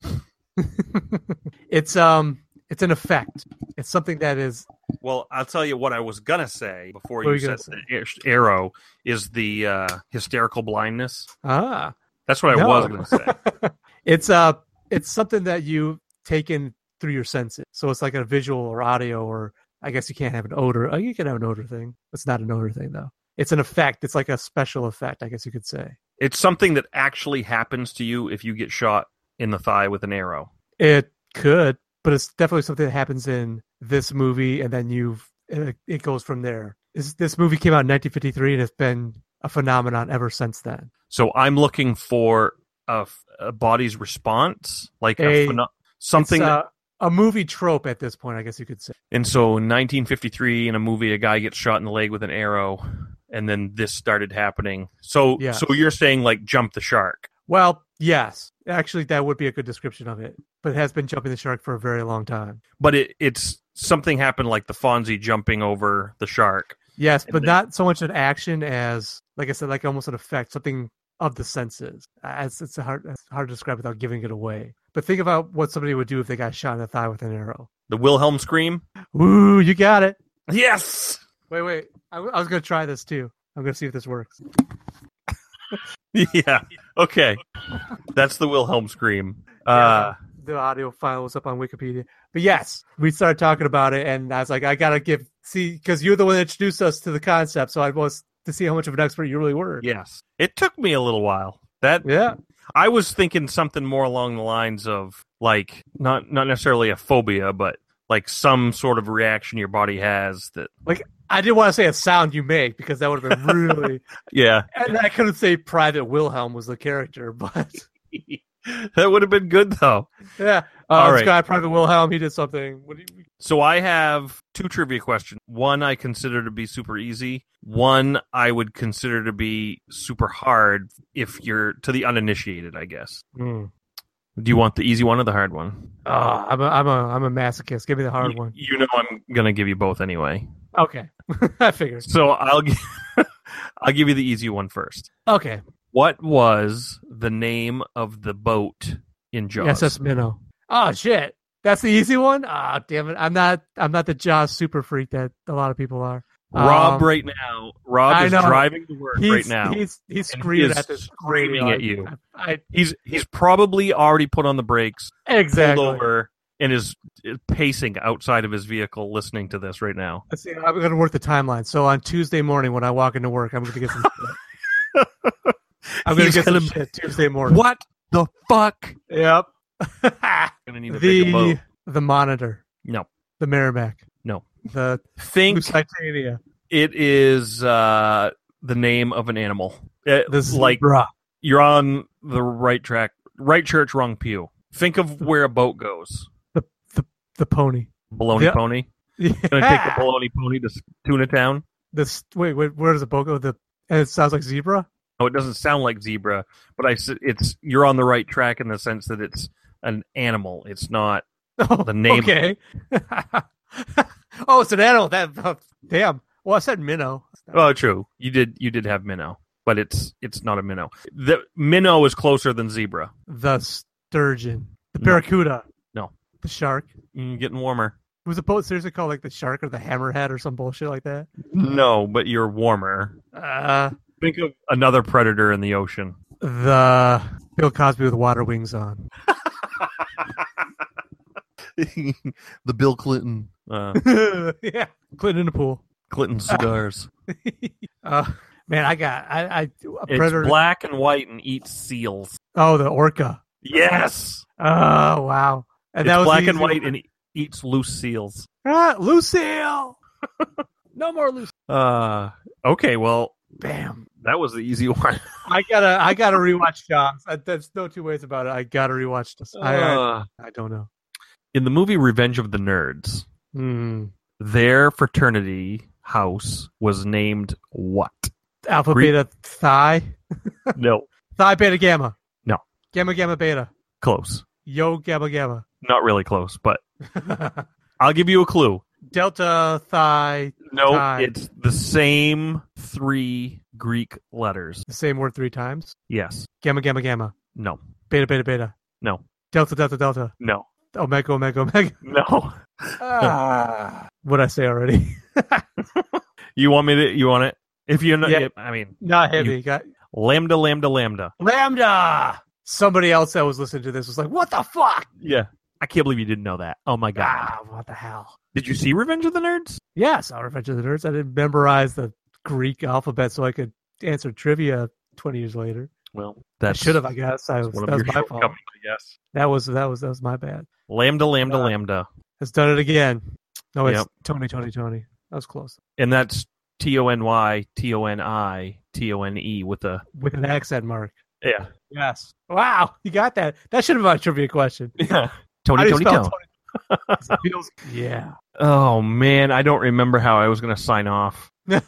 [SPEAKER 3] it's um it's an effect. It's something that is
[SPEAKER 2] Well, I'll tell you what I was gonna say before
[SPEAKER 3] What were
[SPEAKER 2] you
[SPEAKER 3] you gonna
[SPEAKER 2] said the ar- arrow is the uh, hysterical blindness.
[SPEAKER 3] Ah,
[SPEAKER 2] That's what I
[SPEAKER 3] No.
[SPEAKER 2] was gonna say.
[SPEAKER 3] it's uh, it's something that you take in through your senses. So it's like a visual or audio, or I guess you can't have an odor. Oh, you can have an odor thing. It's not an odor thing though. It's an effect. It's like a special effect, I guess you could say.
[SPEAKER 2] it's something that actually happens to you if you get shot in the thigh with an arrow.
[SPEAKER 3] It could, but it's definitely something that happens in this movie, and then you've it, it goes from there. This, this movie came out in 1953, and it's been a phenomenon ever since then.
[SPEAKER 2] So I'm looking for a, f- a body's response, like a,
[SPEAKER 3] A-
[SPEAKER 2] pheno- something.
[SPEAKER 3] It's,
[SPEAKER 2] that-
[SPEAKER 3] uh, a movie trope at this point, I guess you could say.
[SPEAKER 2] and so, in 1953, in a movie, a guy gets shot in the leg with an arrow, and then this started happening. So,
[SPEAKER 3] Yeah.
[SPEAKER 2] so you're saying like jump the shark?
[SPEAKER 3] Well, yes, actually, that would be a good description of it. But it has been jumping the shark for a very long time.
[SPEAKER 2] but it, it's something happened like the Fonzie jumping over the shark.
[SPEAKER 3] Yes,
[SPEAKER 2] And
[SPEAKER 3] but
[SPEAKER 2] the-
[SPEAKER 3] not so much an action as, like I said, like almost an effect, something of the senses. Uh, It's, it's hard, it's hard to describe without giving it away. But think about what somebody would do if they got shot in the thigh with an arrow.
[SPEAKER 2] The Wilhelm scream.
[SPEAKER 3] Ooh, you got it.
[SPEAKER 2] Yes.
[SPEAKER 3] Wait, wait. I, w- I was gonna try this too. I'm gonna see if this works.
[SPEAKER 2] yeah. Okay. That's the Wilhelm scream. Uh,
[SPEAKER 3] the audio file was up on Wikipedia. But yes, we started talking about it, and I was like, I gotta give see because you're the one that introduced us to the concept, so I was to see how much of an expert you really were.
[SPEAKER 2] yes. It took me a little while. That
[SPEAKER 3] Yeah.
[SPEAKER 2] I was thinking something more along the lines of like not not necessarily a phobia, but like some sort of reaction your body has that.
[SPEAKER 3] I didn't want to say a sound you make because that would have been really.
[SPEAKER 2] Yeah.
[SPEAKER 3] and I couldn't say Private Wilhelm was the character, but
[SPEAKER 2] that would have been good though.
[SPEAKER 3] yeah. Uh,
[SPEAKER 2] All
[SPEAKER 3] this
[SPEAKER 2] right.
[SPEAKER 3] guy, Private Wilhelm, he did something. What do you,
[SPEAKER 2] So I have two trivia questions. One I consider to be super easy. One I would consider to be super hard if you're to the uninitiated, I guess.
[SPEAKER 3] Hmm.
[SPEAKER 2] Do you want the easy one or the hard one?
[SPEAKER 3] Ah, I'm a, I'm a, I'm a masochist. Give me the hard
[SPEAKER 2] You-
[SPEAKER 3] one.
[SPEAKER 2] You know I'm going to give you both anyway.
[SPEAKER 3] Okay, I figured.
[SPEAKER 2] So I'll gi- I'll give you the easy one first.
[SPEAKER 3] Okay,
[SPEAKER 2] What was the name of the boat in Jaws?
[SPEAKER 3] SS Minnow. Oh shit. That's the easy one? Ah, damn it. I'm not I'm not the Jaws super freak that a lot of people are.
[SPEAKER 2] Rob
[SPEAKER 3] Um,
[SPEAKER 2] right now. Rob
[SPEAKER 3] I
[SPEAKER 2] is
[SPEAKER 3] know.
[SPEAKER 2] driving to work
[SPEAKER 3] he's,
[SPEAKER 2] right now.
[SPEAKER 3] He's he's
[SPEAKER 2] and he
[SPEAKER 3] screaming
[SPEAKER 2] is
[SPEAKER 3] at this
[SPEAKER 2] screaming
[SPEAKER 3] radio.
[SPEAKER 2] at you.
[SPEAKER 3] I,
[SPEAKER 2] He's he's probably already put on the brakes
[SPEAKER 3] I exactly.
[SPEAKER 2] pulled over and is is pacing outside of his vehicle listening to this right now.
[SPEAKER 3] Let's see, I'm gonna work the timeline. So on Tuesday morning when I walk into work, I'm gonna get some shit. I'm gonna
[SPEAKER 2] He's
[SPEAKER 3] get some
[SPEAKER 2] gonna-
[SPEAKER 3] shit Tuesday morning.
[SPEAKER 2] What the fuck?
[SPEAKER 3] Yep.
[SPEAKER 2] Gonna need a bigger boat.
[SPEAKER 3] the the monitor.
[SPEAKER 2] No.
[SPEAKER 3] The Merrimack.
[SPEAKER 2] No.
[SPEAKER 3] The
[SPEAKER 2] Think
[SPEAKER 3] Lusitania.
[SPEAKER 2] it is uh, the name of an animal. It-
[SPEAKER 3] The
[SPEAKER 2] like
[SPEAKER 3] zebra.
[SPEAKER 2] you're on the right track, right church, wrong pew. Think of where a boat goes.
[SPEAKER 3] the pony.
[SPEAKER 2] Baloney
[SPEAKER 3] Yeah.
[SPEAKER 2] pony. Gonna take the baloney pony to S- Tuna Town.
[SPEAKER 3] this wait, wait where does the boat go the and it sounds like zebra
[SPEAKER 2] No, Oh, it doesn't sound like zebra, but I s- it's you're on the right track in the sense that it's an animal. It's not
[SPEAKER 3] oh,
[SPEAKER 2] The name-
[SPEAKER 3] okay oh it's an animal that oh, damn well i said minnow
[SPEAKER 2] Oh, true. You did. You did have minnow, but it's it's not a minnow. The minnow is closer than zebra.
[SPEAKER 3] the sturgeon the
[SPEAKER 2] No.
[SPEAKER 3] barracuda
[SPEAKER 2] No.
[SPEAKER 3] the shark
[SPEAKER 2] Mm, getting warmer.
[SPEAKER 3] was the boat seriously called like the shark or the hammerhead or some bullshit like that
[SPEAKER 2] No, but you're warmer.
[SPEAKER 3] uh
[SPEAKER 2] Mm-hmm. Think of another predator in the ocean.
[SPEAKER 3] the bill cosby with water wings on
[SPEAKER 2] the Bill Clinton. Uh,
[SPEAKER 3] yeah clinton in the pool
[SPEAKER 2] Clinton cigars.
[SPEAKER 3] uh man i got i i a
[SPEAKER 2] it's
[SPEAKER 3] predator
[SPEAKER 2] black and white and eats seals.
[SPEAKER 3] oh the orca
[SPEAKER 2] Yes,
[SPEAKER 3] oh wow and
[SPEAKER 2] it's
[SPEAKER 3] that was the
[SPEAKER 2] black and
[SPEAKER 3] easy
[SPEAKER 2] white
[SPEAKER 3] one.
[SPEAKER 2] and eats loose seals.
[SPEAKER 3] Ah, Lucille. no more Lucille.
[SPEAKER 2] Uh, okay. Well,
[SPEAKER 3] Bam.
[SPEAKER 2] that was the easy one.
[SPEAKER 3] I gotta, I gotta rewatch Jaws. I, there's no two ways about it. I gotta rewatch this. I, I,
[SPEAKER 2] Uh,
[SPEAKER 3] I don't know.
[SPEAKER 2] in the movie Revenge of the Nerds.
[SPEAKER 3] Hmm.
[SPEAKER 2] their fraternity house was named what?
[SPEAKER 3] Alpha,
[SPEAKER 2] Greek-
[SPEAKER 3] beta, thigh,
[SPEAKER 2] no,
[SPEAKER 3] thigh, beta, gamma.
[SPEAKER 2] No.
[SPEAKER 3] Gamma, gamma, beta.
[SPEAKER 2] close.
[SPEAKER 3] Yo, gamma, gamma.
[SPEAKER 2] Not really close, but I'll give you a clue.
[SPEAKER 3] Delta, thigh.
[SPEAKER 2] No,
[SPEAKER 3] Time.
[SPEAKER 2] it's the same three Greek letters.
[SPEAKER 3] The same word three times.
[SPEAKER 2] Yes.
[SPEAKER 3] Gamma, gamma, gamma.
[SPEAKER 2] No.
[SPEAKER 3] Beta, beta, beta.
[SPEAKER 2] No.
[SPEAKER 3] Delta, delta, delta.
[SPEAKER 2] No.
[SPEAKER 3] Omega, omega, omega.
[SPEAKER 2] No.
[SPEAKER 3] ah, what I say already?
[SPEAKER 2] You want me to? You want it? If you're not,
[SPEAKER 3] Yeah.
[SPEAKER 2] I mean,
[SPEAKER 3] Not heavy. Got
[SPEAKER 2] lambda, lambda, lambda.
[SPEAKER 3] lambda. Somebody else that was listening to this was like, "What the fuck?
[SPEAKER 2] Yeah, I can't believe you didn't know that. Oh my god!
[SPEAKER 3] Ah, what the hell?"
[SPEAKER 2] Did you see Revenge of the Nerds?
[SPEAKER 3] Yes, I Revenge of the Nerds. I didn't memorize the Greek alphabet so I could answer trivia twenty years later.
[SPEAKER 2] Well,
[SPEAKER 3] I
[SPEAKER 2] that
[SPEAKER 3] should have, I guess. I was,
[SPEAKER 2] One
[SPEAKER 3] that
[SPEAKER 2] of your
[SPEAKER 3] was my fault.
[SPEAKER 2] shortcomings, I guess.
[SPEAKER 3] That was that was that was my bad.
[SPEAKER 2] Lambda, lambda,
[SPEAKER 3] Uh,
[SPEAKER 2] lambda,
[SPEAKER 3] It's done it again. No, it's
[SPEAKER 2] Yep.
[SPEAKER 3] Tony, Tony, Tony. That was close.
[SPEAKER 2] and that's T O N Y T O N I T O N E with a
[SPEAKER 3] With an accent mark.
[SPEAKER 2] yeah,
[SPEAKER 3] Yes. Wow, you got that. That should have been a trivia question.
[SPEAKER 2] yeah.
[SPEAKER 3] How do
[SPEAKER 2] Tony,
[SPEAKER 3] you
[SPEAKER 2] Tony,
[SPEAKER 3] spell
[SPEAKER 2] Tony.
[SPEAKER 3] Tony? Feels- yeah.
[SPEAKER 2] Oh man, I don't remember how I was gonna sign off.
[SPEAKER 3] now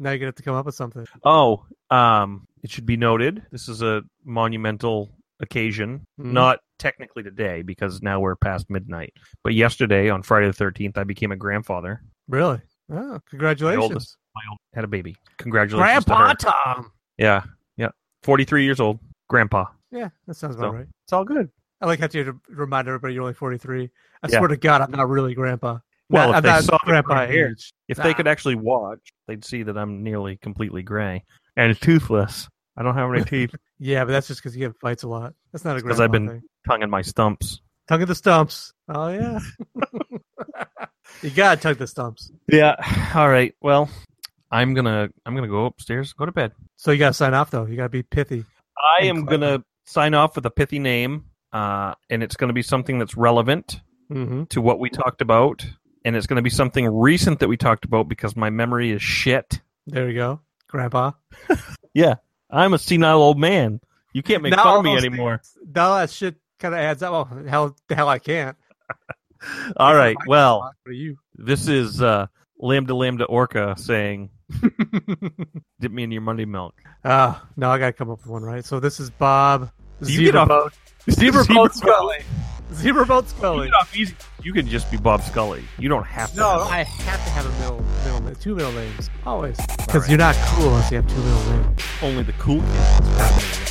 [SPEAKER 3] you're gonna have to come up with something.
[SPEAKER 2] Oh, um, it should be noted this is a monumental occasion.
[SPEAKER 3] Mhm.
[SPEAKER 2] Not technically today because now we're past midnight, but yesterday on Friday the thirteenth, I became a grandfather.
[SPEAKER 3] Really? Oh, congratulations,
[SPEAKER 2] oldest. My old, had a baby. Congratulations,
[SPEAKER 3] Grandpa
[SPEAKER 2] To her.
[SPEAKER 3] Tom.
[SPEAKER 2] Yeah, yeah. Forty-three years old, grandpa.
[SPEAKER 3] Yeah, that sounds about
[SPEAKER 2] So-
[SPEAKER 3] right. It's all good. I like how you had to remind everybody you're only 43. I
[SPEAKER 2] Yeah.
[SPEAKER 3] swear to God, I'm not really grandpa.
[SPEAKER 2] Well,
[SPEAKER 3] Not-
[SPEAKER 2] if
[SPEAKER 3] I'm
[SPEAKER 2] they
[SPEAKER 3] not
[SPEAKER 2] saw the
[SPEAKER 3] grandpa
[SPEAKER 2] gray hair.
[SPEAKER 3] age.
[SPEAKER 2] If
[SPEAKER 3] Ah.
[SPEAKER 2] they could actually watch, they'd see that I'm nearly completely gray and toothless. I don't have any teeth.
[SPEAKER 3] Yeah, but that's just because you get fights a lot. That's not a
[SPEAKER 2] 'cause
[SPEAKER 3] grandpa
[SPEAKER 2] I've been-
[SPEAKER 3] thing.
[SPEAKER 2] Tongue in my stumps.
[SPEAKER 3] Tongue of the stumps. Oh yeah, you gotta tongue the stumps.
[SPEAKER 2] Yeah. All right. Well, I'm gonna I'm gonna go upstairs, go to bed.
[SPEAKER 3] So you gotta sign off though. You gotta be pithy.
[SPEAKER 2] I
[SPEAKER 3] And
[SPEAKER 2] am
[SPEAKER 3] clever.
[SPEAKER 2] gonna sign off with a pithy name, uh, and it's gonna be something that's relevant
[SPEAKER 3] Mm-hmm.
[SPEAKER 2] to what we talked about, and it's gonna be something recent that we talked about because my memory is shit.
[SPEAKER 3] There you go, grandpa.
[SPEAKER 2] I'm a senile old man. You can't make
[SPEAKER 3] Now
[SPEAKER 2] fun
[SPEAKER 3] all
[SPEAKER 2] of me
[SPEAKER 3] those
[SPEAKER 2] anymore.
[SPEAKER 3] Now that shit kind of adds up. Oh, hell, the hell I can't.
[SPEAKER 2] All right.
[SPEAKER 3] My
[SPEAKER 2] Well,
[SPEAKER 3] grandpa, what are you?
[SPEAKER 2] This is uh, Lambda Lambda Orca saying, "Dip me in your Monday milk."
[SPEAKER 3] Ah, no, I gotta come up with one right. So this is Bob.
[SPEAKER 2] You get
[SPEAKER 3] zebra
[SPEAKER 2] off-
[SPEAKER 3] boat. Zebra,
[SPEAKER 2] Zebra
[SPEAKER 3] boat
[SPEAKER 2] boat.
[SPEAKER 3] spelling. Zebra boat
[SPEAKER 2] You,
[SPEAKER 3] spelling.
[SPEAKER 2] get off easy. you can just be Bob Scully. You don't have to.
[SPEAKER 3] No,
[SPEAKER 2] have-
[SPEAKER 3] I have to have a middle, middle name, two middle names always. Because
[SPEAKER 2] right.
[SPEAKER 3] you're not cool unless you have two middle names.
[SPEAKER 2] only the cool kids.